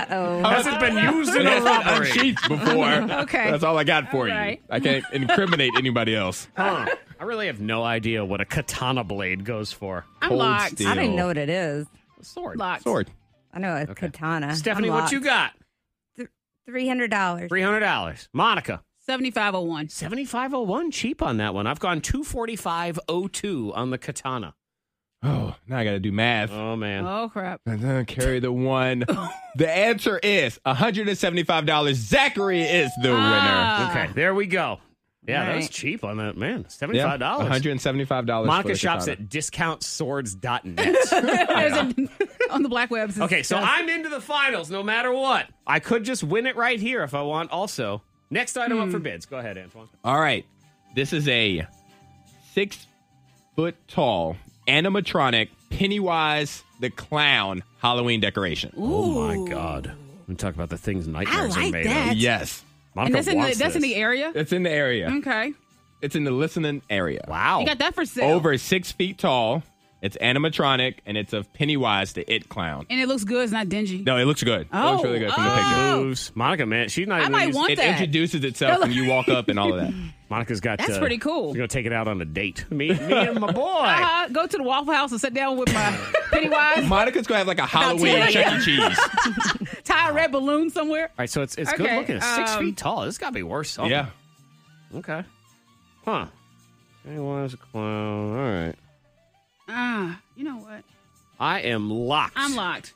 [SPEAKER 5] oh.
[SPEAKER 1] Has it been used in a
[SPEAKER 4] It's been
[SPEAKER 1] robbery?
[SPEAKER 4] unsheathed before.
[SPEAKER 5] Okay.
[SPEAKER 4] That's all I got for you.
[SPEAKER 5] Alright.
[SPEAKER 4] I can't incriminate anybody else.
[SPEAKER 1] Huh. I really have no idea what a katana blade goes for.
[SPEAKER 14] I'm locked. I didn't know what it is.
[SPEAKER 1] Sword.
[SPEAKER 14] Locked.
[SPEAKER 4] Sword.
[SPEAKER 14] I know a katana.
[SPEAKER 1] Stephanie, what you got?
[SPEAKER 14] Three hundred dollars.
[SPEAKER 1] Three hundred dollars. Monica.
[SPEAKER 5] 7501.
[SPEAKER 1] 7501 cheap on that one. I've gone 24502 on the katana.
[SPEAKER 4] Oh, now I got to do math.
[SPEAKER 1] Oh man.
[SPEAKER 5] Oh crap.
[SPEAKER 4] And then carry the one. the answer is $175. Zachary is the
[SPEAKER 1] Ah.
[SPEAKER 4] winner.
[SPEAKER 1] Okay, there we go. Yeah, that was
[SPEAKER 4] Right.
[SPEAKER 1] cheap on that man. $75.
[SPEAKER 4] $175. for
[SPEAKER 1] Monica
[SPEAKER 4] the
[SPEAKER 1] shops
[SPEAKER 4] katana.
[SPEAKER 1] at discountswords.net.
[SPEAKER 5] There's a- on the black webs.
[SPEAKER 1] Okay, so I'm into the finals no matter what. I could just win it right here if I want also. Next item up
[SPEAKER 5] Hmm.
[SPEAKER 1] for bids. Go ahead, Antoine.
[SPEAKER 4] All right. This is a six foot tall animatronic Pennywise the Clown Halloween decoration.
[SPEAKER 1] Oh my god. We talk about the things nightmares
[SPEAKER 5] I like
[SPEAKER 1] are made
[SPEAKER 5] that.
[SPEAKER 1] of.
[SPEAKER 4] Yes.
[SPEAKER 5] and that's in the that's in the area.
[SPEAKER 4] It's in the area.
[SPEAKER 5] Okay.
[SPEAKER 4] It's in the listening area.
[SPEAKER 1] Wow.
[SPEAKER 5] You got that for sale.
[SPEAKER 4] Over six feet tall. It's animatronic and it's of Pennywise the It Clown.
[SPEAKER 5] And it looks good. It's not dingy.
[SPEAKER 4] No, it looks good. it looks
[SPEAKER 5] Oh,
[SPEAKER 4] really good from the
[SPEAKER 5] oh.
[SPEAKER 4] picture.
[SPEAKER 1] moves. Monica, man, she's not
[SPEAKER 5] I
[SPEAKER 1] even
[SPEAKER 5] might
[SPEAKER 1] used-
[SPEAKER 5] want
[SPEAKER 4] it
[SPEAKER 5] that.
[SPEAKER 4] introduces itself when you walk up and all of that.
[SPEAKER 1] Monica's got
[SPEAKER 5] That's
[SPEAKER 1] uh,
[SPEAKER 5] pretty cool.
[SPEAKER 1] She's gonna take it out on a date. Me, me and my boy.
[SPEAKER 5] Uh-huh. Go to the Waffle House and sit down with my Pennywise.
[SPEAKER 4] Monica's gonna have like a Halloween
[SPEAKER 5] ten.
[SPEAKER 4] Chuck E. Cheese.
[SPEAKER 5] Tie a red balloon somewhere.
[SPEAKER 1] All right, so it's it's good
[SPEAKER 5] Okay,
[SPEAKER 1] looking. It's six
[SPEAKER 5] um,
[SPEAKER 1] feet tall. This got to be worth something.
[SPEAKER 4] Yeah.
[SPEAKER 1] Okay. Huh. Anyone's a clown. All right.
[SPEAKER 5] Ah, you know what?
[SPEAKER 1] I am locked.
[SPEAKER 5] I'm locked.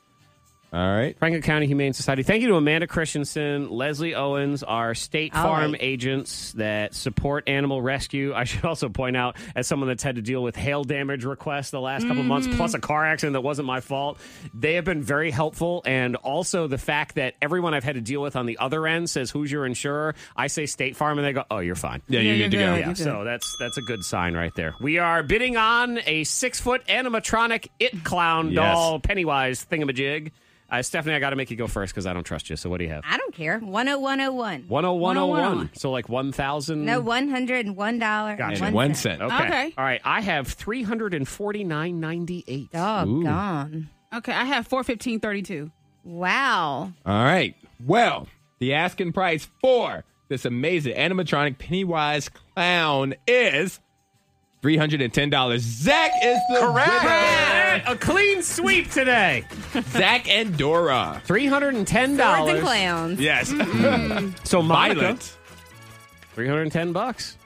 [SPEAKER 4] All right.
[SPEAKER 1] Franklin County Humane Society. Thank you to Amanda Christensen, Leslie Owens, our state
[SPEAKER 9] All
[SPEAKER 1] farm
[SPEAKER 9] right.
[SPEAKER 1] agents that support animal rescue. I should also point out, as someone that's had to deal with hail damage requests the last couple months,
[SPEAKER 9] Mm-hmm.
[SPEAKER 1] plus a car accident that wasn't my fault, they have been very helpful. And also the fact that everyone I've had to deal with on the other end says, "Who's your insurer?" I say State Farm, and they go, "Oh, you're fine.
[SPEAKER 4] Yeah, you're Yeah, good you're to go. good,
[SPEAKER 1] Yeah,
[SPEAKER 4] you're good.
[SPEAKER 1] so that's that's a good sign right there. We are bidding on a six foot animatronic it clown
[SPEAKER 4] Yes.
[SPEAKER 1] doll Pennywise thingamajig. Uh, Stephanie, I got to make you go first because I don't trust you. So what do you have?
[SPEAKER 14] I don't care. One oh one oh one.
[SPEAKER 1] 10101. So like 1,000.
[SPEAKER 14] No, one hundred and one dollar.
[SPEAKER 1] Gotcha. Okay.
[SPEAKER 5] Okay.
[SPEAKER 1] All right. I have 349.98.
[SPEAKER 14] Doggone.
[SPEAKER 5] Okay, I have four fifteen thirty two.
[SPEAKER 14] Wow.
[SPEAKER 4] All right. Well, the asking price for this amazing animatronic Pennywise clown is three hundred and ten dollars. Zach is the winner.
[SPEAKER 1] A clean sweep today.
[SPEAKER 4] Zach and Dora.
[SPEAKER 1] Three hundred and ten
[SPEAKER 14] Swords
[SPEAKER 1] dollars.
[SPEAKER 14] and clowns.
[SPEAKER 4] Yes.
[SPEAKER 1] So Monica,
[SPEAKER 4] Violent.
[SPEAKER 1] Three hundred and ten bucks.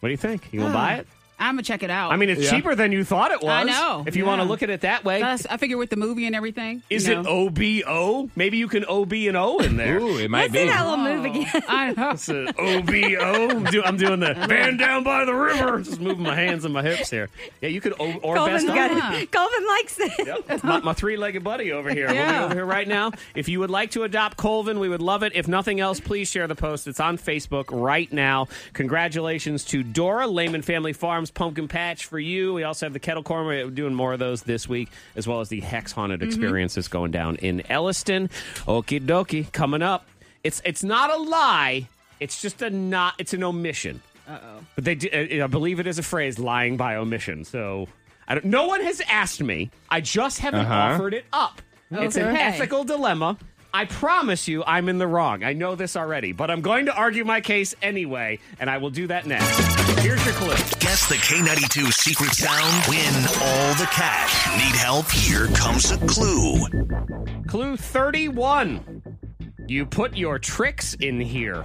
[SPEAKER 1] What do you think? You gonna
[SPEAKER 5] Ah.
[SPEAKER 1] buy it?
[SPEAKER 5] I'm gonna check it out.
[SPEAKER 1] I mean, it's cheaper than you thought it was.
[SPEAKER 5] I know.
[SPEAKER 1] If you want to
[SPEAKER 5] Yeah.
[SPEAKER 1] look at it that way,
[SPEAKER 5] Plus, I figure with the movie and everything.
[SPEAKER 1] is it OBO? Maybe you can OB and O in there. Ooh,
[SPEAKER 4] it
[SPEAKER 5] might Let's see be. that little move again. I know.
[SPEAKER 1] Oh. It's a OBO. I'm, do- I'm doing the band down by the river. Just moving my hands and my hips here. Yeah, you could O or
[SPEAKER 14] Colvin's
[SPEAKER 1] best
[SPEAKER 14] got
[SPEAKER 1] O.
[SPEAKER 14] it. Colvin likes it.
[SPEAKER 1] my, my three-legged buddy over here. We'll
[SPEAKER 14] Yeah.
[SPEAKER 1] be over here right now. If you would like to adopt Colvin, we would love it. If nothing else, please share the post. It's on Facebook right now. Congratulations to Dora Lehman Family Farms Pumpkin Patch for you. We also have the kettle corn. We're doing more of those this week, as well as the Hex Haunted
[SPEAKER 16] Mhm.
[SPEAKER 1] Experience that's going down in Elliston. Okie dokie, coming up. It's it's not a lie. It's just a not. It's an omission.
[SPEAKER 5] Uh oh.
[SPEAKER 1] But they, do, I I believe it is a phrase, lying by omission. So I don't, no one has asked me. I just haven't
[SPEAKER 4] Uh-huh.
[SPEAKER 1] offered it up. It's an
[SPEAKER 4] Okay.
[SPEAKER 1] ethical dilemma. I promise you, I'm in the wrong. I know this already, but I'm going to argue my case anyway, and I will do that next. Here's your clue.
[SPEAKER 6] Guess the K92 secret sound, win all the cash. Need help? Here comes a clue.
[SPEAKER 1] Clue 31. You put your tricks in here.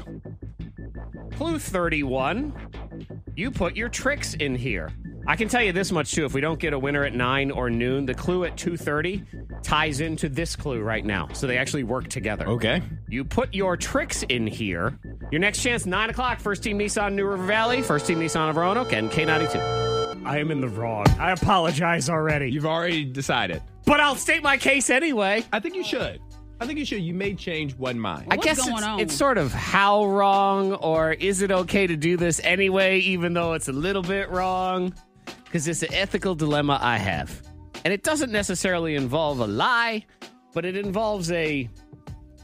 [SPEAKER 1] Clue 31. You put your tricks in here. I can tell you this much too if we don't get a winner at 9 or noon, the clue at 2:30 ties into this clue right now. So they actually work together.
[SPEAKER 4] Okay.
[SPEAKER 1] You put your tricks in here. Your next chance 9 o'clock first team Nissan New River Valley, first team Nissan of Roanoke and K92. I am in the wrong. I apologize already.
[SPEAKER 4] You've already decided.
[SPEAKER 1] But I'll state my case anyway.
[SPEAKER 4] I think you should. I think you should. You may change one mind.
[SPEAKER 1] I guess it's, it's sort of how wrong, or is it okay to do this anyway, even though it's a little bit wrong? Because it's an ethical dilemma I have. And it doesn't necessarily involve a lie, but it involves a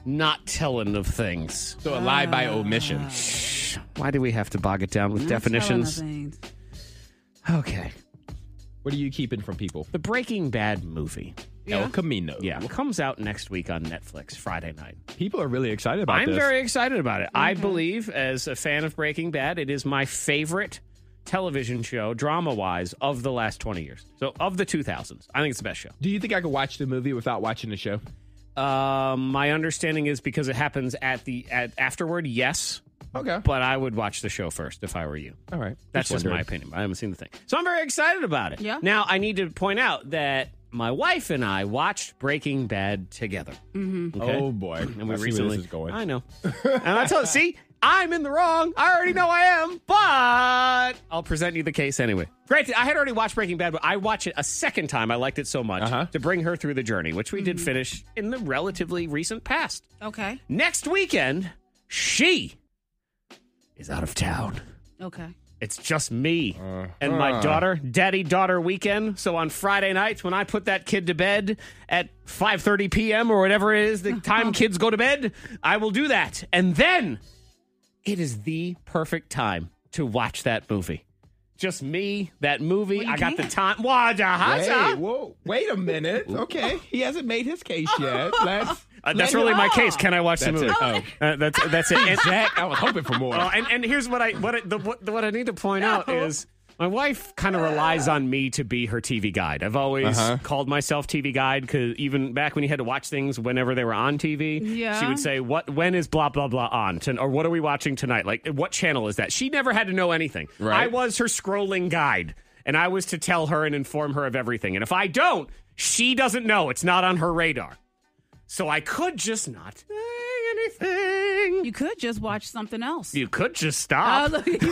[SPEAKER 1] not telling of things.
[SPEAKER 4] So a lie by omission.
[SPEAKER 1] Ah. Why do we have to bog it down with definitions? Okay.
[SPEAKER 4] What are you keeping from people?
[SPEAKER 1] The Breaking Bad movie.
[SPEAKER 4] El Camino.
[SPEAKER 1] Yeah, comes out next week on Netflix, Friday night.
[SPEAKER 4] People are really excited about
[SPEAKER 1] I'm
[SPEAKER 4] this.
[SPEAKER 1] very excited about it. I believe, as a fan of Breaking Bad, it is my favorite television show, drama wise, of the last 20 years. So, of the 2000s, I think it's the best show.
[SPEAKER 4] Do you think I could watch the movie without watching the show?
[SPEAKER 1] Um, my understanding is because it happens at the at afterward, yes.
[SPEAKER 4] Okay.
[SPEAKER 1] But I would watch the show first if I were you.
[SPEAKER 4] All right.
[SPEAKER 1] That's just
[SPEAKER 4] wondering.
[SPEAKER 1] my opinion. I haven't seen the thing. So I'm very excited about it.
[SPEAKER 4] Yeah.
[SPEAKER 1] Now, I need to point out that my wife and I watched Breaking Bad together.
[SPEAKER 4] Mm-hmm.
[SPEAKER 1] Okay?
[SPEAKER 4] Oh boy.
[SPEAKER 1] And we
[SPEAKER 4] I see where
[SPEAKER 1] recently
[SPEAKER 4] this is going.
[SPEAKER 1] I know. and I told see, I'm in the wrong. I already know I am, but I'll present you the case anyway. Granted, I had already watched Breaking Bad, but I watched it a second time. I liked it so much
[SPEAKER 4] Uh-huh.
[SPEAKER 1] to bring her through the journey, which we
[SPEAKER 4] Mm-hmm.
[SPEAKER 1] did finish in the relatively recent past.
[SPEAKER 5] Okay.
[SPEAKER 1] Next weekend, she is out of town.
[SPEAKER 5] Okay.
[SPEAKER 1] It's just me
[SPEAKER 4] Uh-huh.
[SPEAKER 1] and my daughter, daddy daughter weekend. So on Friday nights when I put that kid to bed at 5:30 p.m. or whatever it is the time kids go to bed, I will do that. And then it is the perfect time to watch that movie. Just me, that movie. I got the time. What?
[SPEAKER 4] Wait, whoa. Wait a minute. Okay. He hasn't made his case yet. Let's,
[SPEAKER 1] Uh,
[SPEAKER 4] let
[SPEAKER 1] that's really
[SPEAKER 4] him-
[SPEAKER 1] my case. Can I watch
[SPEAKER 4] That's
[SPEAKER 1] the
[SPEAKER 4] it.
[SPEAKER 1] movie?
[SPEAKER 4] Oh.
[SPEAKER 1] Uh, that's that's it. And-
[SPEAKER 4] Zach, I was hoping for more.
[SPEAKER 1] Well, and, and here's what Oh, I what I, the, what, what I need to point out is my wife kind of relies on me to be her TV guide. I've always
[SPEAKER 4] Uh-huh.
[SPEAKER 1] called myself TV guide because even back when you had to watch things whenever they were on TV,
[SPEAKER 5] Yeah.
[SPEAKER 1] she would say, "What when is blah blah blah on?" Ton- or what are we watching tonight? Like what channel is that? She never had to know anything.
[SPEAKER 4] Right.
[SPEAKER 1] I was her scrolling guide, and I was to tell her and inform her of everything. And if I don't, she doesn't know. It's not on her radar. So I could just not. anything.
[SPEAKER 5] You could just watch something else.
[SPEAKER 1] You could just stop.
[SPEAKER 5] Uh, look, you could.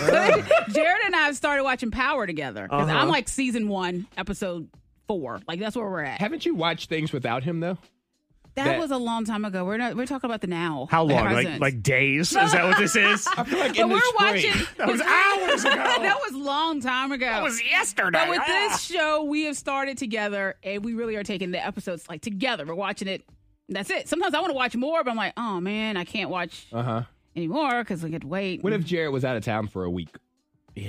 [SPEAKER 5] Jared and I have started watching Power together. 'Cause
[SPEAKER 4] Uh-huh.
[SPEAKER 5] I'm like season one, episode four. Like that's where we're at.
[SPEAKER 4] Haven't you watched things without him though?
[SPEAKER 5] that,
[SPEAKER 4] that-
[SPEAKER 5] was a long time ago. We're not. We're talking about the now.
[SPEAKER 1] How long? Like
[SPEAKER 5] Present.
[SPEAKER 1] like days? Is that what this is?
[SPEAKER 5] I feel
[SPEAKER 4] like
[SPEAKER 5] But we're watching.
[SPEAKER 1] That was hours ago.
[SPEAKER 5] that was long time ago. That
[SPEAKER 1] was yesterday.
[SPEAKER 5] But with
[SPEAKER 1] Ah.
[SPEAKER 5] this show, we have started together, and we really are taking the episodes like together. We're watching it. and That's it. Sometimes I want to watch more, but I'm like, oh man, I can't watch
[SPEAKER 4] Uh huh.
[SPEAKER 5] anymore because we could wait.
[SPEAKER 4] What if Jared was out of town for a week?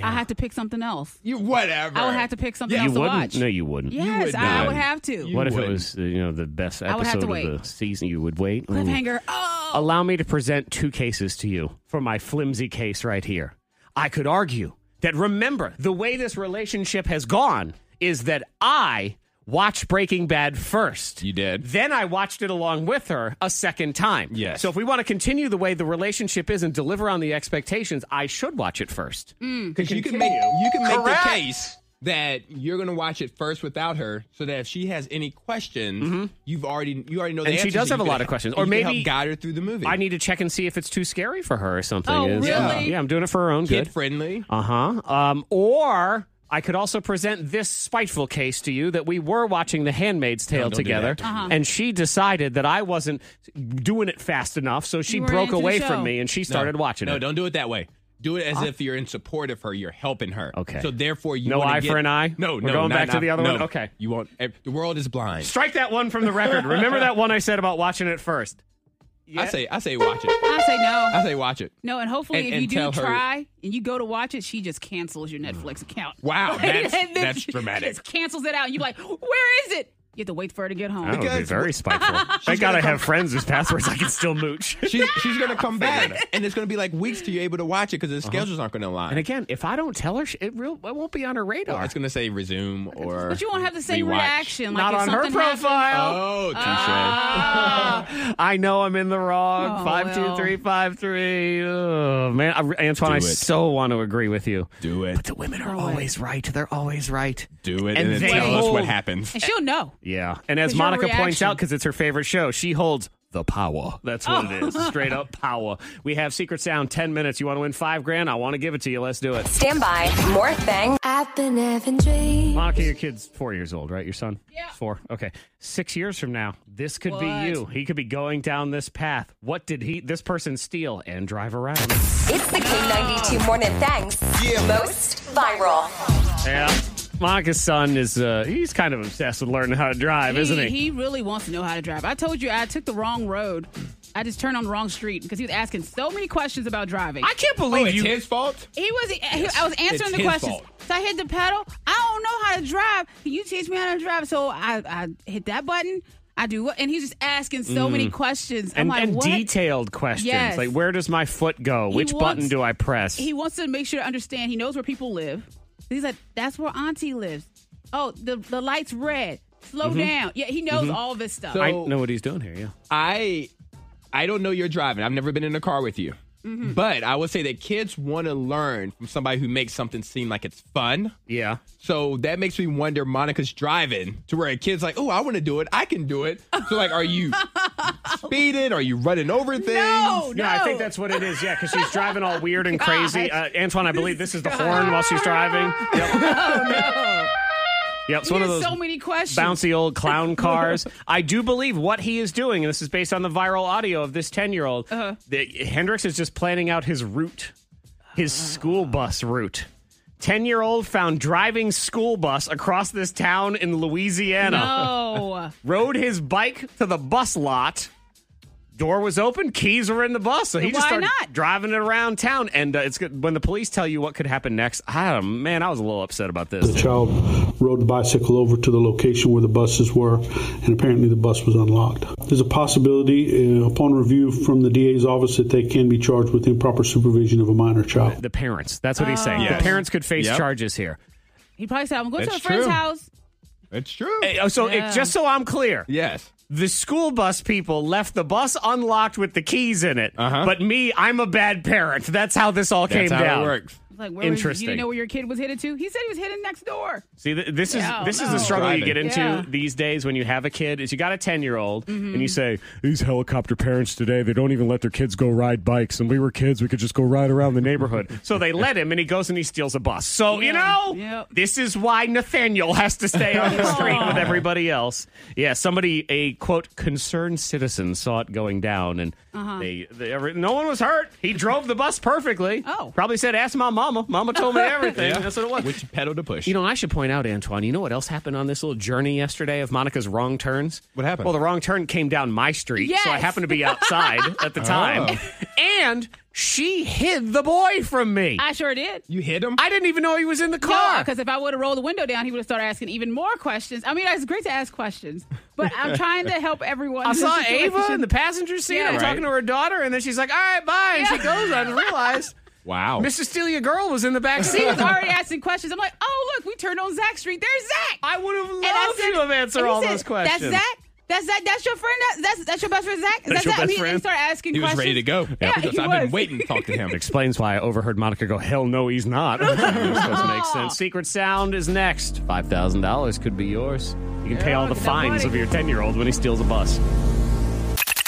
[SPEAKER 5] I have to pick something else?
[SPEAKER 4] You whatever.
[SPEAKER 5] I would have to pick something
[SPEAKER 1] you
[SPEAKER 5] else to
[SPEAKER 1] wouldn't.
[SPEAKER 5] watch.
[SPEAKER 1] No, you wouldn't.
[SPEAKER 5] Yes,
[SPEAKER 1] would
[SPEAKER 5] I
[SPEAKER 1] not.
[SPEAKER 5] would have to.
[SPEAKER 1] what if it was uh, you know the best
[SPEAKER 5] I would have
[SPEAKER 1] episode
[SPEAKER 5] to
[SPEAKER 1] of the
[SPEAKER 5] wait.
[SPEAKER 1] season? You would wait. Ooh.
[SPEAKER 5] cliffhanger? Oh,
[SPEAKER 1] Allow me to present two cases to you for my flimsy case right here. I could argue that remember the way this relationship has gone is that I watch Breaking Bad first.
[SPEAKER 4] You did.
[SPEAKER 1] Then I watched it along with her a second time.
[SPEAKER 4] Yes.
[SPEAKER 1] So if we want to continue the way the relationship is and deliver on the expectations, I should watch it first.
[SPEAKER 4] Because you can make you can make the case that you're going to watch it first without her, so that if she has any questions, you've already you already know. The
[SPEAKER 1] Mm-hmm. and she
[SPEAKER 4] answers
[SPEAKER 1] does
[SPEAKER 4] that
[SPEAKER 1] have a
[SPEAKER 4] you
[SPEAKER 1] lot
[SPEAKER 4] could-
[SPEAKER 1] of questions,
[SPEAKER 4] and you
[SPEAKER 1] or
[SPEAKER 4] could
[SPEAKER 1] maybe
[SPEAKER 4] help guide her through the movie.
[SPEAKER 1] I need to check and see if it's too scary for her or something.
[SPEAKER 4] Oh,
[SPEAKER 1] is.
[SPEAKER 4] really?
[SPEAKER 1] Uh, yeah, I'm doing it for her own good.
[SPEAKER 4] Kid friendly.
[SPEAKER 1] Uh huh. Um, or I could also present this spiteful case to you that we were watching The Handmaid's Tale
[SPEAKER 4] don't do
[SPEAKER 1] together,
[SPEAKER 4] that. Don't do
[SPEAKER 5] Uh-huh. that.
[SPEAKER 1] and she decided that I wasn't doing it fast enough, so she
[SPEAKER 5] You weren't
[SPEAKER 1] broke
[SPEAKER 5] into the
[SPEAKER 1] away
[SPEAKER 5] show.
[SPEAKER 1] from me and she started
[SPEAKER 4] no,
[SPEAKER 1] watching
[SPEAKER 4] No,
[SPEAKER 1] it.
[SPEAKER 4] don't do it that way. Do it as if you're in support of her. You're helping her.
[SPEAKER 1] Okay.
[SPEAKER 4] So therefore, you
[SPEAKER 1] No
[SPEAKER 4] wanna
[SPEAKER 1] eye
[SPEAKER 4] get,
[SPEAKER 1] for an eye?
[SPEAKER 4] No,
[SPEAKER 1] We're
[SPEAKER 4] no.
[SPEAKER 1] going
[SPEAKER 4] not-
[SPEAKER 1] back to
[SPEAKER 4] not-
[SPEAKER 1] the other
[SPEAKER 4] no.
[SPEAKER 1] one? Okay.
[SPEAKER 4] You won't. eh, The world is blind.
[SPEAKER 1] Strike that one from the record. Remember that one I said about watching it first.
[SPEAKER 4] I say. I say. Watch it.
[SPEAKER 5] I say no.
[SPEAKER 4] I say. Watch it.
[SPEAKER 5] No, and hopefully,
[SPEAKER 4] And-
[SPEAKER 5] if
[SPEAKER 4] and
[SPEAKER 5] you do
[SPEAKER 4] tell her-
[SPEAKER 5] try and you go to watch it, she just cancels your Netflix account.
[SPEAKER 4] Wow,
[SPEAKER 5] Like,
[SPEAKER 4] that's-
[SPEAKER 5] and then
[SPEAKER 4] that's
[SPEAKER 5] she
[SPEAKER 4] dramatic.
[SPEAKER 5] Just cancels it out, and you're like, "Where is it?" You have to wait for her to get home.
[SPEAKER 1] That would be very spiteful.
[SPEAKER 4] She's
[SPEAKER 1] Thank God
[SPEAKER 4] gonna
[SPEAKER 1] I
[SPEAKER 4] come-
[SPEAKER 1] have friends whose passwords I can still mooch.
[SPEAKER 4] She's, she's gonna come back, and it's gonna be like weeks till you're able to watch it because the schedules aren't gonna align.
[SPEAKER 1] Uh-huh. And again, if I don't tell her, sh- it real it won't be on her radar.
[SPEAKER 4] Well, it's gonna say resume or.
[SPEAKER 5] But you won't have the same
[SPEAKER 4] rewatch.
[SPEAKER 5] reaction. Uh, Like
[SPEAKER 1] Not
[SPEAKER 5] if
[SPEAKER 1] on her
[SPEAKER 5] something happened- Ah.
[SPEAKER 1] profile.
[SPEAKER 4] Oh, touche.
[SPEAKER 1] I know I'm in the wrong.
[SPEAKER 5] Oh,
[SPEAKER 1] Five two
[SPEAKER 5] well.
[SPEAKER 1] three five three. Oh, man, I, Antoine, I
[SPEAKER 4] Do it.
[SPEAKER 1] so want to agree with you.
[SPEAKER 4] do it.
[SPEAKER 1] But the women are always right. They're always right.
[SPEAKER 4] Do it,
[SPEAKER 1] And
[SPEAKER 4] and, then
[SPEAKER 1] they
[SPEAKER 4] tell us
[SPEAKER 1] hold-
[SPEAKER 4] what happens.
[SPEAKER 5] and she'll know.
[SPEAKER 1] Yeah, and as
[SPEAKER 5] But your
[SPEAKER 1] Monica points
[SPEAKER 5] reaction-
[SPEAKER 1] out, because it's her favorite show, she holds the power. That's what it
[SPEAKER 5] Oh.
[SPEAKER 1] is. Straight up power. We have Secret Sound. Ten minutes. You want to win five grand? I want to give it to you. Let's do it.
[SPEAKER 2] Stand by. More thing. I've been having dreams.
[SPEAKER 1] Monica, your kid's four years old, right? Your son? Yeah. Four. Okay. Six years from now, this could be
[SPEAKER 2] What?
[SPEAKER 1] you. He could be going down this path. What did he, this person, steal and drive around?
[SPEAKER 2] It's the K92 Morning Thangs. Most viral.
[SPEAKER 1] Yeah. Monica's son is, uh, he's kind of obsessed with learning how to drive, isn't he?
[SPEAKER 5] He really wants to know how to drive. I told you I took the wrong road. I just turned on the wrong street because he was asking so many questions about driving.
[SPEAKER 1] I can't
[SPEAKER 4] Oh,
[SPEAKER 1] believe
[SPEAKER 4] it's
[SPEAKER 1] you.
[SPEAKER 4] his fault.
[SPEAKER 5] He was. He, I was answering
[SPEAKER 4] It's
[SPEAKER 5] the
[SPEAKER 4] his
[SPEAKER 5] questions.
[SPEAKER 4] fault.
[SPEAKER 5] So I hit the pedal. I don't know how to drive. Can you teach me how to drive? So I, I hit that button. I do what? And he's just asking so many questions. I'm
[SPEAKER 1] Mm. and
[SPEAKER 5] like,
[SPEAKER 1] and
[SPEAKER 5] oh what?
[SPEAKER 1] detailed questions.
[SPEAKER 5] Yes.
[SPEAKER 1] Like, where does my foot go?
[SPEAKER 5] He
[SPEAKER 1] Which
[SPEAKER 5] wants-
[SPEAKER 1] button do I press?
[SPEAKER 5] He wants to make sure to understand. He knows where people live. He's like, that's where Auntie lives. Oh, the the light's red. Slow
[SPEAKER 1] Mhm.
[SPEAKER 5] down. Yeah, he knows
[SPEAKER 1] Mhm.
[SPEAKER 5] all this stuff.
[SPEAKER 1] I
[SPEAKER 4] So-
[SPEAKER 1] know what he's doing here, yeah.
[SPEAKER 4] I I don't know you're driving. I've never been in a car with you. But I would say that kids want to learn from somebody who makes something seem like it's fun.
[SPEAKER 1] Yeah.
[SPEAKER 4] So that makes me wonder Monica's driving to where a kid's like, oh, I want to do it. I can do it. So, like, are you speeding? Are you running over things?
[SPEAKER 5] no, no.
[SPEAKER 1] No, I think that's what it is. Yeah, because she's driving all weird and crazy. Uh, Antoine, I believe this is the horn while she's driving. Yep.
[SPEAKER 5] no.
[SPEAKER 1] Yep. It's
[SPEAKER 5] He
[SPEAKER 1] one of
[SPEAKER 5] has
[SPEAKER 1] those
[SPEAKER 5] so many questions.
[SPEAKER 1] bouncy old clown cars. I do believe what he is doing, and this is based on the viral audio of this 10 year old,
[SPEAKER 5] Uh-huh.
[SPEAKER 1] that Hendrix is just planning out his route, his
[SPEAKER 5] Ah.
[SPEAKER 1] school bus route. 10 year old found driving school bus across this town in Louisiana
[SPEAKER 5] No.
[SPEAKER 1] rode his bike to the bus lot. Door was open, keys were in the bus, so he just
[SPEAKER 5] Why
[SPEAKER 1] started
[SPEAKER 5] not?
[SPEAKER 1] driving it around town. And uh, it's good when the police tell you what could happen next. I man, I was a little upset about
[SPEAKER 16] The
[SPEAKER 1] this.
[SPEAKER 16] child rode the bicycle over to the location where the buses were, and apparently the bus was unlocked. There's a possibility, uh, upon review from the DA's office, that they can be charged with improper supervision of a minor child.
[SPEAKER 1] The parents, that's what he's saying.
[SPEAKER 4] Yes.
[SPEAKER 1] The parents could face
[SPEAKER 4] Yep.
[SPEAKER 1] charges here.
[SPEAKER 5] He probably said, I'm going to
[SPEAKER 4] That's
[SPEAKER 5] a friend's
[SPEAKER 4] true.
[SPEAKER 5] house.
[SPEAKER 4] It's true.
[SPEAKER 1] Hey, oh, so it-
[SPEAKER 5] Yeah.
[SPEAKER 1] just so I'm clear,
[SPEAKER 4] Yes.
[SPEAKER 1] the school bus people left the bus unlocked with the keys in it. But me, I'm a bad parent. Uh-huh. That's how this all
[SPEAKER 4] That's
[SPEAKER 1] came
[SPEAKER 4] how
[SPEAKER 1] down.
[SPEAKER 4] it works.
[SPEAKER 5] Like, where Was, you
[SPEAKER 1] Interesting.
[SPEAKER 5] didn't know where your kid was headed to? He said he was headed next door.
[SPEAKER 1] See, th- this is
[SPEAKER 5] Yeah,
[SPEAKER 1] this is
[SPEAKER 5] no.
[SPEAKER 1] the struggle you get
[SPEAKER 5] Driving.
[SPEAKER 1] into
[SPEAKER 5] Yeah. Mm-hmm.
[SPEAKER 1] these days when you have a kid. Is you got a ten year old and you say these helicopter parents today they don't even let their kids go ride bikes. And we were kids, we could just go ride around the neighborhood. so they let him, and he goes and he steals a bus. So you
[SPEAKER 5] Yeah.
[SPEAKER 1] know,
[SPEAKER 5] Yep.
[SPEAKER 1] this is why Nathaniel has to stay on the street with everybody else. Yeah, somebody a quote concerned citizen saw it going down, and
[SPEAKER 5] Uh-huh.
[SPEAKER 1] they, they every- no one was hurt. He drove the bus perfectly.
[SPEAKER 5] Oh.
[SPEAKER 1] probably said, "Ask my mama. Mama told me everything."
[SPEAKER 4] Yeah.
[SPEAKER 1] That's what it was.
[SPEAKER 4] Which pedal to push?
[SPEAKER 1] You know, I should point out, Antoine, you know what else happened on this little journey yesterday of Monica's wrong turns?
[SPEAKER 4] What happened?
[SPEAKER 1] Well, the wrong turn came down my street, so I
[SPEAKER 5] Yes.
[SPEAKER 1] happened to be outside at
[SPEAKER 4] Oh.
[SPEAKER 1] the time. And she hid the boy from me. I,
[SPEAKER 5] I sure did.
[SPEAKER 4] you hit him?
[SPEAKER 1] didn't even know he was in the
[SPEAKER 5] No,
[SPEAKER 1] car.
[SPEAKER 5] because if I would have rolled the window down, he would have started asking even more questions. I mean, it's great to ask questions, but I'm trying to help everyone.
[SPEAKER 1] I
[SPEAKER 5] in this
[SPEAKER 1] saw Ava
[SPEAKER 5] situation.
[SPEAKER 1] in the passenger seat.
[SPEAKER 5] Yeah.
[SPEAKER 1] I'm talking to her daughter, and then she's like, all right, bye. And she goes, I realized
[SPEAKER 4] Wow.
[SPEAKER 1] Mr. Steal Your Girl was in the back
[SPEAKER 5] She
[SPEAKER 1] seat.
[SPEAKER 5] was already asking questions. I'm like, oh look, we turned on Zach Street. There's Zach.
[SPEAKER 1] I would have loved you to have answered all those questions.
[SPEAKER 5] That's Zach. That's Zach. That's your friend. That- That's that's your best friend, Zach.
[SPEAKER 1] That's
[SPEAKER 5] Zach.
[SPEAKER 1] your
[SPEAKER 5] Zach.
[SPEAKER 1] best
[SPEAKER 5] he,
[SPEAKER 1] friend?
[SPEAKER 5] he started asking
[SPEAKER 4] He was
[SPEAKER 5] questions.
[SPEAKER 4] ready to go.
[SPEAKER 5] Yeah,
[SPEAKER 4] because
[SPEAKER 5] he
[SPEAKER 4] I've
[SPEAKER 5] was.
[SPEAKER 4] been waiting to talk to him.
[SPEAKER 1] Explains why I overheard Monica go, hell no, he's not. this doesn't make sense. Secret Sound is next. $5,000 could be yours. You can pay all the fines of your 10 year old when he steals a bus.